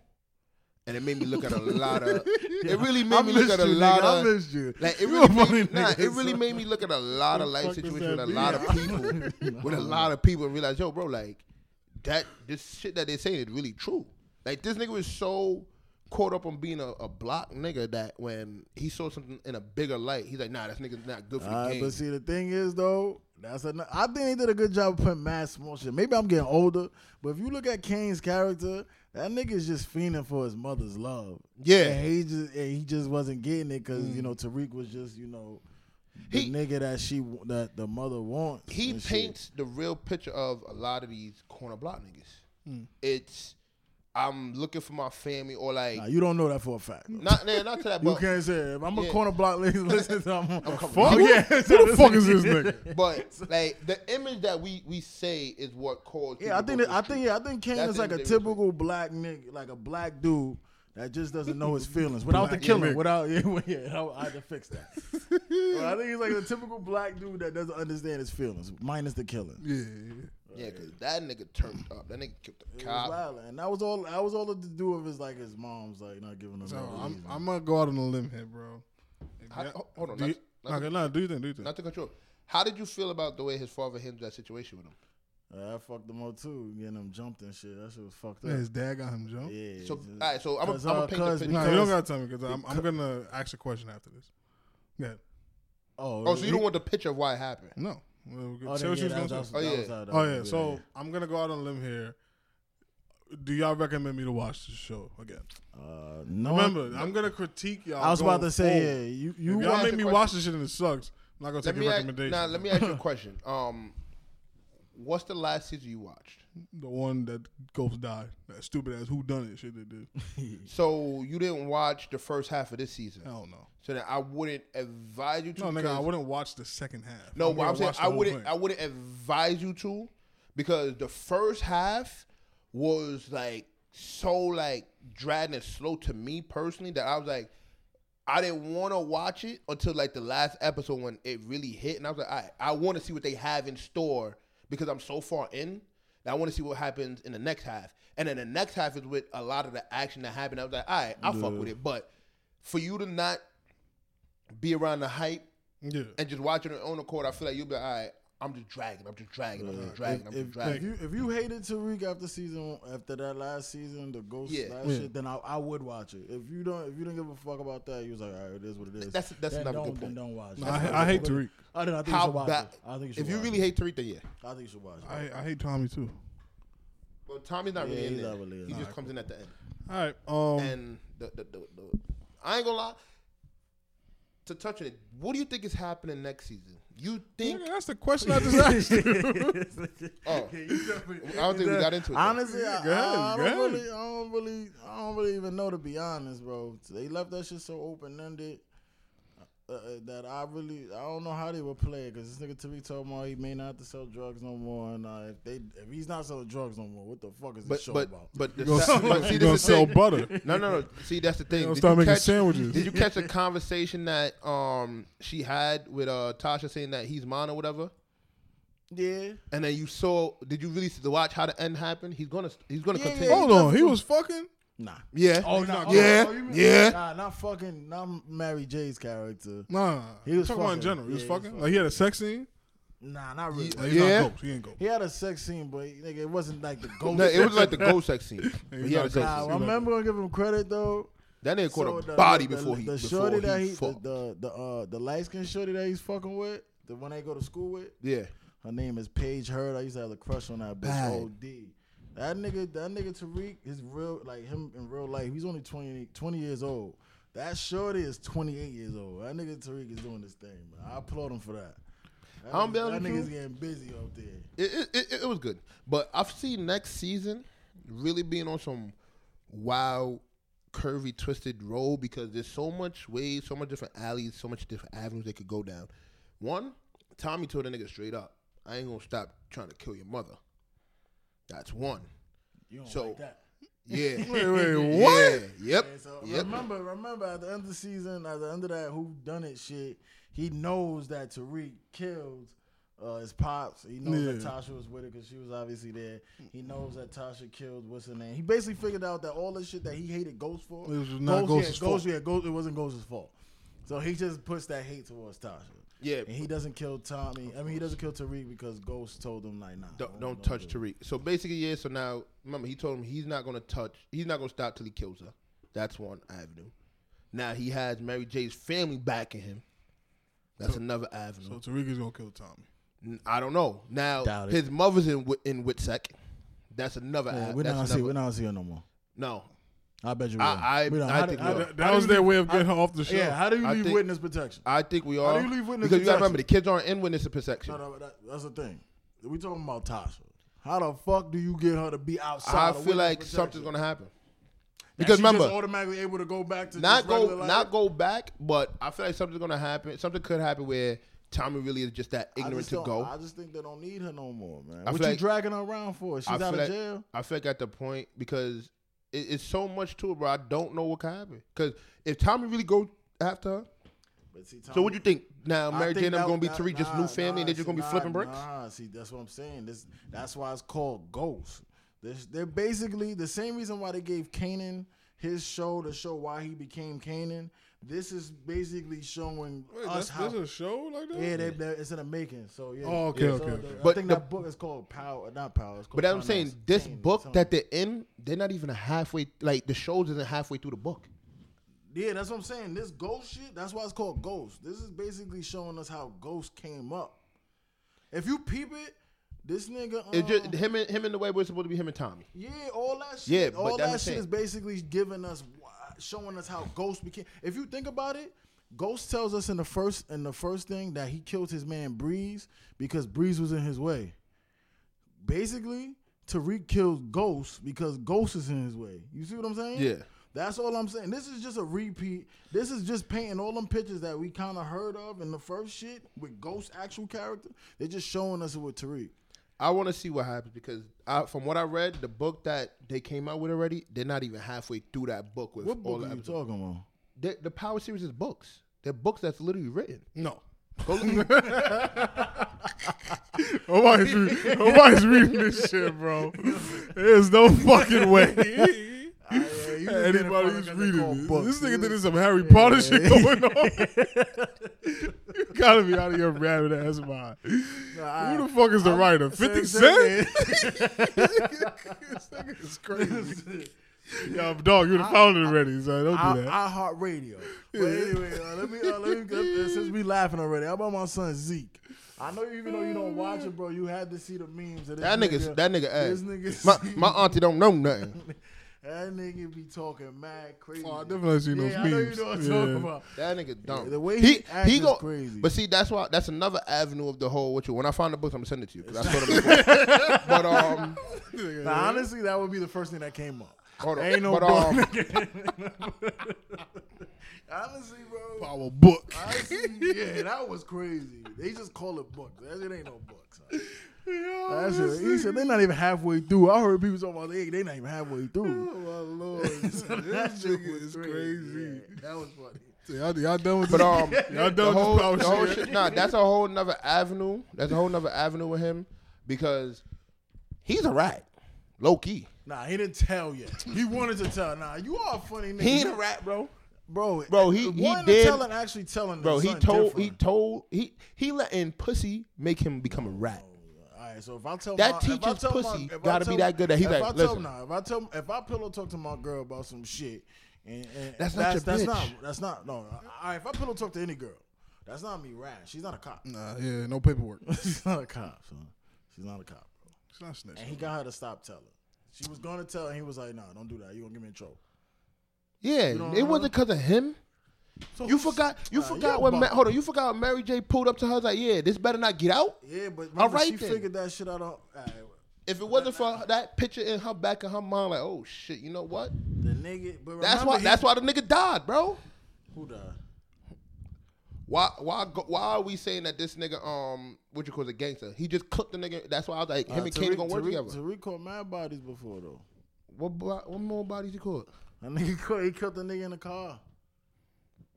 And it made me look at a lot of. It really made
I
me look
missed
at a
you,
lot
nigga. I
of.
missed you.
Like it
You
really,
a funny
made, nah,
nigga,
it really
son.
made me look at a lot of life
fuck does
situations with
that
a lot of people,
mean?
with a lot of people, and realize, yo, bro, like that this shit that they're saying is really true. Like this nigga was so caught up on being a, a block nigga that when he saw something in a bigger light, he's like, nah, this nigga's not good for the
All right,
game.
but see, the thing is though, that's an, I think they did a good job of putting mad small shit. Maybe I'm getting older, but if you look at Kane's character, that nigga's just fiending for his mother's love.
Yeah. Mm.
and he just and he just wasn't getting it because you know Tariq was just you know the
He-
nigga that she w- that the mother wants.
he
and shit.
paints the real picture of a lot of these corner block niggas.
Hmm.
It's I'm looking for my family or like
Nah, you don't know that for a fact. though.
not nah, not to that,
you
but
can't say it. if I'm a
yeah.
corner block. Listen, listen, to him. I'm
Fuck yeah! Who the fuck is this nigga?
But like the image that we we say is what caused.
Yeah, I
people
think
to
that,
go
I
to the
think
street.
yeah, I think Kane
That's
is
the
like a
end of the day,
typical black nigga, like a black dude that just doesn't know his feelings without the
Black
killing.
Rick.
Without yeah, well, yeah, I, I had to fix that. Well, I think he's like a typical black dude that doesn't understand his feelings, minus the killing.
Yeah, yeah.
Yeah, because that nigga turned up. That nigga killed the
It was
cop.
wild, and that was all. That was all it to do with his like his mom's like not giving him.
So
no
I'm
reason.
I'm gonna go out on a limb here, bro.
How- ho- hold on,
Do you,
not- not-
okay, nah, do you think? Do you think?
Not to control. How did you feel about the way his father handled that situation with him?
Uh, I fucked him up too, getting him jumped and shit. That shit was fucked up.
Yeah, his dad got him jumped.
Yeah.
So,
just-
all right, so I'm gonna
Cause,
I'm
uh,
gonna paint the
cause
picture.
No, you don't
because-
gotta tell me because I'm, I'm gonna ask a question after this. Yeah.
oh,
Oh, so you
he-
don't want the picture of why it happened?
No. Well,
Oh,
say what you
yeah, that
was gonna
was- that was-
say.
Oh,
that
yeah.
was- that was-
Oh
that
yeah.
was-
So I'm gonna go out on a limb here. Do y'all recommend me to watch the show again?
Uh, no,
Remember, I'm gonna critique y'all.
I was about
going
to say,
forward.
yeah, you
If
you
y'all
ask
make
a
me
question.
watch this shit and it sucks. I'm not gonna
Let
take
me
your
ask,
recommendation.
now, let me ask you a question. Um, what's the last season you watched?
the one that Ghost died. That stupid ass who done it shit they did.
So you didn't watch the first half of this season.
Hell no.
So then I wouldn't advise you to.
No, nigga,
because-
I wouldn't watch the second half.
No,
I'm
but I'm
gonna
saying
watch the
I
whole
wouldn't.
thing.
I wouldn't advise you to, because the first half was like so like dragging and slow to me personally that I was like, I didn't want to watch it until like the last episode when it really hit, and I was like, I I want to see what they have in store because I'm so far in. that I want to see what happens in the next half, and then the next half is with a lot of the action that happened. I was like, all right, I fuck
Yeah.
with it, but for you to not be around the hype
Yeah.
and just watching it on the court, I feel like you'll be like, all right, I'm just dragging, I'm just dragging, I'm just dragging, I'm
if,
just
if,
dragging.
if you if you hated Tariq after season after that last season, the ghost
Yeah.
last
Yeah.
shit, then I, I would watch it. If you don't if you don't give a fuck about that, you was like, all right, it is what it is.
That's- that's
then
another
don't,
good
Then
point.
don't watch
No,
it.
I, I hate Tariq.
I, don't- I think you
How
should watch
bad?
it. I think you should
If you
watch
really
it.
hate Tariq, then yeah.
I think you should watch it.
I, I hate Tommy too.
Well, Tommy's not
Yeah,
really in
he's
there.
not really in
he
there.
just comes in at the end.
All right. Um.
And the, the, the, the, I ain't gonna lie. To touch on it, what do you think is happening next season? You think?
nigga, that's the question I just asked you.
Oh, I don't think we got into it. though.
Honestly, I-
Yeah, go ahead,
I,
go
don't
ahead.
really, I don't really, I don't really even know to be honest, bro. They left that shit so open ended uh, that I really, I don't know how they would play it. Cause this nigga Tariq told me he may not have to sell drugs no more, and uh, if they, if he's not selling drugs no more, what the fuck is this
but
show
but
about?
but, the,
You gonna,
sa- but see,
you
this
gonna
is the
sell
thing.
butter? You
No, no, no. See, that's the thing.
gonna
Did
start
you
making
catch-
sandwiches?
Did you catch a conversation that um she had with uh Tasha saying that he's mine or whatever?
yeah,
And then you saw. Did you really see- watch how the end happened? He's gonna. He's gonna
Yeah, yeah,
continue.
Hold on, he was fucking.
nah.
Yeah.
Oh, nah, oh,
yeah,
oh, you mean-
yeah.
Nah, not fucking, not Mary J's character.
Nah,
He was
I'm talking about in
fucking.
general. He was
Yeah, he was
fucking. Like he had a sex scene.
Nah, not really.
Like, he's
Yeah.
not ghost. He ain't ghost.
He had a sex scene, but nigga, it wasn't like the ghost.
No, it was like the ghost sex scene.
He's
He had a
not ghost.
sex
Nah,
scene.
I'm never gonna give him credit though.
That nigga
So
caught a
the-
body
the-
before he
the
before
shorty
he
that he the,
fucked.
the the uh the light skinned shorty that he's fucking with, the one they go to school with.
Yeah.
Her name is Paige Heard. I used to have a crush on that bitch.
Bad.
OD. That nigga, that nigga Tariq is real. Like him in real life, he's only 20, 20 years old. That shorty is twenty eight years old. That nigga Tariq is doing this thing. Man. I applaud him for that. That
I'm
nigga-
down
That
with
nigga's
you.
getting busy out there.
It, it, it, it was good. But I've seen next season really being on some wild, curvy, twisted road because there's so much ways, so much different alleys, so much different avenues they could go down. One, Tommy told the nigga straight up, I ain't gonna stop trying to kill your mother. That's one.
You don't
So-
like that.
Yeah.
Wait, wait, what?
Yeah. Yep.
Yeah, so
Yep.
remember, remember at the end of the season, at the end of that who done it shit, he knows that Tariq killed uh, his pops. He knows that
Yeah.
Tasha was with it because she was obviously there. He knows that Tasha killed what's her name. He basically figured out that all the shit that he hated Ghost for
It was not Ghost's
yeah, Ghost,
fault.
yeah, Ghost, it wasn't Ghost's fault. So he just puts that hate towards Tasha.
Yeah.
and he doesn't kill Tommy. I mean, he doesn't kill Tariq because Ghost told him like, nah,
don't, don't touch Tariq. So basically, yeah. So now, remember, he told him he's not gonna touch. He's not gonna stop till he kills her. That's one avenue. Now he has Mary J's family backing him. That's another
So
avenue.
Tariq is gonna kill Tommy.
N- I don't know. Now
Doubt it.
his mother's in Wi- in Witsec. That's another.
Yeah,
ave-
Uh, we're not gonna
uh, that's
see.
another-
We're not gonna see her no more.
No,
I bet you.
I-
will.
I-
We don't-
I
how
think
do-
we
how
will.
do-
That was
do
their
you-
way of getting her off the show.
Yeah, how do you
I
leave
think-
witness protection?
I think we
do
are.
you leave witness
because you gotta
protection?
remember the kids aren't in witness protection.
No, no, that, that's the thing. We talking about Tasha. How the fuck do you get her to be outside?
I
of
feel
witness
like
protection?
something's gonna happen.
That
Because
she
remember,
just automatically able to go back to
not
just
go
regular life?
not go back, but I feel like something's gonna happen. Something could happen where Tommy really is just that
I
ignorant
just
to
don't-
go.
I just think they don't need her no more, man.
I
what
feel
you
like-
dragging her around for? She's
I
out
feel
of
like-
jail.
I feel like at the point because It, it's so much to it, bro. I don't know what could happen. Because if Tommy really go after her,
But see,
so what you think? Now
I
Mary
think
Jane, I'm
that-
gonna be
that-
Tariq, just
nah,
new family, and
nah,
they're just
see,
gonna be
nah,
flipping bricks.
Nah, see, that's what I'm saying. This that's why it's called Ghost. This, they're basically the same reason why they gave Kanan his show to show why he became Kanan. This is basically showing
Wait,
us
that's,
how.
there's a show like that?
yeah, they, they- it's in the making. So yeah.
Oh, okay,
Yeah,
okay.
So
okay.
the- I
But
think
the-
that book is called Power, not Power. It's called
But I'm
Finance,
saying this
Kanan,
book
something.
that they're in, they're not even halfway. Like the shows isn't halfway through the book.
Yeah, that's what I'm saying. This ghost shit, that's why it's called ghost. This is basically showing us how ghost came up. If you peep it, this nigga. Um,
It's just him and him and the way we're supposed to be him and Tommy.
yeah, all that shit.
Yeah, but
all that
that's the
shit
thing.
is basically giving us, wh- showing us how ghost became. If you think about it, ghost tells us in the first in the first thing that he killed his man Breeze because Breeze was in his way. Basically, Tariq kills Ghost because Ghost is in his way. You see what I'm saying?
Yeah.
That's all I'm saying. This is just a repeat. This is just painting all them pictures that we kind of heard of in the first shit with Ghost actual character. They're just showing us it with Tariq.
I want to see what happens because I, from what I read, the book that they came out with already, they're not even halfway through that book with
What
all
book
the
are you
episodes.
talking about?
They- the Power series is books. They're books that's literally written.
No.
Go look-
Nobody's, re- nobody's reading this shit, bro. There's no fucking way. Anybody who's reading this. This nigga did some Harry Potter shit going on. you gotta be out of your rabbit ass mind. Who the fuck is
Uh,
the writer? 50 Cent? this nigga is crazy. Yo, dog, you'd have found it already, so don't do that.
I, Heart Radio. But anyway, uh, let me uh, let me go, since we laughing already. How about my son Zeke? I know even though you don't watch it, bro, you had to see the memes. Of this
that nigga, that nigga
this
ass.
nigga,
My,
Zeke.
my auntie don't know nothing.
that nigga be talking mad crazy.
Oh, I definitely seen
yeah,
those
I know you
memes.
know what I'm
Yeah.
talking about.
That nigga dumb.
the way he act is crazy.
But see, that's why that's another avenue of the whole. What you? When I find the books, I'm gonna send it to you. 'cause I saw them before. but um,
Now, honestly, that would be the first thing that came up.
hold on.
Ain't no
but, um,
Honestly, bro.
Power book.
Honestly, yeah, that was crazy. They just call it books. That shit ain't no books. son. That shit, he said they're not even halfway through. I heard people talking about they they not even halfway through.
Oh my lord,
So
this
that shit
nigga
was
is crazy.
Yeah, that was funny.
So y'all, y'all done with
but
this?
um,
y'all
the
done
whole,
with
the
this
whole
power shit?
shit. Nah, that's a whole nother avenue. That's a whole nother avenue with him because he's a rat, low key.
Nah, he didn't tell yet. He wanted to tell. Nah, you are a funny nigga.
He ain't a rat, bro.
bro.
Bro, he-
wanting
he
to
did-
tell and actually telling.
Bro,
is
he
something
told he
different.
told he he letting pussy make him become a rat.
All right, so if I tell
That
my, if I
teacher's
tell my-
pussy
if I
gotta be
tell-
that good that he's
if
like,
I tell,
"Listen."
Nah, if I tell, if I pillow talk to my girl about some shit, and, and
That's not
that's,
your
that's
bitch.
not that's not no. All right, if I pillow talk to any girl, that's not me. Rash, she's not a cop.
Mm.
Nah, yeah, no paperwork.
She's not a cop, son. She's not a cop, bro.
It's not snitching.
And he got her to stop telling. She was gonna tell, and he was like, "Nah, don't do that. You gonna get me in trouble."
Yeah,
don't
it
know?
wasn't because of him.
So
You
who's-
forgot. You
Nah,
forgot
a
when. Ma-
bum.
hold on. You forgot when Mary J. pulled up to her. Like, yeah, this better not get out.
Yeah, but remember,
All right
she
then.
figured that shit out. On, all right,
If it wasn't for that picture in her back of her mind, like, oh shit, you know what?
the nigga. But
That's
remember
why.
he-
That's why the nigga died, bro.
who died.
Why? Why? go- Why are we saying that this nigga, um, what you call it, a gangster? He just cooked the nigga. That's why I was like, him
Uh,
and Kanan gonna work
Tariq,
together.
Tariq caught mad bodies before though.
What? bo- What more bodies you caught?
That nigga caught, he killed the nigga in the car.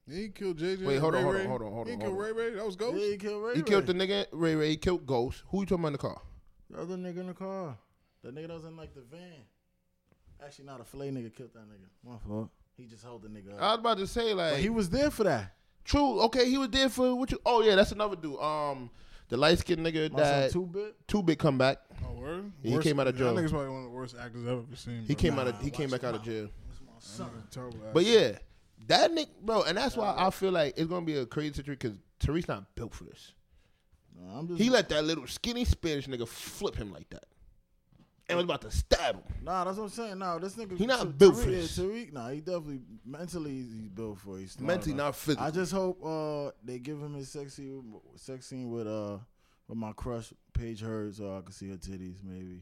He killed JJ.
Wait, hold
Ray
on, hold on,
Ray.
hold on, hold
He
on,
killed
hold
Ray
on.
Ray. That was
Yeah,
Ghost.
he killed Ray.
Oh, He killed the
Ray.
nigga Ray Ray. He killed Ghost. Who you talking about in the car?
the other nigga in the car. The nigga that was in like the van. Actually, not a fillet nigga killed that nigga. My fault. He just held the nigga.
I
Up.
was about to say like
But he was there for that.
True. Okay, he was there for what you. Oh yeah, that's another dude. Um, the light skinned nigga
My son
that
two bit.
two bit come back.
Oh, word?
He came out of jail.
That nigga's probably one of the worst actors I've ever seen.
He
bro.
came
Nah,
out of he came
watch
back out of jail.
That's my
that nigga's
son.
a terrible actor.
But yeah, that nigga, bro, and that's why I feel like it's gonna be a crazy situation because Tariq's not built for this.
Nah, I'm just,
He let that little skinny Spanish nigga flip him like that, and was about to stab him.
nah, that's what I'm saying. Nah, this nigga.
He not
Tariq-
built for
yeah,
this.
Tariq, nah, he definitely mentally he's he's built for. it. He's smart
Mentally,
enough.
not physically.
I just hope uh, they give him his sexy sex scene with uh with my crush Paige Heard so I can see her titties maybe.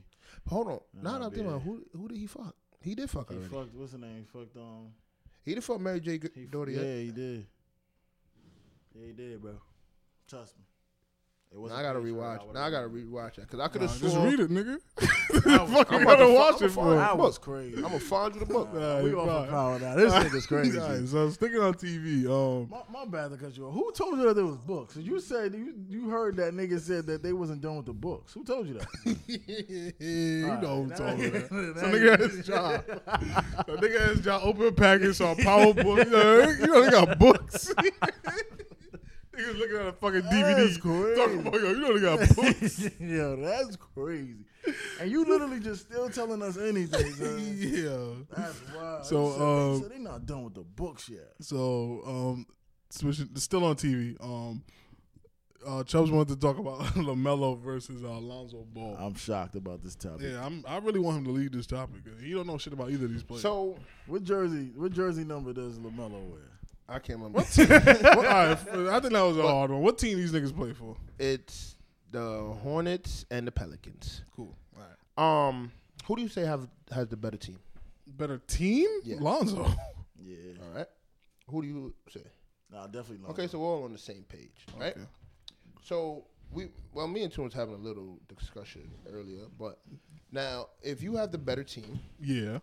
Hold on. Now that I'm thinking,
yeah.
about it, who who did he fuck? He did fuck
He
already.
fucked what's the name? He fucked um
He did fuck Mary J. Gr-
he,
Daughter
Yeah,
yet.
he did. Yeah, he did, bro. Trust me. It
Now I gotta rewatch. Now I gotta rewatch that because I could have
Just
sworn
read it, nigga.
I'm
Fuck, you gotta watch it for.
That was
Look,
crazy.
I'm gonna find you the book.
Nah,
we
you
going for
fine.
power now. This nigga's crazy.
Alright, so uh, sticking on TV. Um,
My, my bad to cut you off. Who told you that there was books? You said you you heard that nigga said that they wasn't done with the books. Who told you that?
you know who told me that.
Now
So
you-
nigga had his job. A nigga had his job. Open a package on PowerPoint. You know, you know they got books. Niggas looking at a fucking
That's
DVD. Talking about yo, you know they got books.
Yo, that's crazy. And you literally just still telling us anything. son.
yeah.
That's wild.
So,
so,
um,
so they not done with the books yet.
So, um, switching still on TV. Um, uh, Chubbs wanted to talk about Lamelo versus uh, Alonzo Ball.
I'm shocked about this topic.
yeah, I'm. I really want him to lead this topic. He don't know shit about either of these players.
So
What jersey? What jersey number does Lamelo wear?
I can't remember.
what team? what, all right, I think that was a hard one. What team these niggas play for?
It's the Hornets and the Pelicans.
Cool. All right.
Um, who do you say have has the better team?
Better team?
Yeah.
Lonzo.
Yeah,
All right. Who do you say?
nah, definitely.
Okay, so we're all on the same page, right?
Okay.
So we, well, me and Tune was having a little discussion earlier, but now if you have the better team,
Yeah.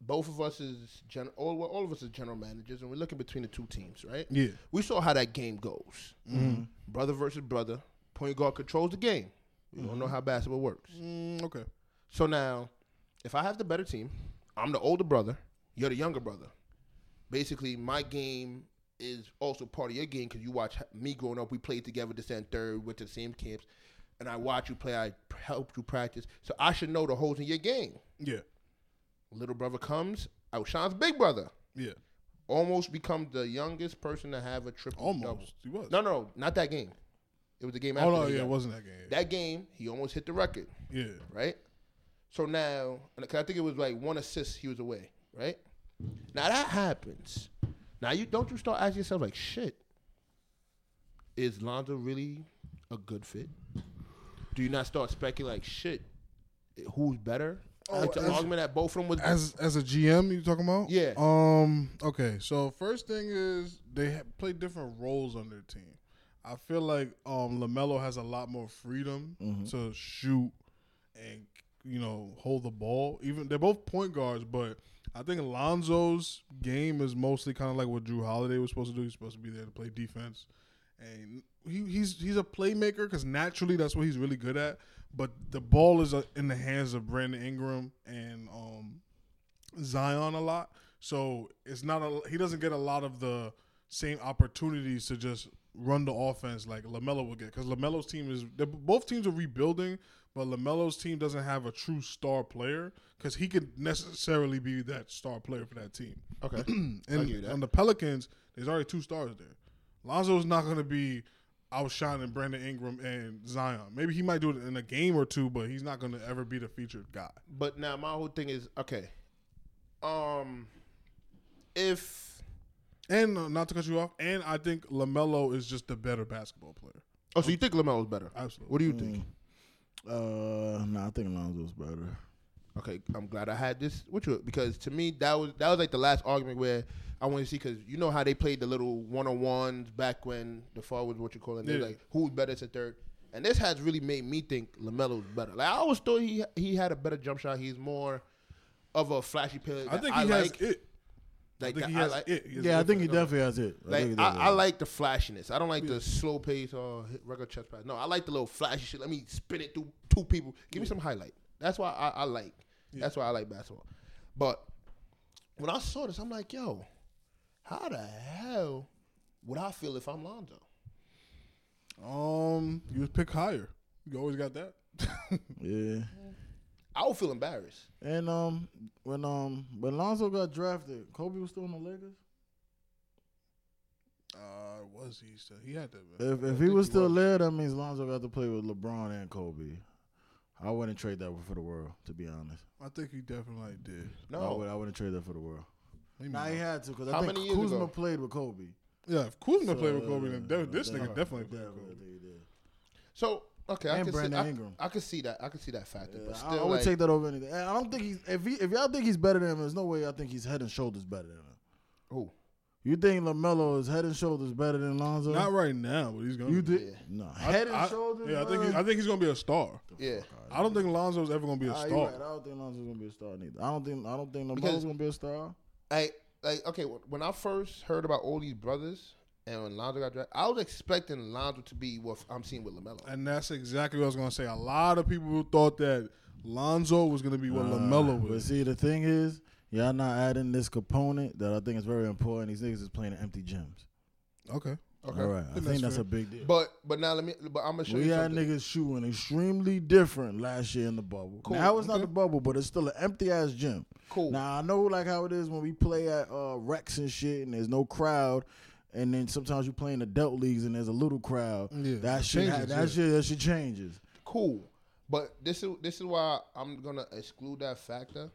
both of us is gen, all, well, all of us is general managers, and we're looking between the two teams, right?
Yeah. Mm-hmm.
We saw how that game goes, brother versus brother. Point guard controls the game. We
Mm-hmm.
don't know how basketball works.
Mm, okay.
So now, if I have the better team, I'm the older brother. You're the younger brother. Basically, my game is also part of your game because you watch h- me growing up. We played together, this and third, went to the same camps, and I watch you play. I p- helped you practice, so I should know the holes in your game.
Yeah.
Little brother comes, outshines big brother.
Yeah.
Almost become the youngest person to have a triple
Almost.
double.
He was.
No, no, not that game. It was the game after.
oh no.
that
Yeah.
game.
It wasn't that game.
that game, he almost hit the record
yeah.
right? So now, and 'cause I think it was like one assist he was away, right? Now that happens. Now you don't you start asking yourself like, shit, is Lonzo really a good fit? Do you not start speculating like, shit, who's better?
Oh,
like to
as-
argument that both of them was
As as a GM, you talking about?
Yeah.
Um. Okay. So first thing is they ha- play different roles on their team. I feel like um Lamelo has a lot more freedom to shoot and you know hold the ball. Even they're both point guards, but I think Lonzo's game is mostly kind of like what Drew Holiday was supposed to do. He's supposed to be there to play defense, and he, he's he's a playmaker because naturally that's what he's really good at. But the ball is uh, in the hands of Brandon Ingram and um, Zion a lot, so it's not a he doesn't get a lot of the same opportunities to just run the offense like Lamelo would get because Lamelo's team is they're- both teams are rebuilding, but Lamelo's team doesn't have a true star player because he could necessarily be that star player for that team.
okay. give you
and
that.
on the Pelicans, there's already two stars there. Lonzo's not going to be outshining Brandon Ingram and Zion. Maybe he might do it in a game or two, but he's not going to ever be the featured guy.
But now my whole thing is okay. Um, if
And uh, not to cut you off, and I think Lamelo is just the better basketball player.
oh, so you think Lamelo is better?
Absolutely.
What do you think?
Uh, nah, I think Lonzo's better.
Okay, I'm glad I had this with you because to me that was that was like the last argument where I want to see because you know how they played the little one on ones back when the far was what you call it. They're
Yeah.
like who's better at third, and this has really made me think Lamelo's better. Like I always thought he he had a better jump shot. He's more of a flashy player.
I
that
think he has
like,
it. I
Like
think
that
he has
like.
it. He has
Yeah, I
it.
think he definitely has it.
Like
think he
I,
does
I
it.
like the flashiness. I don't like the slow pace or hit record chest pass. No, I like the little flashy shit. Let me spin it through two people. Give me some highlight. That's why I, I like. That's why I like basketball. But when I saw this, I'm like, yo, how the hell would I feel if I'm Lonzo?
Um, you was picked higher. You always got that.
Yeah.
I would feel embarrassed.
And um, when um, when Lonzo got drafted, Kobe was still in the Lakers.
uh, was he? Still, he had that. Man.
If if he was still there, that means Lonzo got to play with LeBron and Kobe. I wouldn't trade that for the world, to be honest.
I think he definitely did.
I,
No,
would, I wouldn't trade that for the world.
He
Nah, he had to because I
How
think
many years
Kuzma
ago?
played with Kobe.
Yeah, if Kuzma played with
So,
Kobe, then de-
uh,
this nigga
uh,
definitely played with
definitely,
Kobe.
I think he did.
so okay, I
And
can, see,
Brandon
I,
Ingram.
I can see that. I can see that factor.
Yeah,
but
I, I
still,
would
like,
take that over anything. And I don't think he's if he if y'all think he's better than him, there's no way I think he's head and shoulders better than him.
who?
You think Lamelo is head and shoulders better than Lonzo?
Not right now, but he's gonna.
you
be.
did
Yeah.
no
I-
head and
I-
shoulders.
Yeah, I think he,
man?
I think he's gonna be a star.
Yeah.
I don't think Lonzo's ever gonna be a
Ah, you
star.
right. I don't think Lonzo's gonna be a star neither. I don't think I don't think
Because-
Lamelo's gonna be a star.
Like, like okay, wh- when I first heard about all these brothers and when Lonzo got drafted, I was expecting Lonzo to be what I'm seeing with Lamelo.
And that's exactly what I was gonna say. A lot of people thought that Lonzo was gonna be what Lamelo
But
was.
see, the thing is, y'all not adding this component that I think is very important. These niggas is playing in empty gyms.
Okay.
Okay.
All right, I think
Then that's
that's,
fair.
a big deal.
But but now let me. But I'm gonna show
we
you
had
something.
niggas shooting extremely different last year in the bubble.
Cool,
Now it's not
okay.
the bubble, but it's still an empty ass gym.
Cool.
Now I know like how it is when we play at uh, Rex and shit, and there's no crowd, and then sometimes you play in adult leagues and there's a little crowd.
Yeah, it
that shit, ha-
changes,
that
yeah.
shit, that shit changes.
cool. But this is this is why I'm gonna exclude that factor,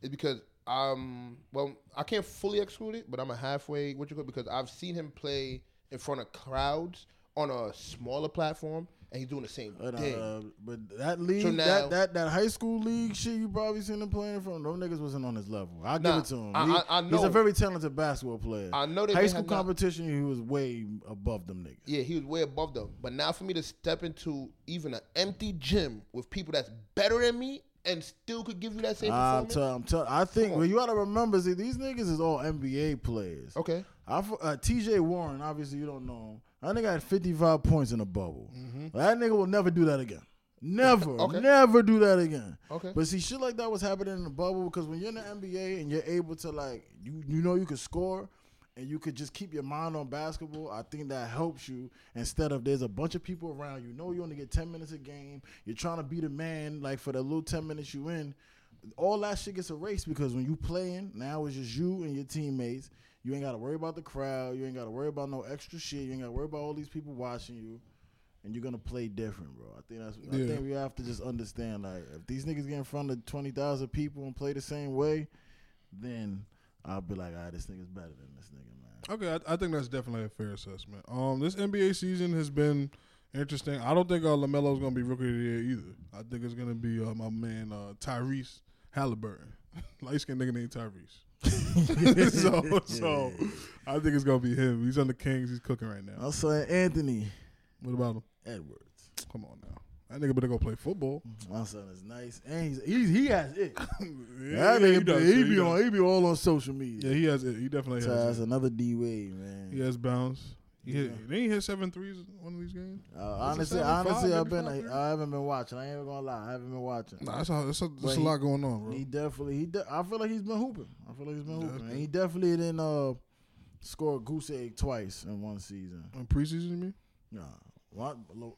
is because um well I can't fully exclude it, but I'm a halfway what you call because I've seen him play in front of crowds on a smaller platform, and he's doing the same
But,
thing.
uh, but that league,
now-
that, that that high school league shit, you probably seen him playing from. Those niggas wasn't on his level. I
Nah,
give it to him.
I-
He-
I- I
He's
know.
a very talented basketball player.
I know that
high
they
school
had not-
competition, he was way above them niggas.
yeah, he was way above them. But now for me to step into even an empty gym with people that's better than me and still could give you that same
I'm
performance.
tell, I'm tell, I think well, you gotta remember, see, these niggas is all NBA players.
okay.
I f uh, T.J. Warren, obviously you don't know him. That nigga had 55 points in a bubble. That nigga will never do that again. Never,
Okay.
never do that again.
Okay.
But see, shit like that was happening in the bubble because when you're in the NBA and you're able to like, you you know you can score. And you could just keep your mind on basketball. I think that helps you instead of there's a bunch of people around. You know you only get ten minutes a game. You're trying to be the man like for the little ten minutes you in all that shit gets erased because when you playing now it's just you and your teammates. You ain't got to worry about the crowd. You ain't got to worry about no extra shit. You ain't got to worry about all these people watching you, and you're gonna play different, bro. I think that's.
Yeah.
I think we have to just understand like if these niggas get in front of twenty thousand people and play the same way, then I'll be like, all right, this nigga's better than this nigga, man.
Okay, I, I think that's definitely a fair assessment. Um, this NBA season has been interesting. I don't think uh, Lamelo's gonna be rookie of the year either. I think it's gonna be uh, my man uh, Tyrese Halliburton, light skinned nigga named Tyrese. so, so I think it's gonna be him. He's on the Kings. He's cooking right now.
I'm saying Anthony
What about him?
Edwards.
Come on now, that nigga better go play football.
My son is nice, and he's, he's he has it.
yeah,
that
yeah,
nigga
he
be-
does,
he,
he
be
does.
on he be all on social media.
Yeah, he has it. He definitely
So that's
has it.
another D Wade, man.
He has bounce. He hit,
Yeah.
didn't he hit seven threes one of these games?
Uh, honestly,
seven, five,
honestly, I've
maybe
been,
five,
like,
three?
I haven't been watching. I ain't even gonna lie, I haven't been watching.
Nah, that's, a, that's, a, that's
But
a
he-
lot going on, bro.
He definitely, he, de- I feel like he's been hooping. I feel like he's been
That's
hooping.
good.
And he definitely didn't uh, score a goose egg twice in one season.
In preseason, you mean?
Nah, what, Lo-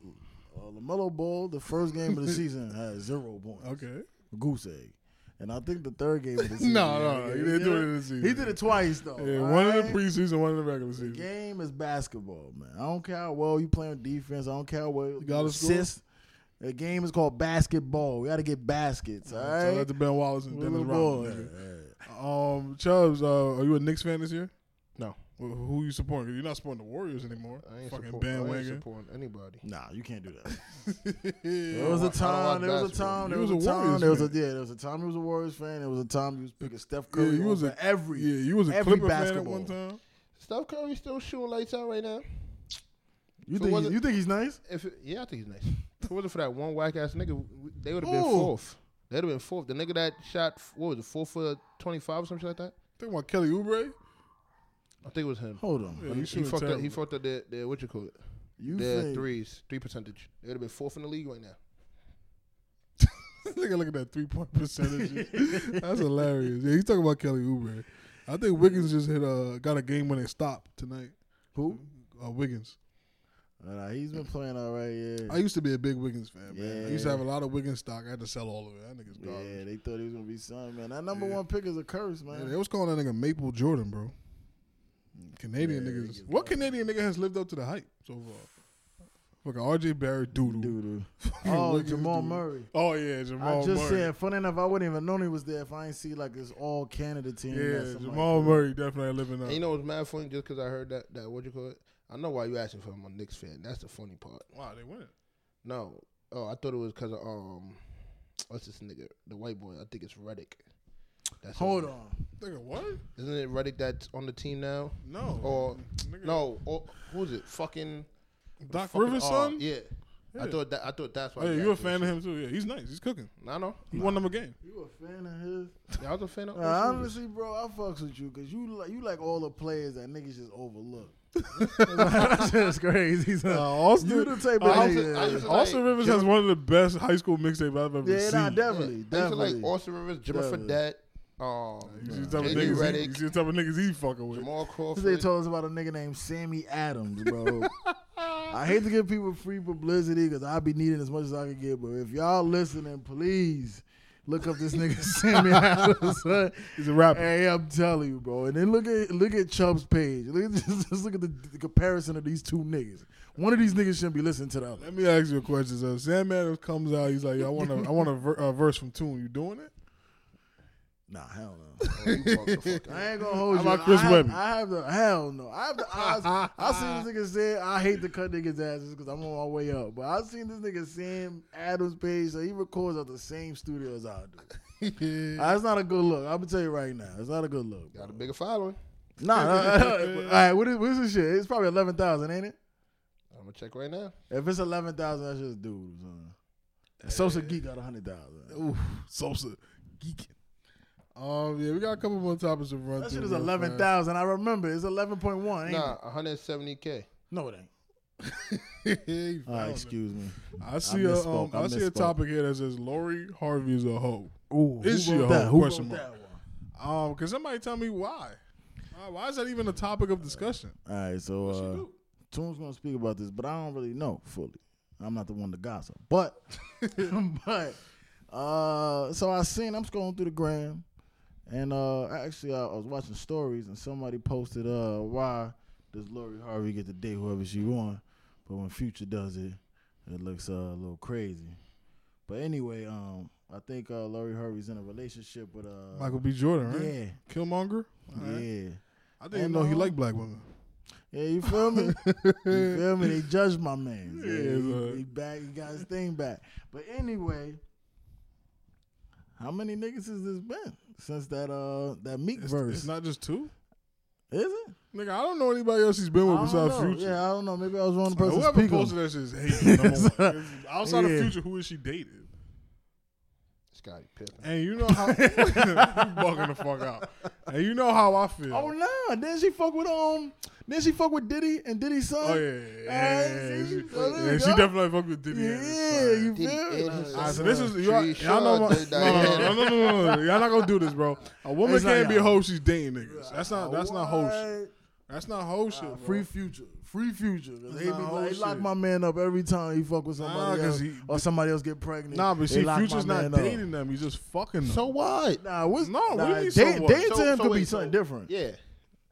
uh, Lamelo Ball, the first game of the season had zero points,
Okay.
goose egg. And I think the third game of the season,
No, no, no. He didn't do it in the season.
He did it twice though.
Yeah,
all
one in the
right?
preseason, one in the regular
The
season.
game is basketball, man. I don't care how well you play on defense. I don't care how well you
gotta score.
assist. The game is called basketball. We got to get baskets, all
Shout out
right?
to Ben Wallace and
Little
Dennis
boy.
Rodman. nigga. Um, Chubbs, uh, are you a Knicks fan this year?
No.
Wh- Who you supporting? You're not supporting the Warriors anymore.
I ain't,
Fucking
support, I ain't
bandwagon.
supporting anybody.
Nah, you can't do that.
yeah.
There was a
wa- I
time.
don't watch
There was a
basketball.
time. There
You
was
was
a
a
time.
Warriors
There was a
fan.
yeah. There was a time you was a Warriors fan. There was a time you was picking Steph Curry.
you was
over
a-
every.
you was a
every
Clipper fan at
basketball.
one time.
Steph Curry still shooting lights out right now.
You
If it
think he-
wasn't-
you think he's nice?
If it, yeah, I think he's nice. If it wasn't for that one whack ass nigga, we- they would have been
Ooh.
fourth. They'd have been fourth. The nigga that shot what was it, four for twenty five or something like that.
Think about Kelly Oubre.
I think it was him.
Hold on.
Yeah,
he,
he shooting
fucked up. He
terrible.
fucked up their, their what you call it?
You
their
think
threes, three percentage. They would have been fourth in the league right now.
Nigga, look at that three point percentage. That's hilarious. Yeah, he's talking about Kelly Oubre. I think Wiggins just hit a got a game when they stopped tonight.
who?
Uh, Wiggins.
Nah, he's been playing all right. Yeah.
I used to be a big Wiggins fan, man. I used to
Yeah.
have a lot of Wiggins stock. I had to sell all of it. That nigga's garbage.
yeah, they thought he was gonna be something, man. That number
Yeah.
one pick is a curse, man.
Yeah, they was calling that nigga Maple Jordan, bro. Canadian
Yeah,
niggas.
niggas
What
got-
Canadian nigga has lived up to the hype so far? Fucking RJ Barrett doodle.
Doo-doo.
Fucking
Oh,
Wiggins
Jamal
doodle.
Murray.
Oh yeah, Jamal
I just
Murray.
said, funny enough, I wouldn't even known he was there if I ain't see like this all Canada team. or
yeah,
something
Jamal
like that.
Murray definitely living up.
And you know what's mad funny? Just because I heard that that what you call it? I know why you asking for him on Knicks fan. That's the funny part.
wow, they win.
No, oh I thought it was because of um, what's this nigga? The white boy. I think it's Reddick. That's
Hold
him.
on.
Nigga, what?
Isn't it Reddick that's on the team now?
No.
Oh,
Or
Nigga,
no? Or who is it? Fucking
Doc
fucking
oh,
Rivers'
R.
son?
Yeah. I
Yeah.
thought that. I thought that's why.
Oh, yeah,
he
you a
got
fan
this.
of him too? Yeah, he's nice. He's cooking.
I know.
He won them a game.
You a fan of his?
Yeah, I was a fan of.
Nah, honestly, bro, I fucks with you because you like you like all the players that niggas just overlook. That's crazy. son.
Uh, Austin-
you the type of
I
used to- I
nigga.
used to-
Austin
like,
Rivers
Jim-
has one of the best high school mixtapes I've ever
Yeah,
seen.
nah, definitely,
I used to
definitely.
like Austin Rivers, Jimmy
Definitely.
Fredette, um,
You see the type of
J.D.
niggas he-
Redick,
you see the type of niggas he fucking with.
Jamal Crawford.
They told us about a nigga named Sammy Adams, bro. I hate to give people free publicity because I be needing as much as I can get, but if y'all listening, please look up this nigga Sammy Adams. son.
He's a rapper.
Hey, I'm telling you, bro. And then look at look at Chubb's page. Look at, just, just look at the, the comparison of these two niggas. One of these niggas shouldn't be listening to the other.
Let me ask you a question. So Sam Adams comes out, he's like, "Yo, I want a, I want a, ver- a verse from Tune. You doing it?
Nah, hell no.
Oh, you bugged the fuck out.
I ain't gonna hold
How
you.
about Chris
I have,
Webby?
I have the hell no. I have the eyes. I seen this nigga say I hate to cut niggas' asses because I'm on my way up. But I seen this nigga Sam Adams page. So he records at the same studio as I do. That's not a good look. I'm gonna tell you right now. It's not a good look. bro.
Got a bigger following.
Nah. nah all right. What is, what is this shit? It's probably eleven thousand, ain't it?
I'm gonna check right now.
If it's eleven thousand, that's just dudes. Huh? Sosa Geek got hundred thousand.
Ooh, Sosa, geeking. Um, yeah, we got a couple more topics to run
That
through.
shit is
real
eleven
fast.
thousand. I remember it's eleven point one.
Nah, 170k.
No, it ain't.
He
All right,
found it.
excuse me.
I see a, um,
misspoke. I
I see a
misspoke.
topic here that says Lori Harvey is a hoe.
Ooh,
Is she
wrote
a
that?
hoe?
Who
Question
wrote
mark.
that one?
Um, can somebody tell me why? Uh, why is that even a topic of discussion?
All right, so
she
uh,
do?
Toon's gonna speak about this, but I don't really know fully. I'm not the one to gossip, but but uh, so I seen I'm scrolling through the gram, and uh, actually I, I was watching stories, and somebody posted uh, why does Lori Harvey get to date whoever she want, but when Future does it, it looks uh, a little crazy. But anyway, um, I think uh, Lori Harvey's in a relationship with uh,
Michael B. Jordan, right?
yeah,
Killmonger. All right.
yeah.
I didn't
And,
know he
um,
liked black women.
Yeah, you feel me? you feel me? They judged my man. Yeah,
Yeah,
he-
but-
he, back. He got his thing back. But anyway, how many niggas has this been since that uh that Meek
It's,
verse?
it's not just two.
Is it?
Nigga, I don't know anybody else he's been
I
with
don't
besides
know.
Future.
Yeah, I don't know. Maybe I was wrong person. to
Whoever
speak on.
posted that shit is hating. number one. It's Outside
Yeah.
of Future, who is she dated?
Scotty Pippen.
And you know how you bugging the fuck out. And you know how I feel.
Oh nah, then she fuck with um, then she fuck with Diddy and Diddy's son.
Oh, yeah, yeah, yeah, yeah,
Hey,
yeah.
see,
She,
so there
yeah,
you
she
go.
definitely fuck with Diddy. and his
Yeah,
son.
you
Diddy
feel
and
me?
his
All right, so
son.
this is y'all,
She
y'all know
sure
my,
did
no,
that.
no, no, no, no, no, no. y'all not gonna do this, bro. A woman
It's not
can't be a
y'all.
hoe. She's dating niggas. That's not that's not hoe shit.
What?
That's not hoe shit. bro.
Free future. Free future. 'Cause
That's
They, be
not whole
like, they lock
shit.
my man up every time he fuck with somebody
'cause
else
he-
or somebody else get pregnant.
Nah, but
They
see,
lock my
Future's not
man up.
dating them. He's just fucking them.
So what?
Nah, what's
No, what
Nah,
do you mean, so
date,
what?
dating
So-
to him
so
could
wait,
be
so-
something different.
Yeah.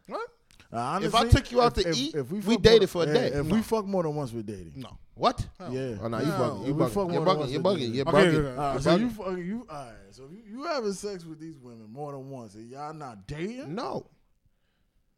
what?
Nah,
If
honestly,
I took you out
if-
to
if-
eat,
if we,
we
fuck
dated
more-
for a
yeah,
day.
If we fuck more than once, we're dating.
No.
What?
Yeah.
Oh no, you
No,
bugging. You
we fuck
bugging. You're
one of us
bugging.
to
You're
do
bugging.
it.
You're
Okay,
bugging.
okay.
All right,
You're
Ah, so
bugging.
you fuck you. All right, so you, you having sex with these women more than once, and y'all not dating?
No.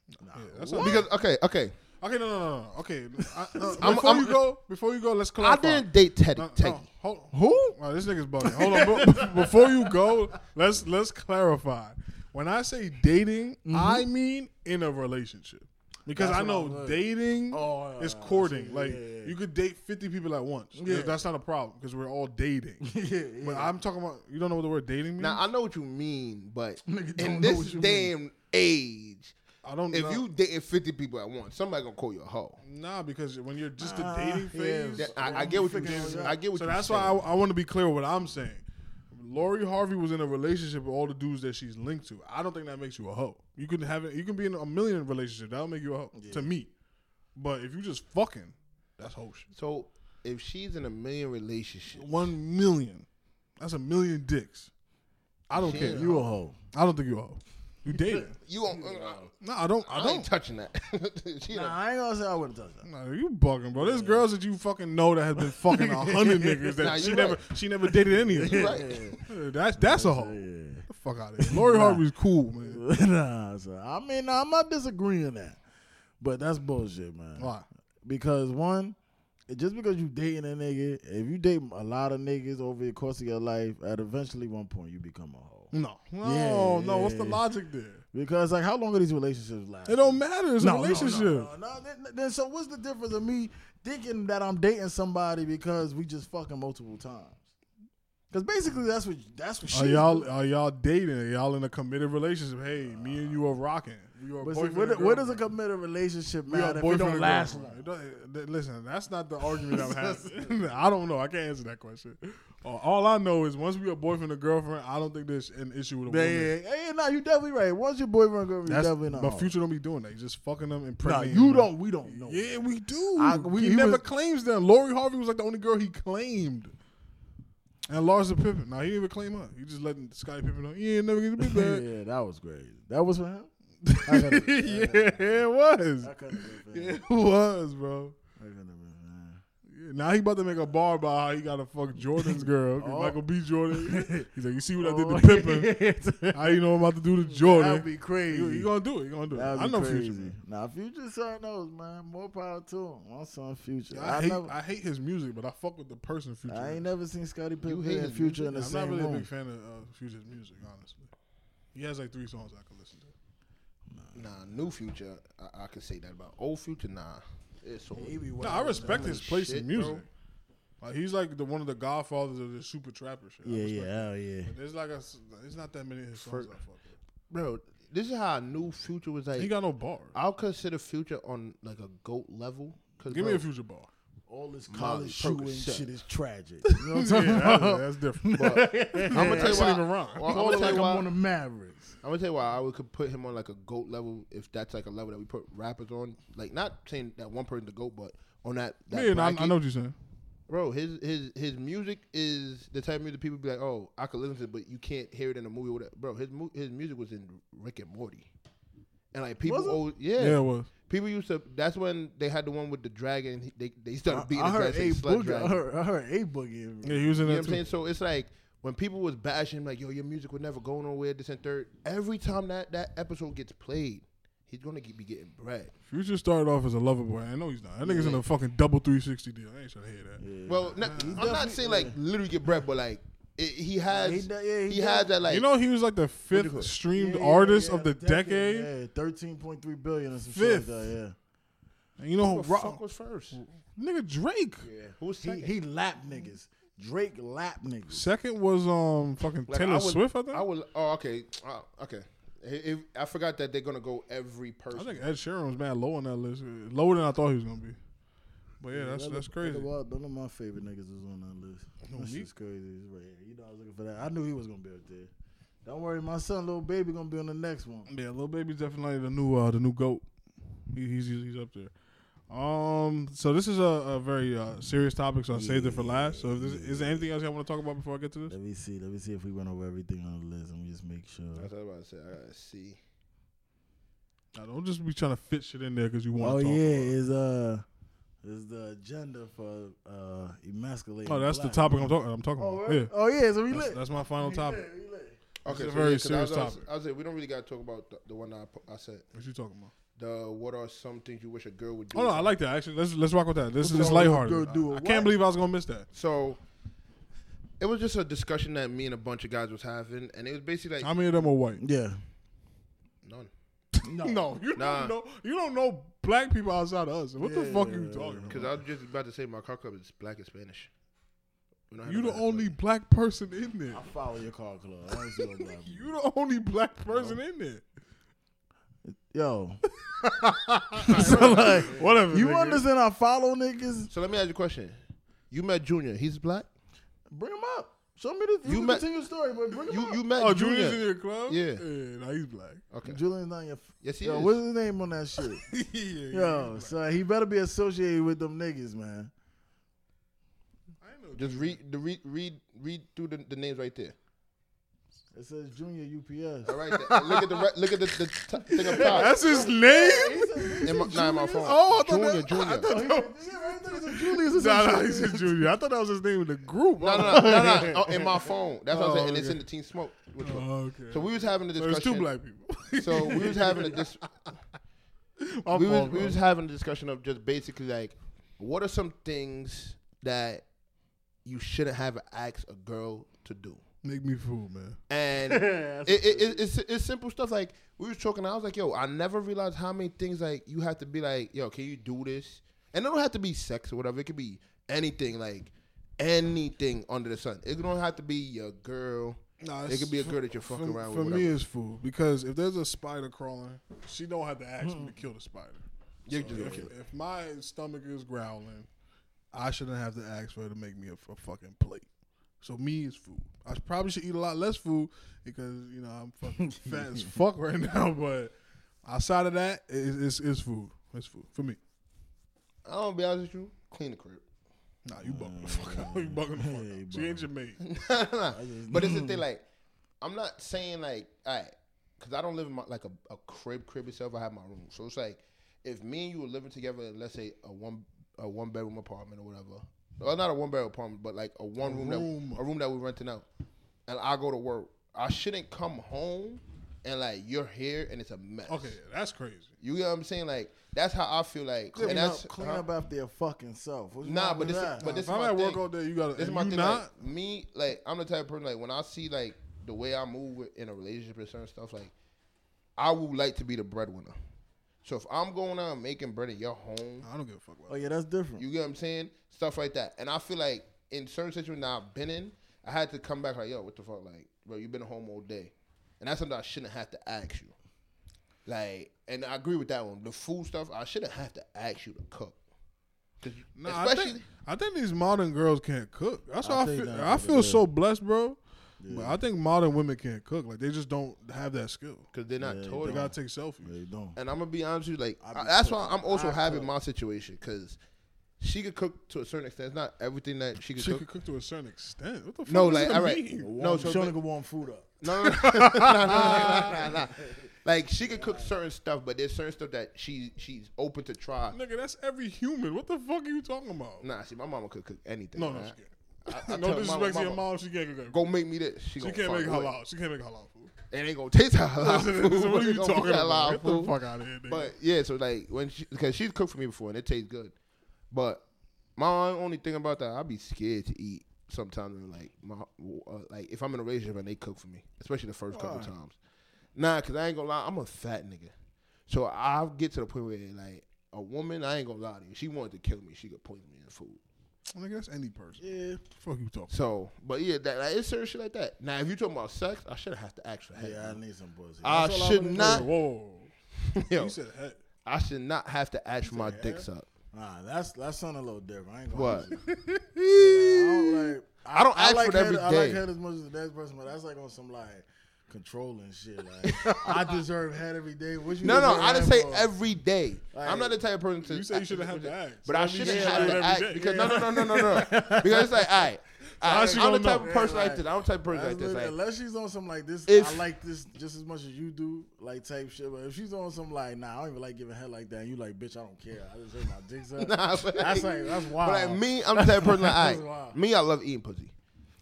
Yeah, that's a-
Because okay, okay.
Okay, no, no, no, no. Okay, I, no,
I'm-
before
I'm-
you go, before you go, let's
I
clarify.
didn't date Teddy.
Uh-uh.
No,
Teddy.
no,
Mm-hmm.
hold, who? Wow, this nigga's bugging. Hold on. be- before you go, let's let's clarify. When I say dating,
Mm-hmm.
I mean in a relationship. Because
That's
I
what
know
I'm saying.
dating
Oh, yeah,
is
yeah, I see.
courting. like
Yeah, yeah, yeah.
you could date fifty people at once.
Yeah.
That's not a problem because we're all dating.
yeah,
But I'm talking about you don't know what the word dating means.
Now I know what you mean, but
Nigga don't
in
know
this
what you
damn age,
I don't.
if
know.
you dating fifty people at once, somebody gonna call you a hoe.
nah, because when you're just the
Ah,
dating
yeah.
phase,
That- I, I get what you
Figuring it
mean.
out.
I get what
so
you.
that's
saying.
why I, I want to be clear what I'm saying. Lori Harvey was in a relationship with all the dudes that she's linked to. I don't think that makes you a hoe. You can have it, you can be in a million relationship. That'll make you a hoe to me. But if you just fucking, that's hoe shit.
So if she's in a million relationship,
One million, that's a million dicks. I don't care.
you a hoe.
I don't think you a hoe. You dated?
you don't.
no, I don't. I
I ain't
don't.
touching that. She in a-
Nah, I ain't gonna say I wouldn't touch that.
Nah, you bugging, bro. There's girls that you fucking know that have been fucking a hundred niggas that
Nah,
she
you
never she never dated any of them.
right.
That's that's a hoe. Get the fuck out of here. Lori Harvey's cool, man.
nah, son. I mean, nah, I'm not disagreeing that, but that's bullshit, man.
Why?
Because one, just because you dating a nigga, if you date a lot of niggas over the course of your life, at eventually one point you become a hoe.
No, no,
Yeah,
no. What's the
yeah.
logic there?
Because like, how long are these relationships last?
It don't matter. It's a relationship.
No, no, no. Then, then so what's the difference of me thinking that I'm dating somebody because we just fucking multiple times? Because basically that's what that's what she.
Are y'all are y'all dating? Are y'all in a committed relationship? Hey, me and you are rocking. You are
But see,
boyfriend
what,
and
what does a
girlfriend.
committed relationship
We are
matter if it
boyfriend
don't
and
last long?
girlfriend. It don't- th- Listen, that's not the argument I'm having. I don't know. I can't answer that question. Uh, all I know is once we are boyfriend and girlfriend, I don't think there's an issue with a
Yeah,
woman.
yeah, yeah, yeah, no, you definitely right. Once your boyfriend and girlfriend, you
That's,
definitely not.
but future don't be doing that. He's just fucking them and
no,
pregnant.
you don't. We don't know.
Yeah, we do.
I- we-
he,
he
never
was-
claims them. Lori Harvey was like the only girl he claimed. And Larsa Pippen. Now he didn't even claim her. He just letting Scottie Pippen know. He ain't never gonna be back.
yeah, that was crazy. That was for him. I
yeah,
gotta- I
it was.
That couldn't have been.
Yeah,
for him.
It was, bro.
That couldn't have been for him.
Yeah, Now he about to make a bar about how he got to fuck Jordan's girl, 'cause
Oh.
Michael B. Jordan. He's like, you see what I did
Oh,
to Pippen?
yeah.
How you know I'm about to do to
That'd
Jordan?
be crazy.
You, you gonna do it? You gonna do it?
That'd
I
be
know
crazy.
Future. Man.
Nah, Future son knows, man. More power to him. My son Future.
Yeah, I,
I,
hate,
never, I,
I hate his music, but I fuck with the person Future.
ain't
is.
never seen Scotty Pippen
hate
and
his
Future
music?
in the
I'm not
same
really a
room.
big fan of uh, Future's music, honestly. He has like three songs I can listen to.
Nah, new future, I, I could say that about old future. Nah, it's so
No, I respect his place
Shit,
in music.
bro.
Like he's like the one of the godfathers of the super trapper shit. I
Yeah,
respect
yeah, hell yeah.
it. There's like a, s- there's not that many of his songs I fuck with.
bro. This is how I knew future was like.
He got no bars.
I'll consider future on like a goat level. 'cause,
Give
bro,
me a future bar.
All this
Molly
college shooting
Percocet.
shit is tragic. You know what I'm saying?
Yeah, that's, that's different.
But I'm gonna tell you
That's
why.
not even wrong.
Well, I'm
All
gonna tell
like
you
I'm
why.
on the Mavericks.
I'm gonna tell you why I would could put him on like a goat level if that's like a level that we put rappers on. Like not saying that one person the goat, but on that. that
Yeah, no, I, I
bracket.
know what you're saying.
Bro, his his his music is the type of music people be like, oh, I could listen to, it, but you can't hear it in a movie. Or whatever. Bro, his mu- his music was in Rick and Morty, and like people,
Was it?
always, yeah,
Yeah, it was.
people used to. That's when they had the one with the dragon. he- They they
I,
started beating.
I
his
heard
ass
a
and slut
boogie. I
dragon.
heard, I heard a boogie.
Yeah, he was in there
You know what I'm saying?
too.
So it's like when people was bashing him, like, yo, your music would never go nowhere. This and third. Every time that that episode gets played, he's gonna get, be getting bread.
Future started off as a lover boy. I know he's not. That nigga's in a fucking double 360 deal. I ain't trying to hear that.
Well, no, I'm not
definitely-
saying like literally get bread, but like it, he has
he
he,
de- yeah, he
has
de-
that like
you know, he was like the
you call
fifth
it?
streamed
Yeah, yeah,
artist
yeah,
of the decade.
Yeah, thirteen point three billion or some
Fifth.
shit like that.
And you know,
Who
who
the
rock-
fuck was first?
nigga Drake.
Yeah. Who was
Yeah,
second?
he he lap niggas. Drake lap niggas.
Second was um fucking
Like,
Taylor
I would-
Swift. I think. I,
I would. Oh, okay. Uh, okay. If, I forgot that they're gonna go every person.
think Ed Sheeran was mad low on that list, lower than I thought he was gonna be. But yeah, that's that's crazy.
None of my favorite niggas was on that list.
No,
That's
me-
just crazy. It's right here. You know I was looking for that. I knew he was gonna be up there. Don't worry, my son, little baby, gonna be on the next one.
Yeah, Lil Baby's definitely the new uh, the new goat. He, he's he's he's up there. Um, so this is a, a very uh, serious topic, so I saved it for last. So if this, is there anything else y'all want to talk about before I get to this?
Let me see. Let me see if we went over everything on the list. Let me just make sure.
That's what I was about to say. I gotta see.
Nah, don't just be trying to fit shit in there because you want.
Oh
to
yeah,
talk about it.
is uh, is the agenda for uh emasculating?
Oh, that's the
black
topic I'm
men.
talking. I'm talking
Oh,
about.
really?
Yeah,
oh yeah, so we
that's,
lit.
that's my final
We
topic.
lit, we lit.
That's
Okay,
a very
'cause I was-
serious
I was,
topic.
I was like, we don't really gotta talk about the, the one that I, pu- I said.
What you talking about?
The what are some things you wish a girl would do?
Oh no, I like that. Actually, let's let's rock with that. This
What's
is
wrong with
lighthearted.
girl do
I,
a
I can't
what?
believe I was gonna miss that.
So it was just a discussion that me and a bunch of guys was having, and it was basically like
How many of them are white?
Yeah.
none.
No, you
Nah.
don't know. You don't know black people outside of us. What the
Yeah,
fuck
yeah,
are you
yeah,
talking
Because
about?
I was just about to say my car club is black and Spanish. We don't have
You the
nobody-
only black person in there.
I follow your car club. I ain't see no black man.
You the only black person in there.
Yo,
so like, whatever.
you
nigga.
understand? I follow niggas.
So let me ask you a question. You met Junior. He's black.
Bring him up. Show me the
You
you
met-
continue story, but bring him
You
up.
you met
Oh,
Junior.
Junior's in your club.
Yeah.
yeah nah, he's black.
Okay.
Julian's not your.
Yes, he
Yo,
is.
what's his name on that shit?
yeah,
Yo,
yeah, he's black.
so he better be associated with them niggas, man.
I ain't know
Just
Junior.
read the read read read through the, the names right there.
It says Junior UPS.
All right. there. look at the re- look at the, the t- thing up top.
That's his name.
In my, nah, in my phone.
Oh, I thought
Junior,
that-
Junior.
Oh, he- yeah, right there, it says Julius or
Nah,
some
nah,
shit.
he said Junior. I thought that was his name in the group.
No, no, no, no, no. Oh, in my phone. That's what I'm
Oh,
saying. And it's
okay.
in the Teen Smoke. Which one?
Oh, okay.
So we was having a
So there's
discussion.
two black people.
So we was having a dis-
I'm
we was
wrong,
we
bro.
was having a discussion of just basically like What are some things that you shouldn't have asked a girl to do?
Make me fool, man.
And it,
That's
it, it, it's, it's simple stuff. Like we were talking, I was like, yo, I never realized how many things like you have to be like, yo, can you do this? And it don't have to be sex or whatever. It could be anything, like anything under the sun. It don't have to be your girl.
Nah,
It could be a girl that you're
for,
fucking around
For
with.
me,
whatever.
it's fool because if there's a spider crawling, she don't have to ask me to kill the spider.
You're
So
just gonna
if,
kill it.
if my stomach is growling, I shouldn't have to ask for her to make me a, a fucking plate. So me is food. I probably should eat a lot less food because you know I'm fucking fat as fuck right now. But outside of that, it, it's it's food. It's food for me.
I don't be honest with you. Clean the crib.
Nah, you bugging the fuck out. You bugging the fuck
Yeah, you
out. She ain't your mate.
but it's the thing, like, I'm not saying like, all right, because I don't live in my like a, a crib crib itself. I have my room, so it's like if me and you were living together, in, let's say a one a one bedroom apartment or whatever, well, not a one bedroom apartment, but like a one room,
room.
That, a room that we're renting out, and I go to work, I shouldn't come home and like you're here and it's a mess.
Okay, that's crazy.
you get what I'm saying? Like that's how I feel like,
Clean,
and that's
up, clean
huh?
up after your fucking self. What's
Nah,
wrong
but
with
this-
that?
but this-
if I'm
my
at work
thing.
all day, you gotta.
This is
and
my
you
thing.
Not,
Like, me, like I'm the type of person like when I see like the way I move with- in a relationship and certain stuff, like I would like to be the breadwinner. So if I'm going out and making bread at your home,
I don't give a fuck about.
oh yeah, that's different.
you get what I'm saying? Stuff like that. And I feel like in certain situations that I've been in, I had to come back like, yo, what the fuck? Like, bro, you've been home all day. And that's something I shouldn't have to ask you. Like, and I agree with that one. The food stuff, I shouldn't have to ask you to cook. 'Cause you-
Nah, I think, I think these modern girls can't cook. That's
I
why I
think
feel.
that's
I
what it
feel
is.
so blessed, bro. But I think modern women can't cook. Like they just don't have that skill.
Cause they're not
Yeah,
told
They
it.
gotta take selfies.
They don't.
And I'm gonna be honest with you, like
I be
I, that's why
cooking.
I'm also
I
having
cook.
my situation because she could cook to a certain extent. It's not everything that she could
She
cook.
could cook to a certain extent. What the fuck?
No,
does
like
that
all right,
mean?
no, so
show
but-
nigga warm food up.
no, no, no, no, no, no, no, no. Like she could cook certain stuff, but there's certain stuff that she she's open to try.
nigga, that's every human. What the fuck are you talking about?
Nah, see, my mama could cook anything.
No, no,
man.
she
I- I
can't.
tell
no
mama,
disrespect to your
"Mama,
mom, she can't cook.
Go make me this. She,
She
gonna
can't make
find a way.
halal. She can't make halal food.
It ain't gonna taste halal. food.
so what are
It
you
gonna be
talking
halal
about? Get the
food.
fuck out of here, nigga.
But yeah, so like when she because she's cooked for me before and it tastes good, but my only thing about that, I'd be scared to eat sometimes. when, Like my uh, like if I'm in a relationship and they cook for me, especially the first couple times. Nah, cause I ain't gonna lie, I'm a fat nigga, so I'll get to the point where like a woman, I ain't gonna lie to you, she wanted to kill me, she could poison me in food.
nigga, that's any person.
Yeah.
Fuck you talking.
So, but yeah, that like, it's certain shit like that. Now, if you talking about sex, I should have to ask for help.
Yeah, I need some pussy.
I
That's all
should
wanna
not-
about? Whoa.
Yo,
You said heck.
I should not have to ask for my dick sucked.
do. Nah, that's that's something a little different. I ain't gonna.
What?
lie to you. Yeah, I don't like.
I don't ask for
like
it
head,
every
I like
day.
head as much as the next person, but that's like on some like controlling shit. Like I deserve head every day. What you
No, no,
deserve
I didn't
head
say
for?
every day.
Like,
I'm not the type of person to.
uh, You said you shouldn't have to ask.
But I
That means
shouldn't
you
have
do it
to
every
act
day.
because
Yeah.
no, no, no, no, no, no. because it's like, all right,
how
I,
she
I'm the
gonna
type
know?
of person
Yeah,
like this. I'm the type of person
That's
like this.
literally-
Like,
unless she's on some like this, I
If-
like this just as much as you do, like type shit. But if she's on some like, nah, I don't even like giving head like that. And you like, bitch, I don't care. I just hurt my dick's up.
Nah, but
that's
like-
like that's
but
wild.
like me, I'm the type of person like, all
That's
right,
wild.
me, I love eating pussy.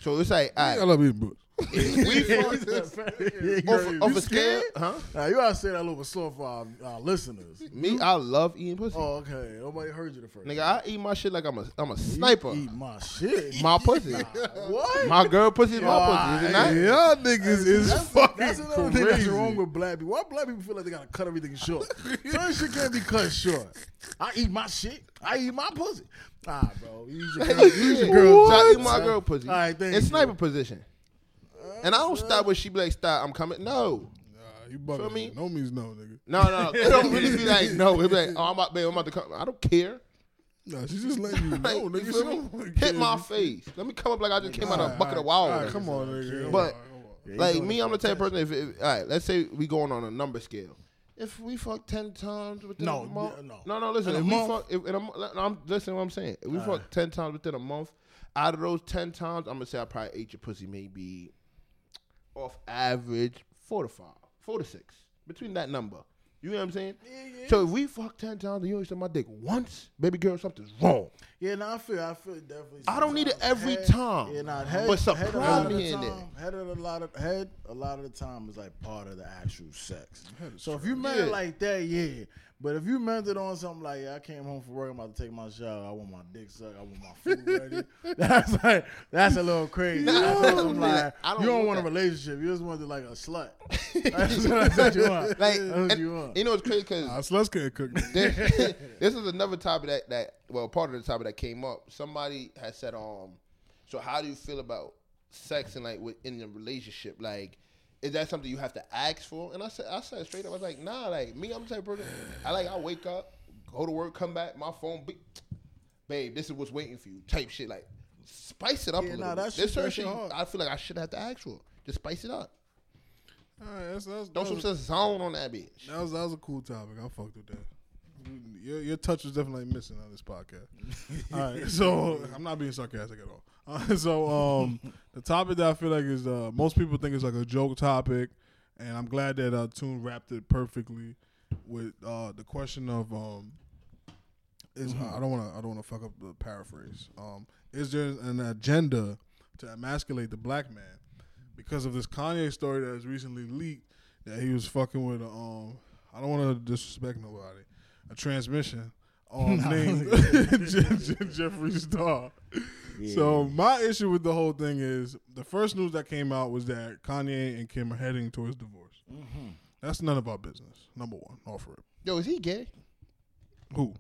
So it's like, all
I
right,
love eating boots.
if we
He's a
fuck
fat- you
off, off a scale,
scared?
huh?
Now you gotta say that a little bit slow for our, our listeners.
Me, I love eating pussy.
Oh, okay. Nobody heard you the first.
Nigga, I eat my shit like I'm a, I'm a
You
sniper.
Eat my shit.
My pussy,
what?
my girl pussy, is my
Why?
pussy. Is it not?
Y'all niggas is
that's,
fucking
that's another
crazy.
thing that's wrong with black people. Why black people feel like they gotta cut everything short? Certain shit can't be cut short. I eat my shit. I eat my pussy. Nah, bro. You use your girl. You use your girl.
So I eat
pussy,
my
son.
girl pussy.
All right, thank
in
you.
sniper position. And I don't stop when she be like, stop, I'm coming. No.
Nah, you bugging.
Feel me?
No means no, nigga.
No, no. It don't really be like, no. It be like, oh, I'm about, babe, I'm about to come. I don't care.
Nah, she's just letting you know,
Like,
nigga.
you
She
feel me?
don't wanna
Hit
care.
my face. Let me come up like I just came out of a
Alright,
bucket of
alright,
wild.
come on, nigga.
But-
Come on, come on.
Yeah, you
Like
doing
me,
it
I'm the
for
type of
attention.
person. If, if all right, let's say we going on a number scale. If we fuck ten times within
No,
a month,
no.
no, no.
In
Listen,
a
if we
month?
fuck, if, in a, mo- I'm listen. to What I'm saying, if we fuck ten times within a month, out of those ten times, I'm gonna say I probably ate your pussy maybe off average four to five, four to six between that number. You know what I'm saying? So if we fuck ten times and you only suck my dick once, baby girl, something's wrong.
Yeah, nah, I feel, I feel definitely.
I don't need it
sometimes.
every
Head-
time.
Yeah, nah, head,
But
head a lot of the
surprise me in
time- Head a lot of head a lot of the time is like part of the actual sex. So if you mad
Yeah.
like that, yeah. But if you meant it on something like I came home from work, I'm about to take my shower. I want my dick sucked. I want my food ready. that's like that's a little crazy.
Nah,
That's-
I
I'm
don't
like,
want
you don't
that.
want a relationship. You just want to like a slut. that's, that's what you want.
Like,
that's what
and-
you want.
you know, it's crazy because
Nah, sluts can't cook.
this, this is another topic that that well, part of the topic that came up. Somebody has said, um, so how do you feel about sex and like within the relationship? Like, is that something you have to ask for? And I said, I said straight up, I was like, nah, like me, I'm the type of person. I like, I wake up, go to work, come back, my phone, be, babe, this is what's waiting for you, type shit. Like, spice it up
Yeah,
a little.
nah, that
bit.
shit-
This
that
certain
shit
shit,
hard.
I feel like I shouldn't have to ask for. Just spice it up.
All right, that's, that's,
Don't
that,
some
was,
sense zone on that bitch.
that was that was a cool topic. I fucked with that. Your, your touch was definitely missing on this podcast. all right, so I'm not being sarcastic at all. Uh, so um, the topic that I feel like is uh, most people think is like a joke topic, and I'm glad that uh, Tune wrapped it perfectly with uh, the question of um, is I don't want to I don't want to fuck up the paraphrase. Um, is there an agenda to emasculate the black man because of this Kanye story that was recently leaked that he was fucking with? Um, I don't want to disrespect nobody. A transmission um, named Je- Je- Jeffree Star. So my issue with the whole thing is the first news that came out was that Kanye and Kim are heading towards divorce. That's none of our business. Number one, off rip.
Yo, is he gay?
Who?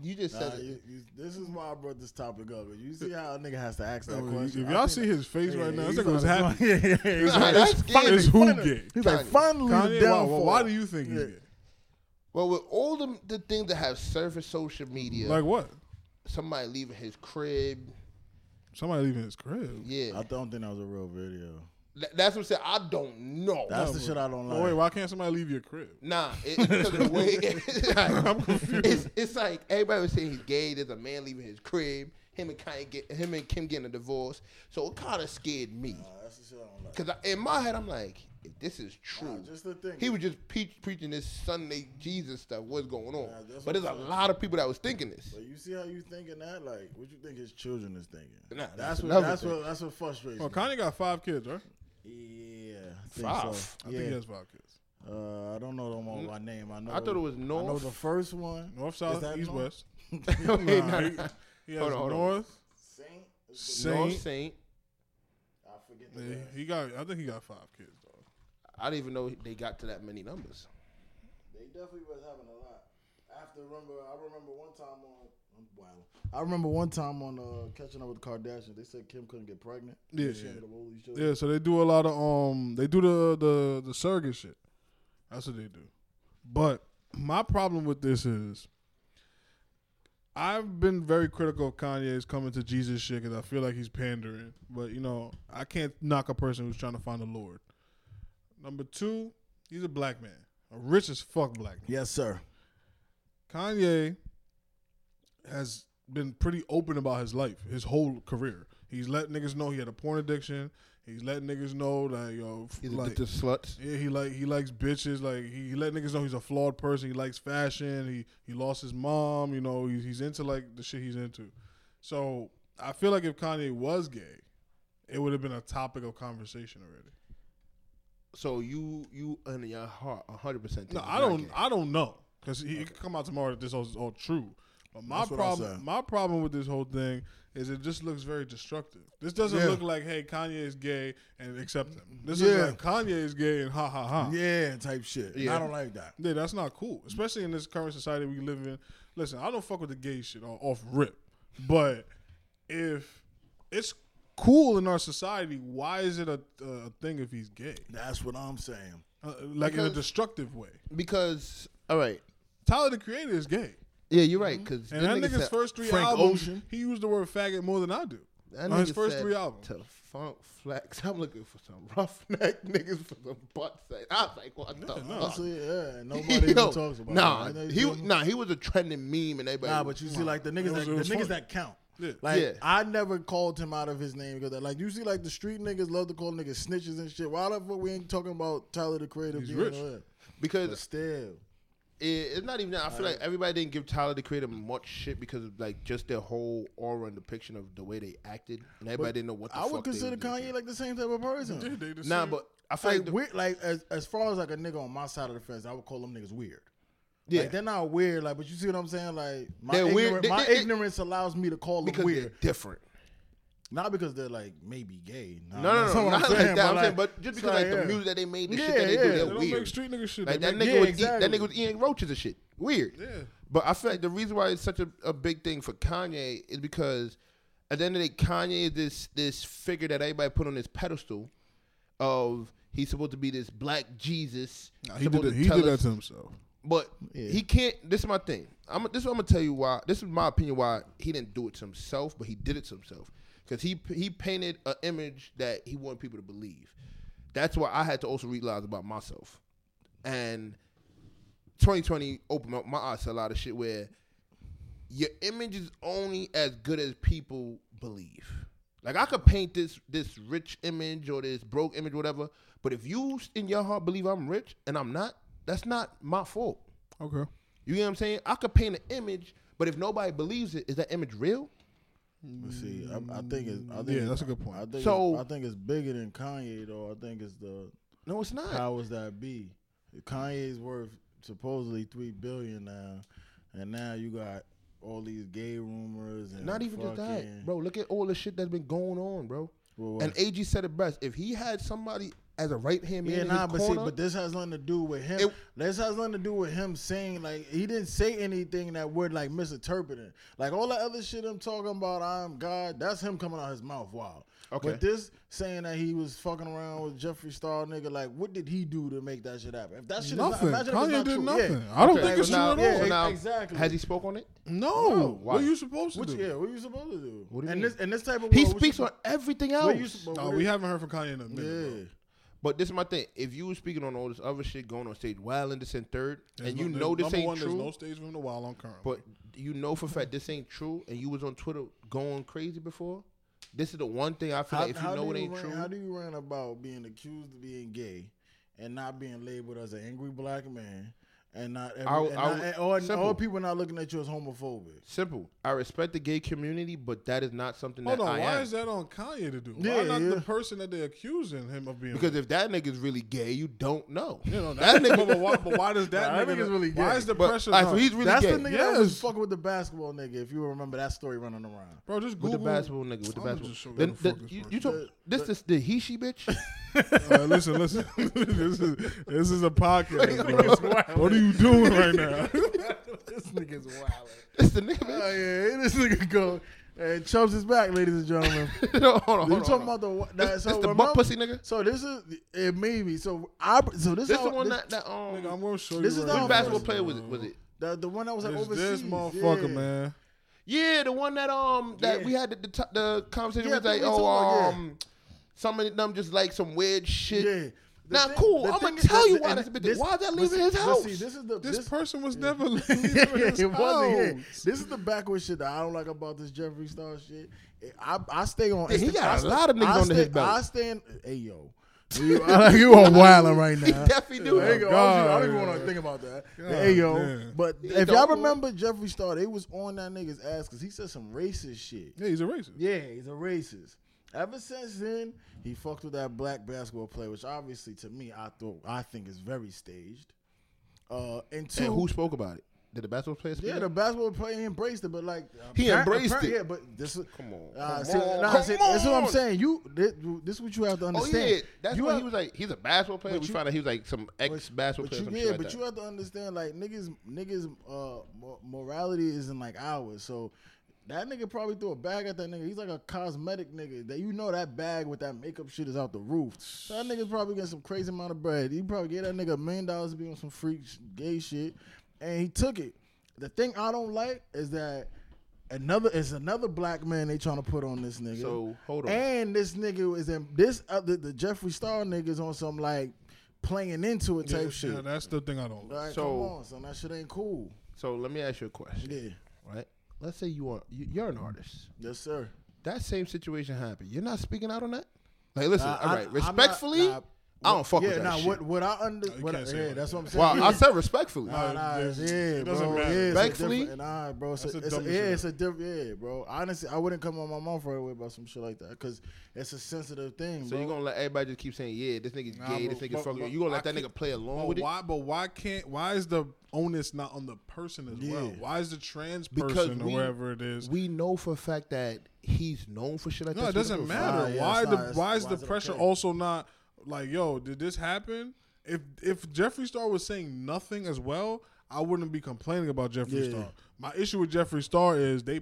You just
Nah,
said it.
you, you, this is why I brought this topic up. You see how a nigga has to ask that
If
question. I
y'all
think-
see his face right now,
Yeah,
this
he's
nigga was
on his-
happy.
Yeah, yeah, yeah. He's
Nah,
like,
that's
it's
gay.
finally-
It's who
finally-
gay?
He's like,
Kanye.
finally, the
Kanye, why, why,
downfall.
why do you think he's
Yeah.
gay?
Well, with all the, the things that have surfaced social media,
Like what?
somebody leaving his crib,
Somebody leaving his crib.
yeah,
I don't think that was a real video.
Th- that's what I'm saying. I don't know.
That's the shit I don't like.
Oh, wait, why can't somebody leave your crib?
nah, it, it's because of the way
I'm confused.
it's, it's like everybody was saying he's gay. There's a man leaving his crib. Him and Kanye get him and Kim getting a divorce. So it kind of scared me
Nah, that's the shit I don't like.
because in my head I'm like, if this is true,
Nah, just the thing.
he was just pe- preaching this Sunday Jesus stuff. What's going on?
Nah, that's what
but there's a
I'm saying.
lot of people that was thinking this.
But you see how you thinking that? Like, what you think his children is thinking?
Nah, that's
that's what.
another
That's
thing.
what. That's what frustrates
Well,
me.
Kanye got five kids, right?
Yeah, I think
Five.
so.
I
yeah.
think he has five kids.
uh, I don't know them all by name. I know.
I thought it was
I know
North.
the first one.
North,
Is
south,
that
east,
north?
west.
Wait,
Nah,
nah.
he, he has
Hold on, hold on.
north,
Saint. is
Saint.
North Saint.
the- I forget. The
Yeah,
last.
he got. I think he got five kids. Though.
I didn't even know they got to that many numbers.
They definitely was having a lot. I have to remember. I remember one time on. I'm wild. I remember one time on uh, catching up with the Kardashians. They said Kim couldn't get pregnant.
Yeah,
She
yeah.
ended up with all these children.
Yeah, so they do a lot of um, they do the the the surrogate shit. That's what they do. But my problem with this is, I've been very critical of Kanye's coming to Jesus shit because I feel like he's pandering. But you know, I can't knock a person who's trying to find the Lord. Number two, he's a black man, a rich as fuck black man.
Yes, sir.
Kanye has been pretty open about his life, his whole career. He's let niggas know he had a porn addiction. He's let niggas know that yo, f- like,
sluts.
yeah, he like he likes bitches. Like he, he let niggas know he's a flawed person. He likes fashion. He he lost his mom. You know, he's he's into like the shit he's into. So I feel like if Kanye was gay, it would have been a topic of conversation already.
So you you in your heart hundred percent.
No, I don't. I don't know because he it could come out tomorrow that this all is all true. But my
That's what I'm
problem,
saying.
my problem with this whole thing is it just looks very destructive. This doesn't
Yeah.
look like hey Kanye is gay and accept him. This
Yeah.
is like Kanye is gay and ha ha ha. Yeah.
Yeah, type shit.
Yeah.
I don't like that.
that's not cool, especially in this current society we live in. Listen, I don't fuck with the gay shit o- off rip, but if it's cool in our society, why is it a, a thing if he's gay?
That's what I'm saying.
Uh, like in a
Because-
destructive way.
because all right.
Tyler the Creator is gay.
Yeah, you're right. Because
Mm-hmm. And that nigga's first three
Frank
albums,
Ocean.
he used the word faggot more than I do. on his first three albums.
To funk flex, I'm looking for some roughneck niggas for some butt sex. I was like, what
no.
the fuck?
Honestly, yeah, nobody even
Yo,
talks about
nah,
that.
he was- nah, he was a trending meme and everybody.
Nah, but you see, like the niggas,
was-
that,
it was
the niggas
funny.
that count.
Yeah.
Like
Yeah.
I never called him out of his name because, like, you see, like the street niggas love to call niggas snitches and shit. Why the fuck we ain't talking about Tyler the Creator
He's
being
rich.
hood? But
because
still,
it, it's not even. that. I feel like everybody didn't give Tyler the Creator much shit because of like just their whole aura and depiction of the way they acted, and everybody didn't know what. The
I
fuck
would
they
consider
was into.
Kanye like the same type of person.
Yeah, they the
Nah,
same-
but I feel like
like
the-
weird, like as as far as like a nigga on my side of the fence, I would call them niggas weird.
Yeah.
Like they're not weird, like, but you see what I'm saying? Like my
They're
ignorance,
weird- they-
my
they- they-
ignorance allows me to call
because
them weird,
they're different.
not because they're like maybe gay. Nah,
No, no,
that's
no,
what I'm
not
saying,
like that. I'm saying,
like,
but just because
it's
like the
yeah.
music that they made, the shit
Yeah,
that they
yeah.
do,
They
they're
don't make
weird.
street nigga shit.
Like
they
that
make,
nigga
yeah,
was eat, that
exactly.
nigga was eating roaches and shit. Weird.
Yeah.
But I feel like the reason why it's such a, a big thing for Kanye is because at the end of the day, Kanye is this this figure that everybody put on this pedestal of he's supposed to be this black Jesus.
he
supposed
did,
to
he
tell
did
us-
that to himself.
but
Yeah.
he can't. This is my thing. I'm. This is what I'm gonna tell you why. This is my opinion why he didn't do it to himself, but he did it to himself because he he painted an image that he wanted people to believe. That's what I had to also realize about myself. And 2020 opened up my eyes to a lot of shit where your image is only as good as people believe. Like I could paint this this rich image or this broke image, whatever. But if you in your heart believe I'm rich and I'm not, that's not my fault.
Okay.
You get what I'm saying? I could paint an image, but if nobody believes it, is that image real?
But see, I, I think it's. I think
Yeah,
it's-
that's a good point.
I think
So-
so, I think it's bigger than Kanye though. I think it's the
No, it's not.
powers that be. Kanye's worth supposedly three billion now, and now you got all these gay rumors and
not even just that,
fucking-
bro. Look at all the shit that's been going on, bro.
Well,
And AG said it best. If he had somebody as a right hand man,
yeah,
in
nah,
his
but
corner,
see, but this has nothing to do with him.
It-
this has nothing to do with him saying like he didn't say anything that we're like misinterpreting. Like all the other shit I'm talking about, I'm God. That's him coming out his mouth. Wow.
Okay.
But this saying that he was fucking around with Jeffree Star, nigga. Like, what did he do to make that shit happen? If that shit
Nothing.
is not, imagine if it's
Kanye
not
did
true.
nothing.
Yeah.
I don't
Okay,
think
so
it's true
now-
at all.
yeah,
so now,
exactly.
Has he spoke on it?
No.
No,
what are
why?
you supposed to
Which,
do?
yeah, what are you supposed to do?
What do you
and
mean?
this and this type of
He
world, what
speaks Oh,
you-
on everything
what you
else.
supposed-
No,
what
we
is-
haven't heard from Kanye in a minute. bro.
Yeah.
But this is my thing. If you were speaking on all this other shit going on stage, wild and this and third,
There's
and
no-
you
there's-
know this
number
ain't
one,
true,
There's no stage room to wild on current.
but you know for a fact this ain't true, and you was on Twitter going crazy before. This is the one thing I feel like if you know
do
it ain't
rant-
true,
How do you rant about being accused of being gay and not being labeled as an angry black man and not, every,
I-
and
I-
not and- or,
simple.
or people not looking at you as homophobic?
simple. I respect the gay community, but that is not something
Hold
that
on,
I
why
am.
is that on Kanye to do?
Yeah,
why not
yeah.
the person that they're accusing him of being?
because
with?
if that nigga's really gay, you don't know.
you know that,
nigga-
nigga, but why, but why does that
Nah, that
nigga?
nigga's really
why
gay.
is the
But,
pressure?
alright,
on
so
him?
he's really
That's
gay.
the nigga that was
Yes.
fucking with the basketball nigga. If you remember that story running around,
bro, just
with
Google
the basketball nigga, with the
I'ma
basketball.
just show you
The-
who the
the-
fuck this
you,
person
you
is.
talk, this is the he she bitch.
All right, Uh, listen, listen. this is this is a podcast, bro. What are you doing right now?
this nigga's wild.
This the nigga.
oh
bitch.
yeah, this nigga go. And Chubbs is back, ladies and gentlemen.
No, hold on,
You
hold on.
talking
hold on.
about the one-
This-
that-
this
so
the buck
remember-
pussy nigga.
So this is it made me. So I so this,
This
how-
the one
this-
that that um.
nigga, I'm gonna show
This
you.
is
right
not
now,
Which basketball
bro.
player was it? Was it?
the, the one that was like
It's
overseas.
this motherfucker,
yeah.
man.
Yeah, the one that um that
Yeah.
we had the the, t- the conversation
Yeah,
was
I
like,
think we
oh
talked about, yeah.
um, some of them just like some weird shit.
Yeah. The
Nah,
thing-
cool.
the
I'ma
thing is-
tell
the-
you why
and
this bitch- why is that
but
leaving
see-
his
but
house?
See, this is the
This,
this
person was never leaving
yeah, it
his
wasn't. yeah.
house.
This is the backward shit that I don't like about this Jeffree Star shit. I, I stay on.
Yeah, he
Insta-
got
I
a
stay-
lot of niggas
I
under
stay,
his belt.
I stay in. Hey yo, you, I- you are wilding right
He
now.
definitely do.
There you go. I
God.
don't even want to think about that.
God
hey yo,
damn.
but
He
if
don't
y'all
want-
remember Jeffree Star, they was on that nigga's ass because he said some racist shit.
Yeah, he's a racist.
Yeah, he's a racist. Ever since then, he fucked with that black basketball player, which obviously to me, I thought I think is very staged. Uh, and two,
And who spoke about it? Did the basketball player speak? Oh,
yeah, the
up?
basketball player he embraced it, but like
He
appar-
embraced
appar-
it.
Yeah, but this is
Come on.
Nah,
Come
see,
on.
nah,
Come
see, this is what I'm
on.
saying. You this, this is what you have to
Oh
understand.
yeah, that's
you
why
have-
he was like he's a basketball player.
but
We
you-
found out he was like some ex
But
basketball player.
you,
or some
yeah,
shit like
but
that.
you have to understand, like niggas, niggas, uh, mo- morality isn't like ours. So that nigga probably threw a bag at that nigga. He's like a cosmetic nigga. That you know that bag with that makeup shit is out the roof. So that nigga's probably getting some crazy amount of bread. He probably gave that nigga a million dollars to be on some freak sh- gay shit, and he took it. The thing I don't like is that another is another black man they trying to put on this nigga.
So, hold on.
And this nigga is in this other the Jeffree Star niggas on some like playing into it type
Yeah,
shit.
yeah, that's the thing I don't. Like.
Like,
So-
come on, son, that shit ain't cool.
So let me ask you a question.
Yeah,
Right. Let's say you are you- you're an artist.
yes, sir.
That same situation happened. You're not speaking out on that. Like, listen.
Nah,
all
I-
right.
I'm not-
Respectfully,
nah,
I don't fuck
yeah,
with that
nah,
shit.
what what I under
you
what I,
can't say it
yeah,
like
that's
that.
what I'm saying.
Well,
yeah.
I said respectfully.
Nah, nah,
Nah,
it's, yeah,
it doesn't
bro.
matter.
Yeah, it's
Thankfully,
a different- nah, bro, it's, a,
that's the
it's a-
dumbest
yeah,
shit
it's a different, yeah, bro. Honestly, I wouldn't come on my mouth right away about some shit like that because it's a sensitive thing,
so
bro.
you gonna let everybody just keep saying, yeah, this nigga's
Nah,
gay,
but-
this nigga's
but-
fucking.
but
You gonna let
I
that nigga
can't-
play along
But
with it?
why? But why can't? Why is the onus not on the person as well?
Yeah.
Why is the trans
Because
person
we-
or wherever it is?
We know for a fact that he's known for shit like
no,
that.
it doesn't matter.
Nah, yeah,
why
it's
the
not- it's-
why is
why
the
is it
pressure
okay?
also not like? Yo, did this happen? If if Jeffree Star was saying nothing as well, I wouldn't be complaining about Jeffree
Yeah.
Star. My issue with Jeffree Star is they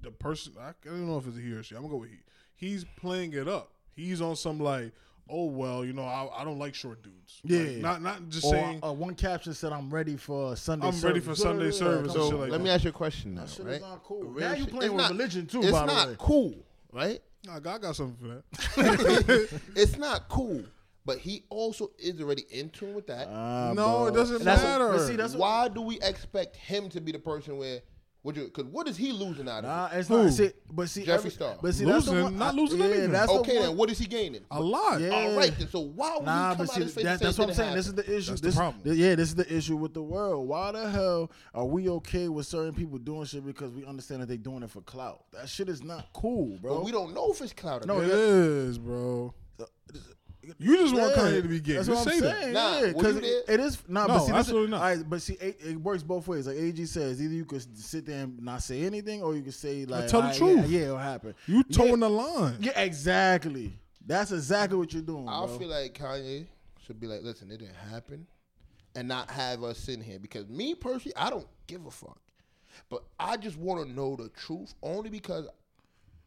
the person. I don't know if it's a he or she. I'm gonna go with he. He's playing it up. He's on some like, oh well, you know, I, I don't like short dudes. Like,
Yeah.
not not just
Or,
saying.
uh, one caption said, "I'm ready for Sunday."
I'm ready
service."
for Sunday service
come
and
So
shit
on.
like
let me
that.
ask you a question now,
That shit
right?
is not cool.
Real
Now you
shit.
playing
It's
with
not-
religion too,
It's
by the
not
way.
cool, right?
Nah, God got something for that.
it's not cool. But he also is already in tune with that.
Ah,
no,
bro.
it doesn't
That's
matter.
What, but see, that's what,
Why do we expect him to be the person where? Would you? Because what is he losing out of?
Nah,
it?
it's
Who?
not. See, but see,
Jeffree
every-
Star.
But see, that's
Losing?
the one,
Not
I-
losing
yeah,
anything.
That's
Okay,
the one,
then what is he gaining?
a lot.
Yeah.
All right, then. So why would
Nah,
he come
but
out
see,
his face
that,
and say
that's what I'm
it
saying.
didn't
This is the issue.
That's the
this,
problem.
th- yeah, this is the issue with the world. Why the hell are we okay with certain people doing shit because we understand that they're doing it for clout? That shit is not cool,
happen?
bro.
But we don't know if it's clout or
No,
not.
It is, Oh, bro. You just want Kanye to be gay.
That's
Just
what I'm
say that.
saying.
Nah,
yeah,
were
because
you
it,
there?
it is nah,
No,
but see, this is-
absolutely not.
alright, but see, it, it works both ways. Like AG says, either you could sit there and not say anything, or you could say like,
tell the
alright,
truth.
Yeah, yeah, it'll happen.
You
Yeah,
towing the line.
Yeah, exactly. That's exactly what you're doing.
I
bro.
feel like Kanye should be like, listen, it didn't happen, and not have us in here because me personally, I don't give a fuck, but I just want to know the truth only because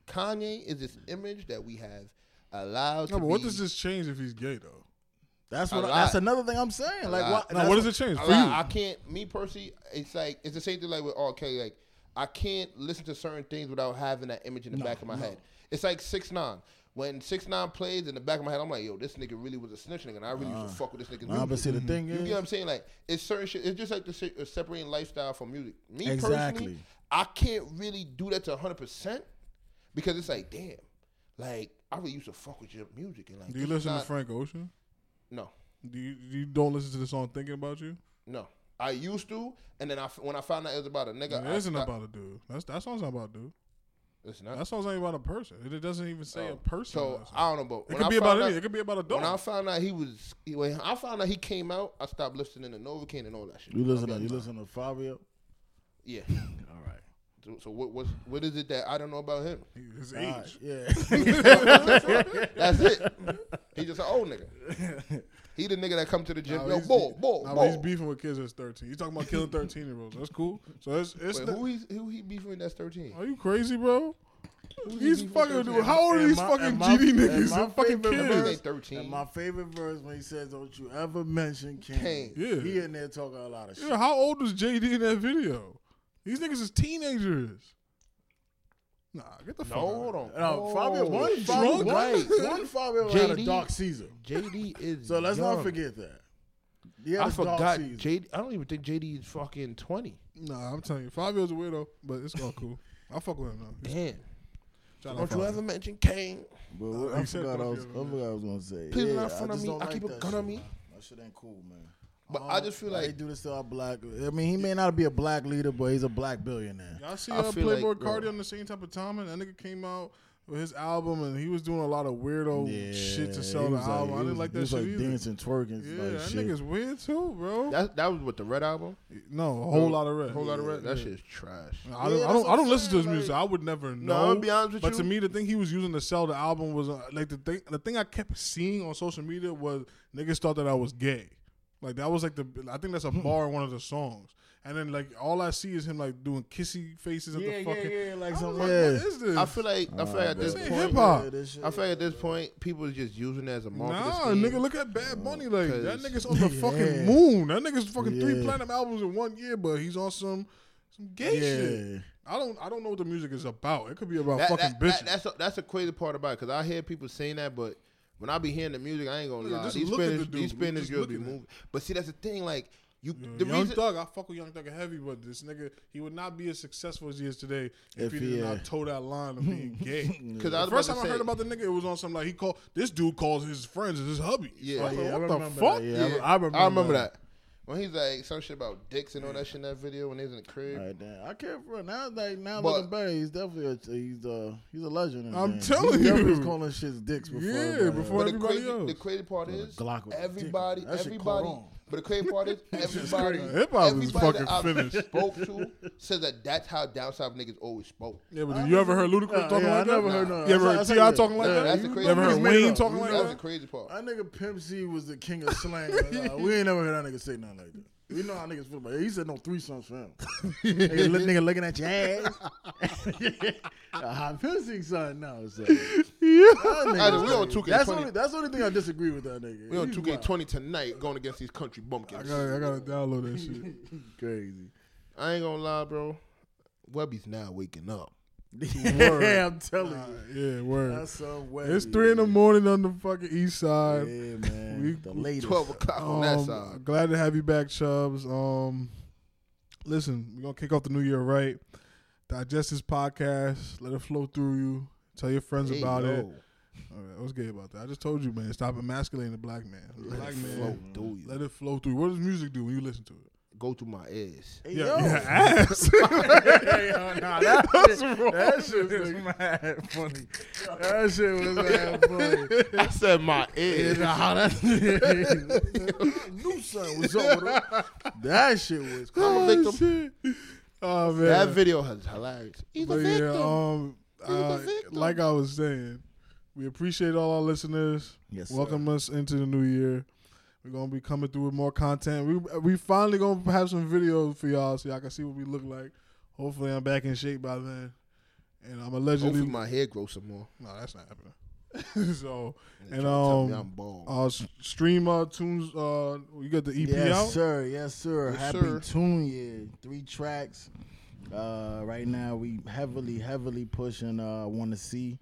Kanye is this image that we have allowed.
No,
to
but what
be-
does this change if he's gay though?
that's
a
what. I,
lot.
that's another thing I'm saying. Like, why,
lot.
No,
that's
what does it change for you?
I, I can't. Me personally, it's like it's the same thing like with R. Kelly. Like I can't listen to certain things without having that image in the back of my head. It's like six nine. When six nine plays in the back of my head, I'm like, yo, this nigga really was a snitch nigga, and I really used to fuck with this nigga.
Nah, but see, the thing
You
is,
get what I'm saying? Like it's certain shit. It's just like the se- uh, separating lifestyle from music. Me personally,
Exactly.
I can't really do that to 100 percent because it's like, damn, like I really used to fuck with your music and like.
Do you
this is
listen
not,
to Frank Ocean?
No,
Do you, you don't listen to the song "Thinking About You"?
no. I used to, and then I f- when I found out it was about a nigga,
It
I
isn't
stopped-
about a dude. That's that song's not about a dude.
It's not.
That song's not even about a person. It, it doesn't even say a person. in
Oh, So
that song.
I don't know, but
it
when
could
I
be about
found
anything.
out-
It could be about a dog.
When I found out he was, he- when I found out he came out, I stopped listening to Novocaine and all that shit.
you listen to
Okay.
you listen to Fabio.
Yeah.
All right.
So, so what was what is it that I don't know about him?
His
All right,
age.
Yeah.
That's it. He just an old nigga. He the nigga that come to the gym.
Nah,
Yo,
he's-
bull, bull,
nah, but
bull.
he's beefing with kids that's thirteen. He's talking about killing thirteen year olds. That's cool. So it's it's.
Wait,
the-
who he's who he beefing? That's thirteen.
are you crazy, bro? He's
beefing
fucking.
with
Dude, how old are
And
these
my-
fucking
and my-
GD
and
niggas?
my
They're fucking
favorite
kids.
They
verse-
thirteen.
and my favorite verse when he says, "Don't you ever mention Kane."
Kane.
Yeah.
He in there talking a lot of shit.
Yeah, how old was JD in that video? These niggas is teenagers. Nah, get the
no,
fuck. out.
hold on.
No, Fabio, one
you
Fabio,
drunk?
right? One Fabio had a
JD.
dark season,
JD is.
so let's
young.
not forget that. Yeah,
I forgot.
Season.
JD. I don't even think JD is fucking twenty.
Nah, I'm telling you, Fabio's a weirdo, but it's all cool. I fuck with him though.
Damn.
Shout out
Don't you
Fabio.
ever mention Kane?
but
Nah,
what-
he
I
said
forgot I
Fabio,
was. I
man.
forgot I was gonna say.
Please
yeah,
not front
I
of
just
me.
don't
I
like
keep a
that
gun
shit,
on me.
man. That shit ain't cool, man.
But I just feel
Why
like
they Oh, do this to our black. I mean, he may not be a black leader, but he's a black billionaire.
Y'all see
I
uh,
feel like,
Playboy
bro.
Cardi on the same type of time, and that nigga came out with his album, and he was doing a lot of weirdo shit to sell
he
the
was
album.
he
I didn't
was-
like
he
that
was
shit
like
either.
dancing, twerking,
yeah,
like
that
shit.
nigga's weird too, bro.
That that was with the red album.
no, a whole lot of rap.
Whole lot of red. That
Yeah.
shit is trash.
I don't,
Yeah,
I
that's
don't,
what
I don't
I'm
listen to his
saying,
music.
like-
I would never know.
No, I'm gonna be honest with
but to
you.
me, the thing he was using to sell the album was uh, like the thing. The thing I kept seeing on social media was niggas thought that I was gay. Like that was like the. I think
Hmm.
that's a bar in one of the songs. And then like all I see is him like doing kissy faces at
Yeah,
the
yeah,
fucking.
yeah, like
I was
some-
like,
yeah.
What is this?
I feel like I feel like at this
ain't
point,
hip-hop.
Yeah, this shit-
I feel like at this point, people is just using it as a marketing.
Nah,
scheme.
nigga, look at Bad Bunny. Like that
Cause-
nigga's on the
Yeah.
fucking moon. That nigga's fucking three
Yeah.
platinum albums in one year, but he's on some some gay shit. I don't, I don't know what the music is about. It could be about
That-
fucking
that-
bitches.
that- that's a, that's the crazy part about it because I hear people saying that, but when I be hearing the music, I ain't gonna
Nigga,
lie.
just
These
look at the
Spanish,
dude.
these Spanish
Just
girls
look
be
at him.
moving, but see that's the thing. Like You
Yeah,
the
Young
reason
Thug, I fuck with Young Thug heavy, but this nigga, he would not be as successful as he is today if,
If
he
he,
did
uh,
not toe that line of being gay.
because I
The
was
first time
about to
I heard
say-
about the nigga, it was on something like he called this dude calls his friends his hubby.
Yeah.
I'm
Oh,
like,
yeah, I
what the
remember
fuck?
that, yeah. I remember
that. When he's like some shit about dicks and all that shit in that video when he's in the crib.
Right, damn. I can't front. Now, like now,
But-
looking back, he's definitely a, he's uh he's a legend. in the
I'm
game.
telling
he definitely
you.
was calling shits dicks before.
Yeah,
everybody
before-
else.
But the
everybody
crazy,
else.
the crazy part is
Glock with a dick on it.
everybody,
That shit
everybody.
called on.
But the crazy part is everybody,
crazy. Hip hop is
everybody
fucking
that I
finished.
spoke to says that that's how down south niggas always spoke.
Yeah, but you ever heard Ludacris
Nah,
talking
yeah,
like
I never
that?
heard
Nah.
none.
You ever
That's-
heard
that's
T.I.
how you-
talking like
yeah,
that?
that's the
You
crazy
ever
part.
heard
Niggas
made it
Wayne
up.
talking
We
like
know.
That's the
that?
crazy part.
That nigga Pimp C was the king of slang. Like, uh, we ain't never heard that nigga say nothing like that. We know how niggas feel about it. He said no threesomes for him. nigga, look- nigga looking at your ass. a hot pussy son now. So. That uh, nigga-
Either we on 2K20.
that's, only, that's the only thing I disagree with that nigga.
We on
He's
two K
wild.
twenty tonight, going against these country
I
bumpkins.
gotta, I gotta download that shit.
Crazy.
I ain't gonna lie, bro. Webby's now waking up.
yeah, I'm telling
Nah,
you.
yeah, word.
That's some way.
It's three in the morning on the fucking east side.
Yeah, man.
We-
the latest.
Twelve o'clock on that
Um,
side.
Glad to have you back, Chubbs. Um, listen, we're gonna kick off the new year right. Digest this podcast. Let it flow through you. Tell your friends
Hey,
about it.
yo.
All right, I was gay about that. I just told you, man. Stop emasculating the black man. The
Let
black
it
man.
flow through you.
Let it flow through. What does music do when you listen to it?
Go through my ass.
Hey,
Yeah,
yo.
yeah ass.
Yeah, nah, that, shit, that shit was mad funny. That shit was mad funny.
I said my ass.
knew something was up with her. That shit was crazy.
I'm a
oh,
victim.
shit. oh man.
That video is hilarious. He's
But
a
yeah,
victim.
um, uh,
victim.
like I was saying, we appreciate all our listeners.
Yes, sir.
Welcome us into the new year. We're gonna be coming through with more content. We we finally gonna have some videos for y'all so y'all can see what we look like. Hopefully, I'm back in shape by then, and I'm allegedly.
Hopefully my hair grows some more.
no, that's not happening. so
They
and
tryna tell me
um,
I'm bald.
uh, s- stream uh tunes. Uh, you got the EP
yes,
out.
sir. Yes, sir.
Yes,
Happy
sir.
Tune Year. Three tracks. Uh, right now, we heavily, heavily pushing uh, Want to See.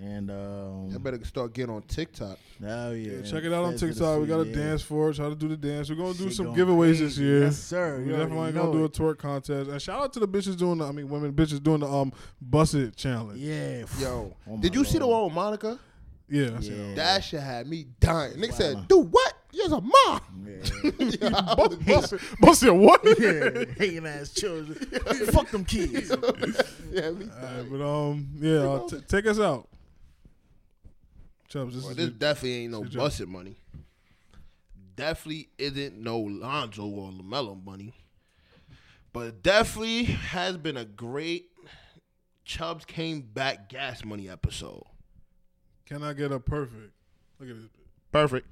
And,
I
um,
better start getting on TikTok.
oh, yeah.
Yeah,
and
check it out on
Fest of the
TikTok. We
Sea,
got a
yeah.
dance for it. Try to do the dance. We're gonna do
Shit
some
going
giveaways
crazy.
this year.
Yes, sir.
We
You already
definitely
know
gonna do a
it.
twerk contest. And shout out to the bitches doing the I mean women bitches doing the um bust it challenge. Yeah,
Yeah.
Yo,
Oh, my
did you see the
Lord.
one with Monica?
I see
Yeah.
that.
That shit had me dying. Nigga
Wow.
said, "Do what? You're a mom."
Yeah.
I was
Bust, bust it. Bust it what?
yeah, hating ass children. Fuck them kids.
busting. Yeah, me
All right,
dying.
but um yeah, uh, t- take us out. Chubbs, this
Well,
is
this
your-
definitely ain't no
good job.
busted money. Definitely isn't no Lonzo or Lamelo money. But it definitely has been a great Chubbs came back gas money episode.
can I get a perfect? Look at this.
Perfect.